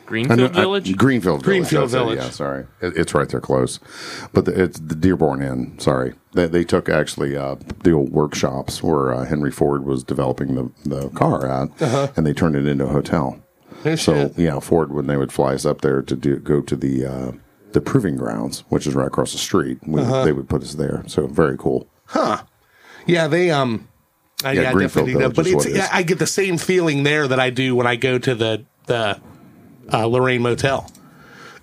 F: Greenfield
E: I-
F: Village.
E: Greenfield Village.
A: Greenfield
E: that's it,
A: Village.
E: Yeah, sorry, It- it's right there, close. But the, it's the Dearborn Inn. Sorry, they, they took actually uh, the old workshops where uh, Henry Ford was developing the the car at, and they turned it into a hotel.
A: No
E: So
A: Uh-huh. shit.
E: yeah, Ford when they would fly us up there to do go to the uh, the proving grounds, which is right across the street, we,
A: Uh-huh.
E: they would put us there. So very cool.
A: Yeah, they um. I,
E: Yeah,
A: yeah, I
E: Greenfield
A: definitely know,
E: Village
A: but
E: is
A: it's
E: what it is.
A: I get the same feeling there that I do when I go to the the uh, Lorraine Motel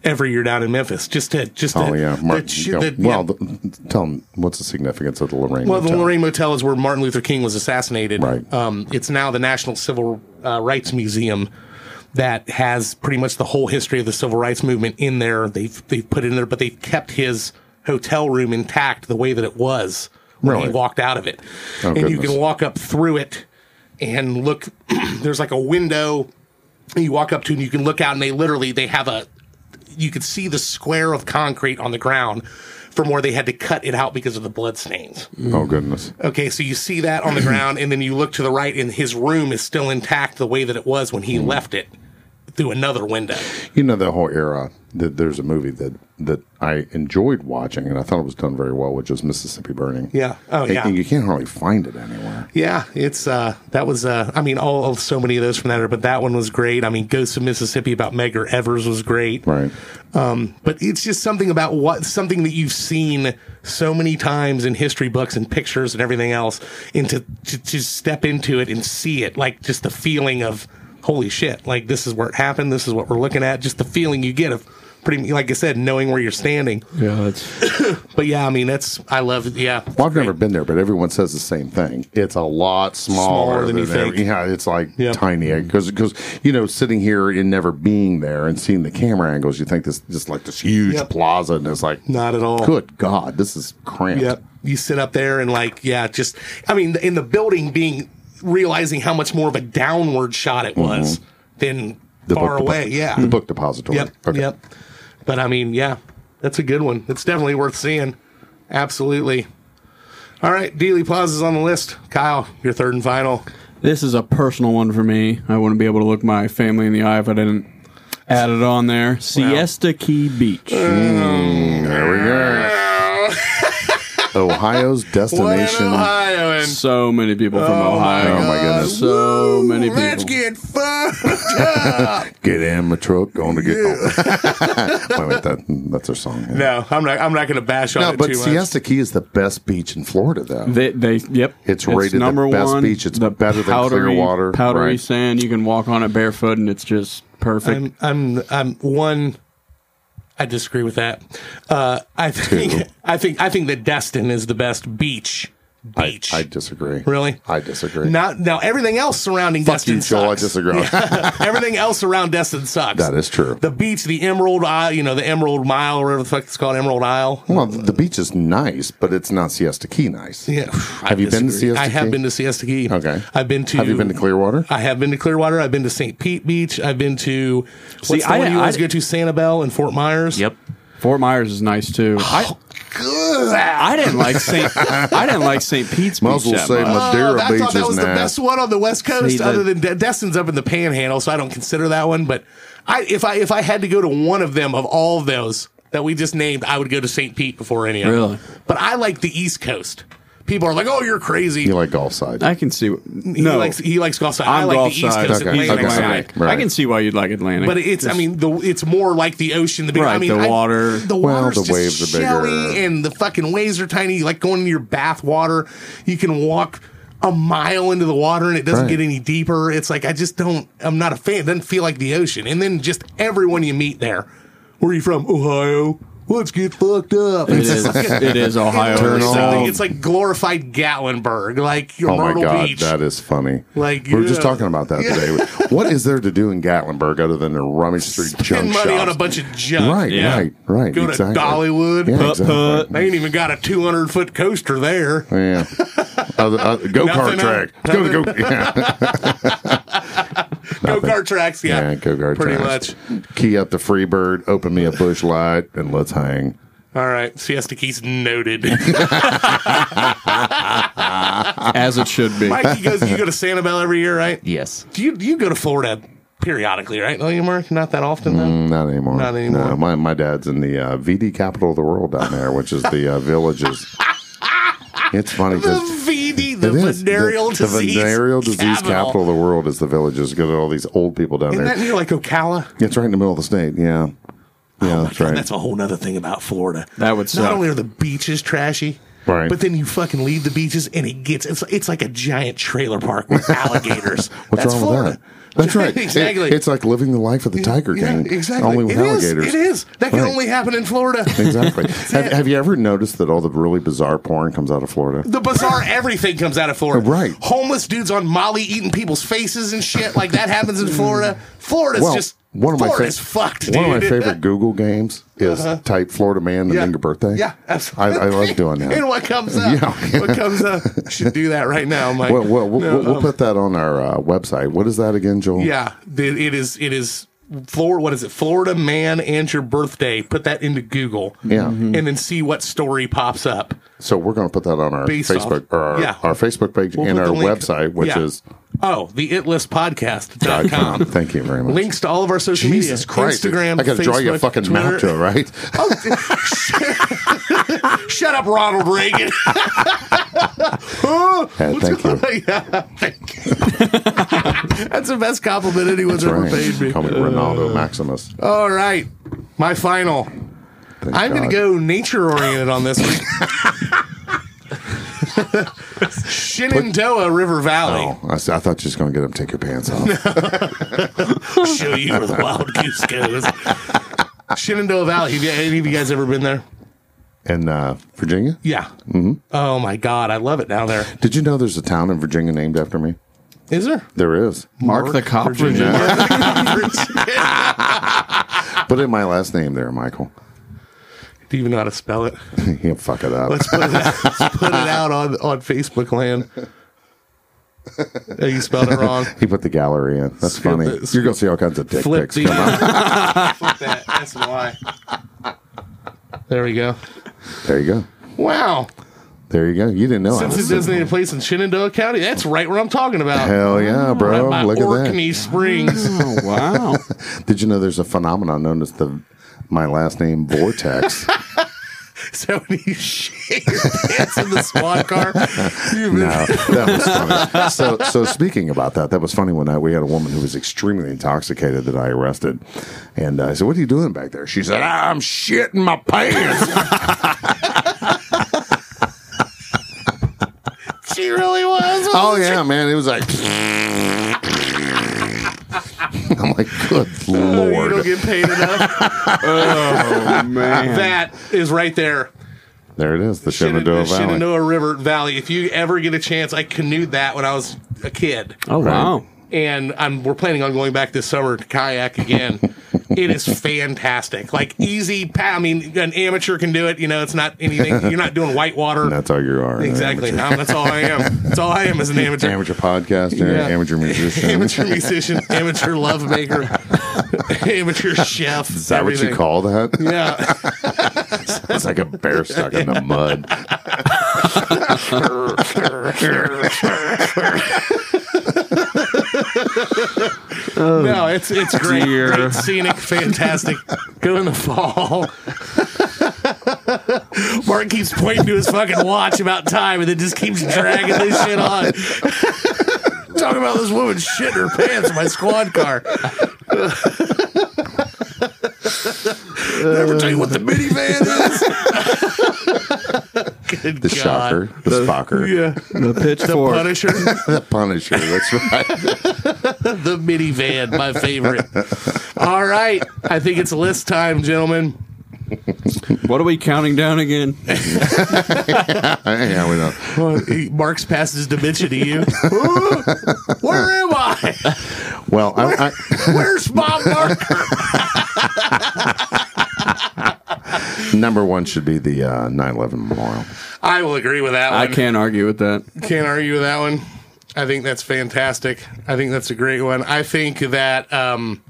A: every year down in Memphis. Just to just
E: Oh
A: to,
E: yeah, Martin.
A: the ch-
E: yeah,
A: the-
E: well,
A: yeah.
E: the, tell them what's the significance of the Lorraine.
A: well, the
E: Hotel?
A: Lorraine Motel is where Martin Luther King was assassinated.
E: Right.
A: Um, it's now the National Civil uh, Rights Museum that has pretty much the whole history of the civil rights movement in there. They've they've put it in there, but they've kept his hotel room intact the way that it was when
E: Really?
A: he walked out of it.
E: Oh,
A: and you
E: goodness.
A: can walk up through it and look. there's like a window you walk up to and you can look out and they literally they have a you could see the square of concrete on the ground from where they had to cut it out because of the blood stains.
E: Oh goodness.
A: Okay, so you see that on the ground, and then you look to the right, and his room is still intact the way that it was when he left it through another window.
E: You know the whole era that there's a movie that that I enjoyed watching and I thought it was done very well, which is Mississippi Burning.
A: Yeah. Oh,
E: And-
A: yeah.
E: And you can't hardly find it anywhere.
A: Yeah, it's uh that was uh I mean all of so many of those from that era, but that one was great. I mean Ghosts of Mississippi about Meg or Evers was great.
E: Right.
A: Um, But it's just something about what something that you've seen so many times in history books and pictures and everything else, and to to, to step into it and see it, like just the feeling of holy shit, like this is where it happened, this is what we're looking at, just the feeling you get of pretty like I said, knowing where you're standing.
C: Yeah, that's
A: But yeah, I mean that's I love it. Yeah.
E: Well, I've never been there, but everyone says the same thing. It's a lot smaller,
A: Smaller than you think.
E: every- Yeah, it's like
A: Yep.
E: tiny because because you know sitting here and never being there and seeing the camera angles, you think this just like this huge
A: Yep.
E: plaza, and it's like
A: Not at all.
E: Good God, this is cramped.
A: Yep. You sit up there and like, yeah, just I mean, in the building being realizing how much more of a downward shot it was than
E: The
A: far
E: book depo-
A: away. yeah.
E: the book depository.
A: Yep. Yep. But I mean, yeah, That's a good one. It's definitely worth seeing. Absolutely. All right, Dealey pauses on the list. Kyle, your third and final.
C: This is a personal one for me. I wouldn't be able to look my family in the eye if I didn't add it on there. Siesta Key Beach.
E: There we go. Ohio's
A: What an
E: destination.
A: Ohioan.
C: So many people from Ohio.
E: Oh my goodness.
C: So many people.
A: Let's get fucked.
E: Get in my truck, going to get. Wait, wait, that, that's their song. yeah.
A: No, I'm not. I'm not going to bash on
E: No,
A: it
E: but
A: too
E: Siesta Key is the best beach in Florida, though.
C: They, they, yep.
E: It's rated the best beach. It's better than Clearwater,
C: Powdery
E: right.
C: sand. You can walk on it barefoot, and it's just perfect.
A: much. I'm. I'm. I'm one. I disagree with that. Uh, I think.
E: Two.
A: I think. I think that Destin is the best beach. Beach.
E: I disagree.
A: Really?
E: I disagree.
A: Not now. Everything else surrounding
E: Fuck
A: Destin
E: you, Joel. I
A: sucks.
E: disagree.
A: everything else around Destin sucks.
E: That is true.
A: The beach, the Emerald Isle, you know, the Emerald Mile, or whatever the fuck it's called, Emerald Isle.
E: well, the beach is nice, but it's not Siesta Key nice.
A: Yeah.
E: Have you been to Siesta
A: I have
E: Key?
A: been to Siesta Key.
E: Okay.
A: I've been to.
E: Have you been to Clearwater?
A: I have been to Clearwater. I've been to St. Pete Beach. I've been to. What's
C: See,
A: the
C: I-
A: one you always
C: I-
A: go to? Sanibel and Fort Myers.
F: Yep.
C: Fort Myers is nice too. I, I didn't like Saint. I didn't like St. Pete's Beach
E: Muzzle
C: that
E: say
C: much.
E: Madeira
A: Oh, I
E: Beach
A: thought that
E: is
A: was the
E: nice.
A: best one on the West Coast,
C: See, the-
A: other than De- Destin's up in the Panhandle, so I don't consider that one. But I, if I if I had to go to one of them of all of those that we just named, I would go to St. Pete before any of them.
C: Really?
A: But I like the East Coast. People are like, "Oh, you're crazy."
E: You like golf side?
C: I can see.
A: he
C: No,
A: likes he likes golf side. i
C: I'm
A: like
C: golf
A: the East
C: side.
A: Coast
E: Okay,
A: Atlantic
E: okay,
A: side.
E: okay.
C: I can see why you'd like Atlantic.
A: But it's, I mean, the it's more like the ocean, the big, I
C: Right,
A: mean,
C: the
A: I-
C: water.
A: the
E: Well,
A: water's
E: the
A: just
E: waves are bigger.
A: shelly, and the fucking waves are tiny. Like going in your bath water, you can walk a mile into the water and it doesn't
E: Right.
A: get any deeper. It's like I just don't. I'm not a fan. It doesn't feel like the ocean. And then just everyone you meet there. Where are you from? Ohio. Let's get fucked up.
C: it is. it is Ohio.
E: Turn
A: it's,
E: on.
C: so-
A: like, it's like glorified Gatlinburg, like your
E: Oh my
A: Myrtle
E: god,
A: Beach.
E: that is funny.
A: Like,
E: we were
A: yeah.
E: just talking about that today. what is there to do in Gatlinburg other than to rummage through
A: Spend
E: junk
A: money
E: shops?
A: on a bunch of junk.
E: right,
C: Yeah.
E: right, right.
A: Go
E: exactly.
A: to Dollywood.
E: Yeah,
C: Putt-putt.
E: exactly.
A: They ain't even got a 200 foot coaster there.
E: Yeah. Other, other, go
A: Nothing
E: kart track. Let's go to go. Yeah,
A: Go kart tracks, yeah.
E: yeah go kart
A: Pretty
E: tracks. much. Key up the Freebird. Open me a bush light and let's hang.
A: All right. Siesta Keys noted.
C: as it should be.
A: Mike, you, goes, you go to Sanibel every year, right?
F: Yes.
A: Do you, you go to Florida periodically, right? No, you Mark? Not that often, though.
E: Not anymore.
A: Not anymore.
E: No, my, my dad's in the uh, VD capital of the world down there, which is the uh, villages. It's funny
A: The
E: because
A: VD, the
E: It is.
A: venereal
E: the,
A: disease.
E: The venereal disease capital. of the world is the villages because all these old people down
A: Isn't
E: there.
A: that near like Ocala?
E: it's right in the middle of the state. Yeah.
A: Oh
E: Yeah, that's right.
A: That's a whole nother thing about Florida.
C: That would
A: Not
C: suck.
A: only are the beaches trashy,
E: Right.
A: but then you fucking leave the beaches and it gets it's it's like a giant trailer park with alligators.
E: What's
A: That's
E: wrong
A: Florida.
E: with that? That's right. It-
A: exactly.
E: it's like living the life of the tiger
A: Yeah,
E: king.
A: exactly.
E: Only with
A: It is.
E: alligators.
A: it is. That can
E: Right.
A: only happen in Florida.
E: Exactly. have, have you ever noticed that all the really bizarre porn comes out of Florida?
A: The bizarre everything comes out of Florida.
E: Right.
A: Homeless dudes on Molly eating people's faces and shit like that happens in Florida. Florida's
E: Well,
A: just
E: one of my
A: Florida's
E: fa-
A: fucked, dude. Uh-huh.
E: One of my favorite Google games is type Florida man and then your birthday.
A: Yeah, absolutely.
E: I, I love doing that.
A: and what comes up?
E: Yeah.
A: what comes up? Should do that right now, Mike.
E: Well, well, we'll,
A: No,
E: we'll- we'll
A: um,
E: put that on our uh, website. What is that again, Joel?
A: Yeah, it, it is. It is. Florida, what is it? Florida man and your birthday. Put that into Google, Mm-hmm.
E: Yeah.
A: and then see what story pops up.
E: So we're going to put that on our
A: Based
E: Facebook
A: off-
E: or our,
A: yeah.
E: our Facebook page
A: We'll
E: and
A: put
E: our
A: the link-
E: website, which
A: yeah.
E: is
A: Oh, the itlistpodcast.com.
E: Thank you very much.
A: Links to all of our social
E: Jesus
A: media,
E: Christ!
A: Instagram,
E: I got to draw you a
A: Facebook,
E: fucking map to
A: Twitter.
E: it, right?
A: Shut up, Ronald Reagan.
E: Yeah, thank you.
A: yeah, thank you. That's the best compliment anyone's ever paid me.
E: Call me Ronaldo Maximus.
A: All right, my final.
E: Thank
A: Uh, I'm going
E: God.
A: to go nature oriented on this one. Shenandoah River Valley.
E: Oh, I, s- I thought you were going to get up, and take your pants off.
A: Show you where the wild goose goes. Shenandoah Valley. Have you, any of you guys ever been there?
E: In uh, Virginia,
A: Yeah. Mm-hmm. Oh my God, I love it down there.
E: did you know there's a town in Virginia named after me?
A: Is there?
E: There is,
C: Mark the cop. Virginia.
A: Ah.
E: put in my last name there, Michael.
A: Do you even know how to spell it?
E: He'll fuck it up.
A: Let's put it out, let's put it out on, on Facebook land. Oh, you spelled it wrong.
E: He put the gallery in. That's
A: Skip
E: funny.
A: it.
E: You're gonna see all kinds of dick
A: Flip
E: pics.
A: the
E: come out.
A: flip that S and Y. There we go.
E: There you go.
A: Wow.
E: There you go. You didn't know. I
A: Since
E: was
A: it's designated place in Shenandoah County, that's right where I'm talking about.
E: Hell yeah, bro.
A: right by
E: Look
A: Orkney Springs.
C: Oh, wow.
E: at that. Did you know there's a phenomenon known as the my last name vortex?
A: so when you shake your pants in the squad car, you
E: no, that was funny. So, so speaking about that, that was funny one night. We had a woman who was extremely intoxicated that I arrested, and uh, I said, "What are you doing back there?" She said, "I'm shitting my pants."
A: she really was.
E: oh yeah, man. It was like. I'm like, good
A: Oh, you
E: lord.
A: don't get paid enough.
C: Oh, man.
A: that is right there.
E: there it is, the
A: Shenandoah,
E: Shenandoah, Valley.
A: Shenandoah River Valley. If you ever get a chance, I canoed that when I was a kid.
C: Oh, wow.
A: and I'm we're planning on going back this summer to kayak again. it is fantastic. Like easy, pa- I mean, an amateur can do it. You know, it's not anything. You're not doing whitewater.
E: That's all you are. an
A: exactly.
E: amateur.
A: Um, that's all I am. That's all I am as an amateur.
E: Amateur podcaster,
A: Yeah.
E: amateur musician.
A: Amateur musician, amateur love maker, amateur chef.
E: Is that what you call that?
A: Yeah.
E: It's like a bear stuck in the mud.
A: No, it's it's great.
C: Dear.
A: Great, scenic, fantastic. Go in the fall. Mark keeps pointing to his fucking watch about time and then just keeps dragging this shit on. Talking about this woman shitting her pants in my squad car. Never tell you what the minivan is. Good
E: Uh, The
A: God.
E: shocker, the, spocker,
A: Yeah.
C: The pitchfork.
A: Punisher.
E: the punisher. That's right.
A: the minivan, my favorite. All right. I think it's list time, gentlemen.
C: What are we counting down again?
E: yeah, we know.
A: He marks past his dementia to you. Where am I?
E: Well, I, I,
A: Where's Bob Barker?
E: number one should be the uh, 9/11 memorial.
A: I will agree with that one.
C: I can't argue with that.
A: Can't argue with that one. I think that's fantastic. I think that's a great one. I think that um,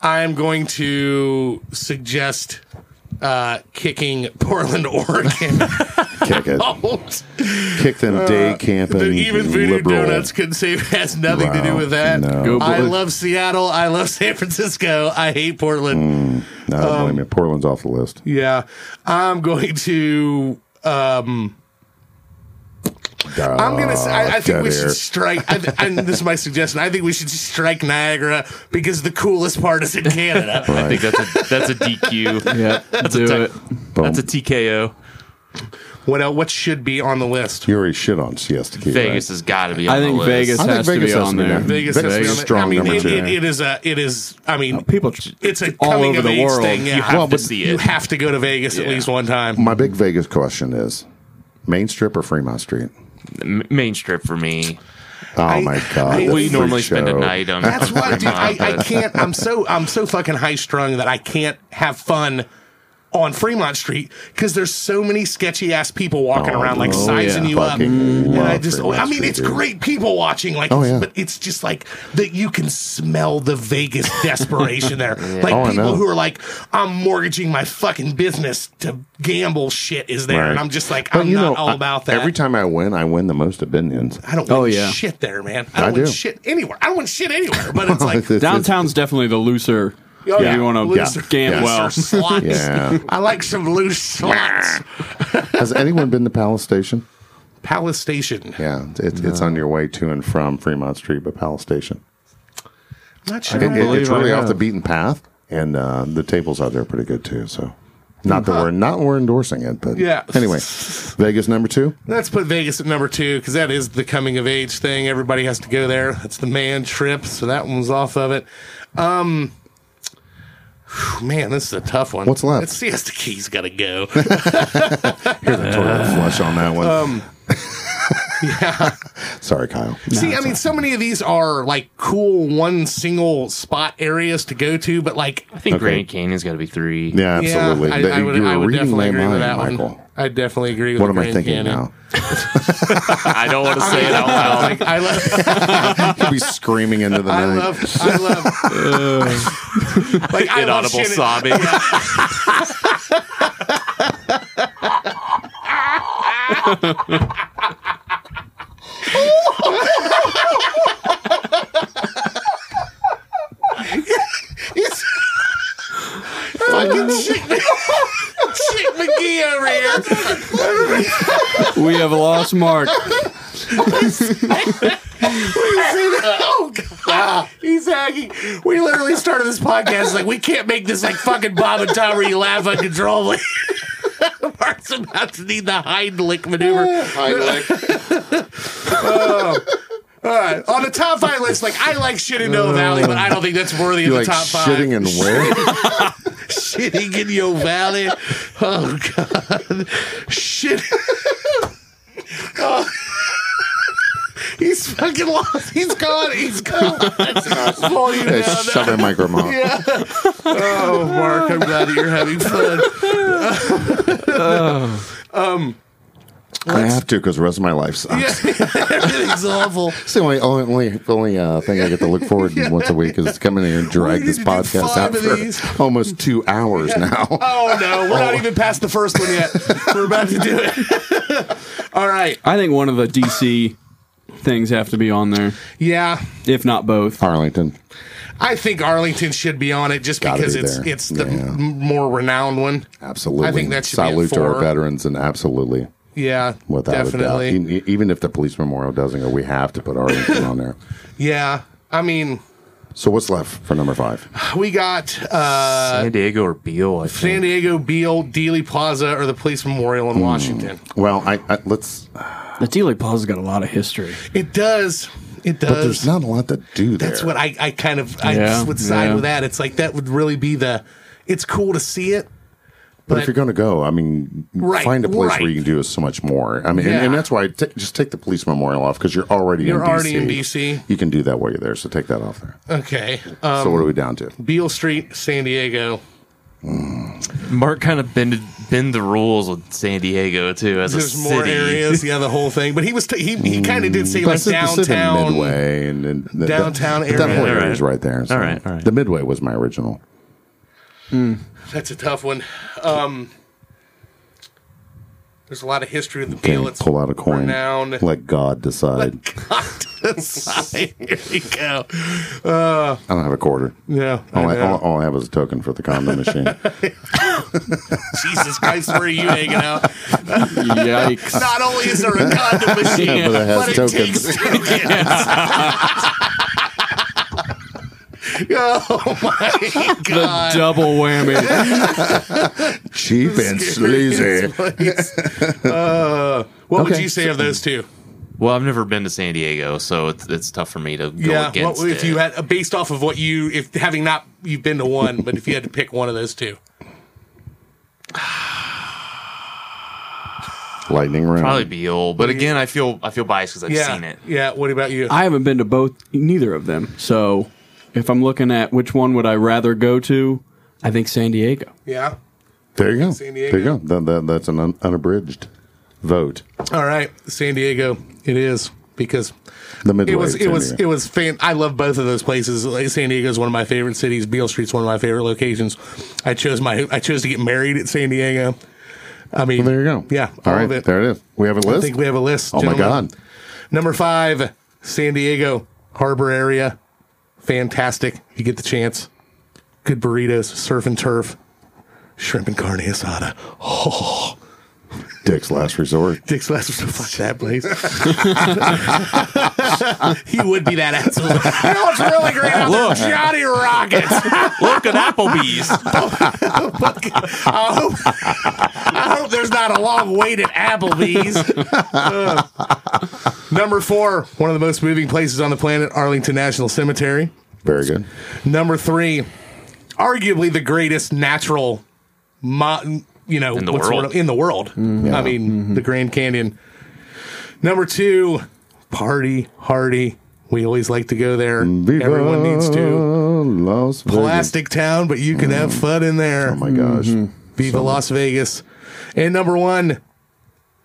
A: I'm going to suggest uh, kicking Portland, Oregon.
E: Kick it,
A: out.
E: kick them
A: Uh,
E: day camping.
A: That even Voodoo
E: liberal.
A: Donuts couldn't save has nothing to do
E: Wow,
A: with that.
E: no.
C: Go
A: I
C: Bulls.
A: love Seattle. I love San Francisco. I hate Portland.
E: No, don't
A: Um,
E: blame me. Portland's off the list.
A: Yeah. I'm going to um I'm gonna. s- I, I think
E: dead
A: we
E: air.
A: should strike. I, th- and this is my suggestion. I think we should strike Niagara because the coolest part is in Canada.
F: I think that's a that's a DQ.
C: Yeah, do
F: tech-
C: it.
F: That's a TKO.
A: What el what should be on the list?
E: You already shit on Siesta Key.
F: Vegas has got to be. On
C: I think
F: the list.
C: Vegas
E: I think
C: has
E: Vegas
C: to be
E: has
C: on
E: to be
C: there.
E: there.
A: Vegas,
E: Vegas
A: is
E: is
A: on it.
E: strong
A: I mean,
E: number
A: it,
E: two.
A: it, it is a. It is. I mean,
C: People,
A: it's a
C: all
A: coming
C: over
A: of
C: the
A: age
C: world.
A: thing. Yeah.
F: You have to see
A: You
F: it.
A: have to go to Vegas at
F: Yeah.
A: least one time.
E: My big Vegas question is: Main Strip or Fremont Street?
F: M- Main strip for me.
E: Oh my god!
A: I-
E: that
F: We
E: freak
F: normally spend
E: show.
F: a night on.
A: That's
F: on
A: why, dude. I,
F: Fremont,
A: I
F: but-
A: can't. I'm so I'm so fucking high strung that I can't have fun on Fremont Street because there's so many sketchy ass people walking
E: Oh,
A: around like
E: oh,
A: sizing
C: yeah.
A: you up.
E: Fucking
A: And I
E: love
A: just,
E: Fremont
A: I mean,
E: Street,
A: it's
E: dude.
A: great people watching. Like,
E: Oh,
A: it's-
E: yeah.
A: but it's just like that you can smell the Vegas desperation there. Like
E: Oh, I
A: people
E: know.
A: who are like, I'm mortgaging my fucking business to gamble shit is there,
E: Right.
A: and I'm just like,
E: But
A: I'm
E: you
A: not
E: know,
A: all
E: I-
A: about that.
E: Every time I win, I win the most at Binion's.
A: I don't win
C: Oh, yeah.
A: shit there, man. I don't
E: I
A: win
E: do.
A: shit anywhere. I don't win shit anywhere. But it's like
C: Downtown's definitely the looser.
A: Oh,
C: if
A: yeah.
C: you want to
A: Looser.
C: gamble. Well,
A: loose or slots.
E: Yeah.
A: I like some loose slots.
E: Has anyone been to Palace Station?
A: Palace Station.
E: Yeah, it, it's on your way to and from Fremont Street, but Palace Station.
A: I'm not
E: It,
A: sure.
E: it- it's
C: believe I
E: really off the
C: have.
E: beaten path, and uh, the tables out there are pretty good too. So, not that we're not we're endorsing it,
A: Uh,
E: but
A: Yeah.
E: Anyway, Vegas number two.
A: Let's put Vegas at number two because that is the coming of age thing. Everybody has to go there. That's the man trip. So that one was off of it. Um, whew, man, this is a tough one.
E: What's left?
A: It's Siesta Key's got to go. Uh,
E: Here's a toilet flush on that one.
A: um,
E: yeah. Sorry, Kyle.
A: See, I mean, so many of these are like cool one single spot areas to go to, but like
F: I think
E: Okay.
F: Grand Canyon's got to be three.
E: Yeah, absolutely.
A: Yeah, I-
E: That-
A: I, would,
E: you were
A: I would
E: reading
A: definitely agree
E: my
A: with
E: mind,
A: that one.
E: Michael.
A: I definitely agree with
E: What
A: the
E: am I
A: Grand
E: thinking
A: Canyon.
E: now?
F: I don't want to say it out
A: I
F: loud.
A: like- I love,
E: You'll be screaming into the
A: I
E: night.
A: love, I love, like I love
F: Inaudible
A: Shenandoah-
F: sobbing.
A: It's fucking Chick, Chick McGee over here.
C: We have lost Mark.
A: Oh
E: Ah.
A: god, he's hacking. We literally started this podcast like we can't make this like fucking Bob and Tom where you laugh uncontrollably. Mark's about to need the Heimlich maneuver. Oh. All right, on the top five list, like I like shit in Noah Valley, but I don't think that's worthy of
E: You
A: the
E: like
A: top five.
E: shitting and where?
A: shitting in your valley. Oh God, shit. Oh. He's fucking lost. He's gone. He's gone. Fall you
E: hey,
A: down.
E: shove that microphone.
A: Oh, Mark, I'm glad that you're having fun.
E: I have to because the rest of my life sucks.
A: Everything's awful.
E: It's the only only, only uh, thing I get to look forward to once a week is to come in here and
A: We
E: drag
A: need
E: this
A: to do
E: podcast
A: five
E: out
A: of these.
E: for almost two hours now.
A: Oh no, we're not even past the first one yet. We're about to do it. All right.
C: I think one of the DC things have to be on there,
A: Yeah.
C: if not both.
E: Arlington.
A: I think Arlington should be on it just
E: Gotta
A: because
E: be
A: it's
E: there.
A: it's the
E: Yeah.
A: m- more renowned one.
E: Absolutely.
A: I think that should be a
E: Salute to
A: four.
E: our veterans and absolutely.
A: Yeah.
E: Without
A: definitely.
E: a doubt. E- e- Even if the police memorial doesn't go, we have to put Arlington on there.
A: Yeah. I mean,
E: So what's left for number five?
A: we got uh,
F: San Diego or Beale, I
A: San
F: think.
A: Diego, Beale, Dealey Plaza, or the police memorial
E: Hmm.
A: in Washington.
E: Well, I, I let's.
C: The Dealey Plaza's got a lot of history.
A: It does. It does.
E: But there's not a lot to do there.
A: That's what I, I kind of I
C: Yeah,
A: just would side
C: yeah.
A: with that. It's like that would really be the. It's cool to see it.
E: But if you're going to go, I mean,
A: Right,
E: find a place
A: right.
E: where you can do so much more. I mean, and, and
A: Yeah.
E: that's why I ta- just take the police memorial off because you're already
A: You're
E: in
A: already
E: DC.
A: in DC.
E: You can do that while you're there, so take that off there.
A: Okay, uh,
E: so what are we down to?
A: Beale Street, San Diego.
F: Mark kind of bended bend the rules with San Diego too as a
A: There's
F: city.
A: more areas. Yeah, the whole thing. But he was t- he he kind of did say
E: But
A: like
E: it's in- it's in the
A: downtown.
E: midway and, and the,
A: downtown
E: the, That
A: area.
E: whole
A: All
E: area
F: right.
E: is right there. so
F: All right, all right.
E: The midway was my original.
A: That's a tough one. Um, there's a lot of history of the
E: Okay,
A: Beale. It's
E: pull out a coin.
A: renowned.
E: Let God decide.
A: Here we go.
E: I don't have a quarter.
A: Yeah, I
E: All Oh, I,
A: know.
E: all, all I have is a token for the condom machine.
A: Jesus Christ, where are you hanging out?
C: Yikes.
A: Not only is there a condom machine,
E: But it has
A: but it
E: tokens.
A: takes tokens. oh my
C: the
A: god!
C: double whammy.
E: Cheap and sleazy.
A: Uh, what would
E: Okay.
A: you say of those two?
F: Well, I've never been to San Diego, so it's, it's tough for me to go
A: Yeah,
F: against
A: what, if
F: it.
A: you had uh, based off of what you if having not you've been to one, but if you had to pick one of those two,
E: Lightning round.
F: Probably Beale, but again, I feel I feel biased because I've
A: yeah,
F: seen it.
A: yeah. What about you?
C: I haven't been to both, neither of them. So if I'm looking at which one would I rather go to, I think San Diego.
A: yeah.
E: There you go.
A: San
E: There you go. That, that, that's an un, unabridged vote.
A: All right, San Diego, it is because
E: The midway.
A: it was
E: of
A: it
E: San
A: was
E: Diego.
A: it was fan. I love both of those places. Like, San Diego is one of my favorite cities. Beale Street's one of my favorite locations. I chose my I chose to get married at San Diego. I mean,
E: there you go.
A: Yeah, all,
E: All right.
A: of it.
E: There it is. We have a
A: I
E: list.
A: think we have a list.
E: oh my
A: gentlemen.
E: God.
A: Number five, San Diego Harbor area, fantastic. If you get the chance, good burritos, surf and turf, shrimp and carne asada.
E: Dick's last resort.
A: Dick's last was to fuck that place. he would be that asshole. You know what's really great? about
F: Look.
A: the Johnny Rockets.
F: Look at Applebee's.
A: I, hope, I hope there's not a long wait at Applebee's. Ugh. number four, one of the most moving places on the planet, Arlington National Cemetery.
E: Very good.
A: Number three, arguably the greatest natural, mo- you know,
F: In the
A: what's
F: world.
A: word- in the world. I mean, the Grand Canyon. Number two, party hardy. We always like to go there.
E: Viva
A: Everyone needs to.
E: Las Vegas.
A: Plastic town, but you can have fun in there.
E: Oh my gosh.
A: Viva Las Vegas. And number one,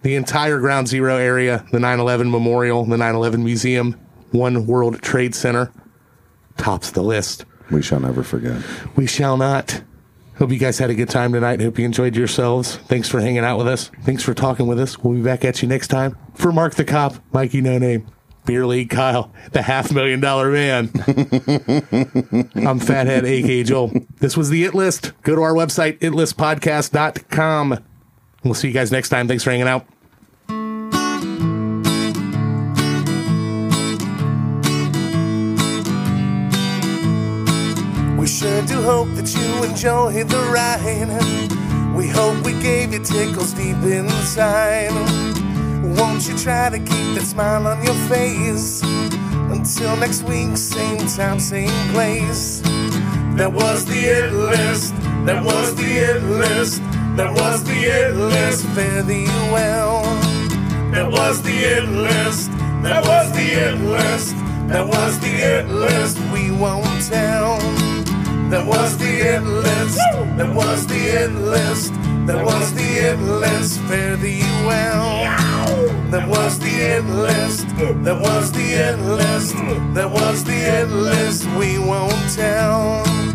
A: the entire Ground Zero area, the 9 11 Memorial, the 9 11 Museum, One World Trade Center tops the list.
E: We shall never forget.
A: We shall not.
G: Hope you guys had a good time tonight. Hope you enjoyed yourselves. Thanks for hanging out with us. Thanks for talking with us. We'll be back at you next time. For Mark the Cop, Mikey No Name, Beer League Kyle, the half million dollar man. I'm Fathead, aka Joel. This was the It List. Go to our website, itlistpodcast.com. We'll see you guys next time. Thanks for hanging out.
A: We sure do hope that you enjoy the ride. We hope we gave you tickles deep inside. Won't you try to keep that smile on your face? Until next week, same time, same place. That was the it list. That was the it list. That was the it list. Fare thee well. That was the it list. That was the it list. That was the it list. We won't tell. That was the it list. That was the it list. That was the it list. Fare thee well. That was the it list. That was the it list. That was the it list. We won't tell.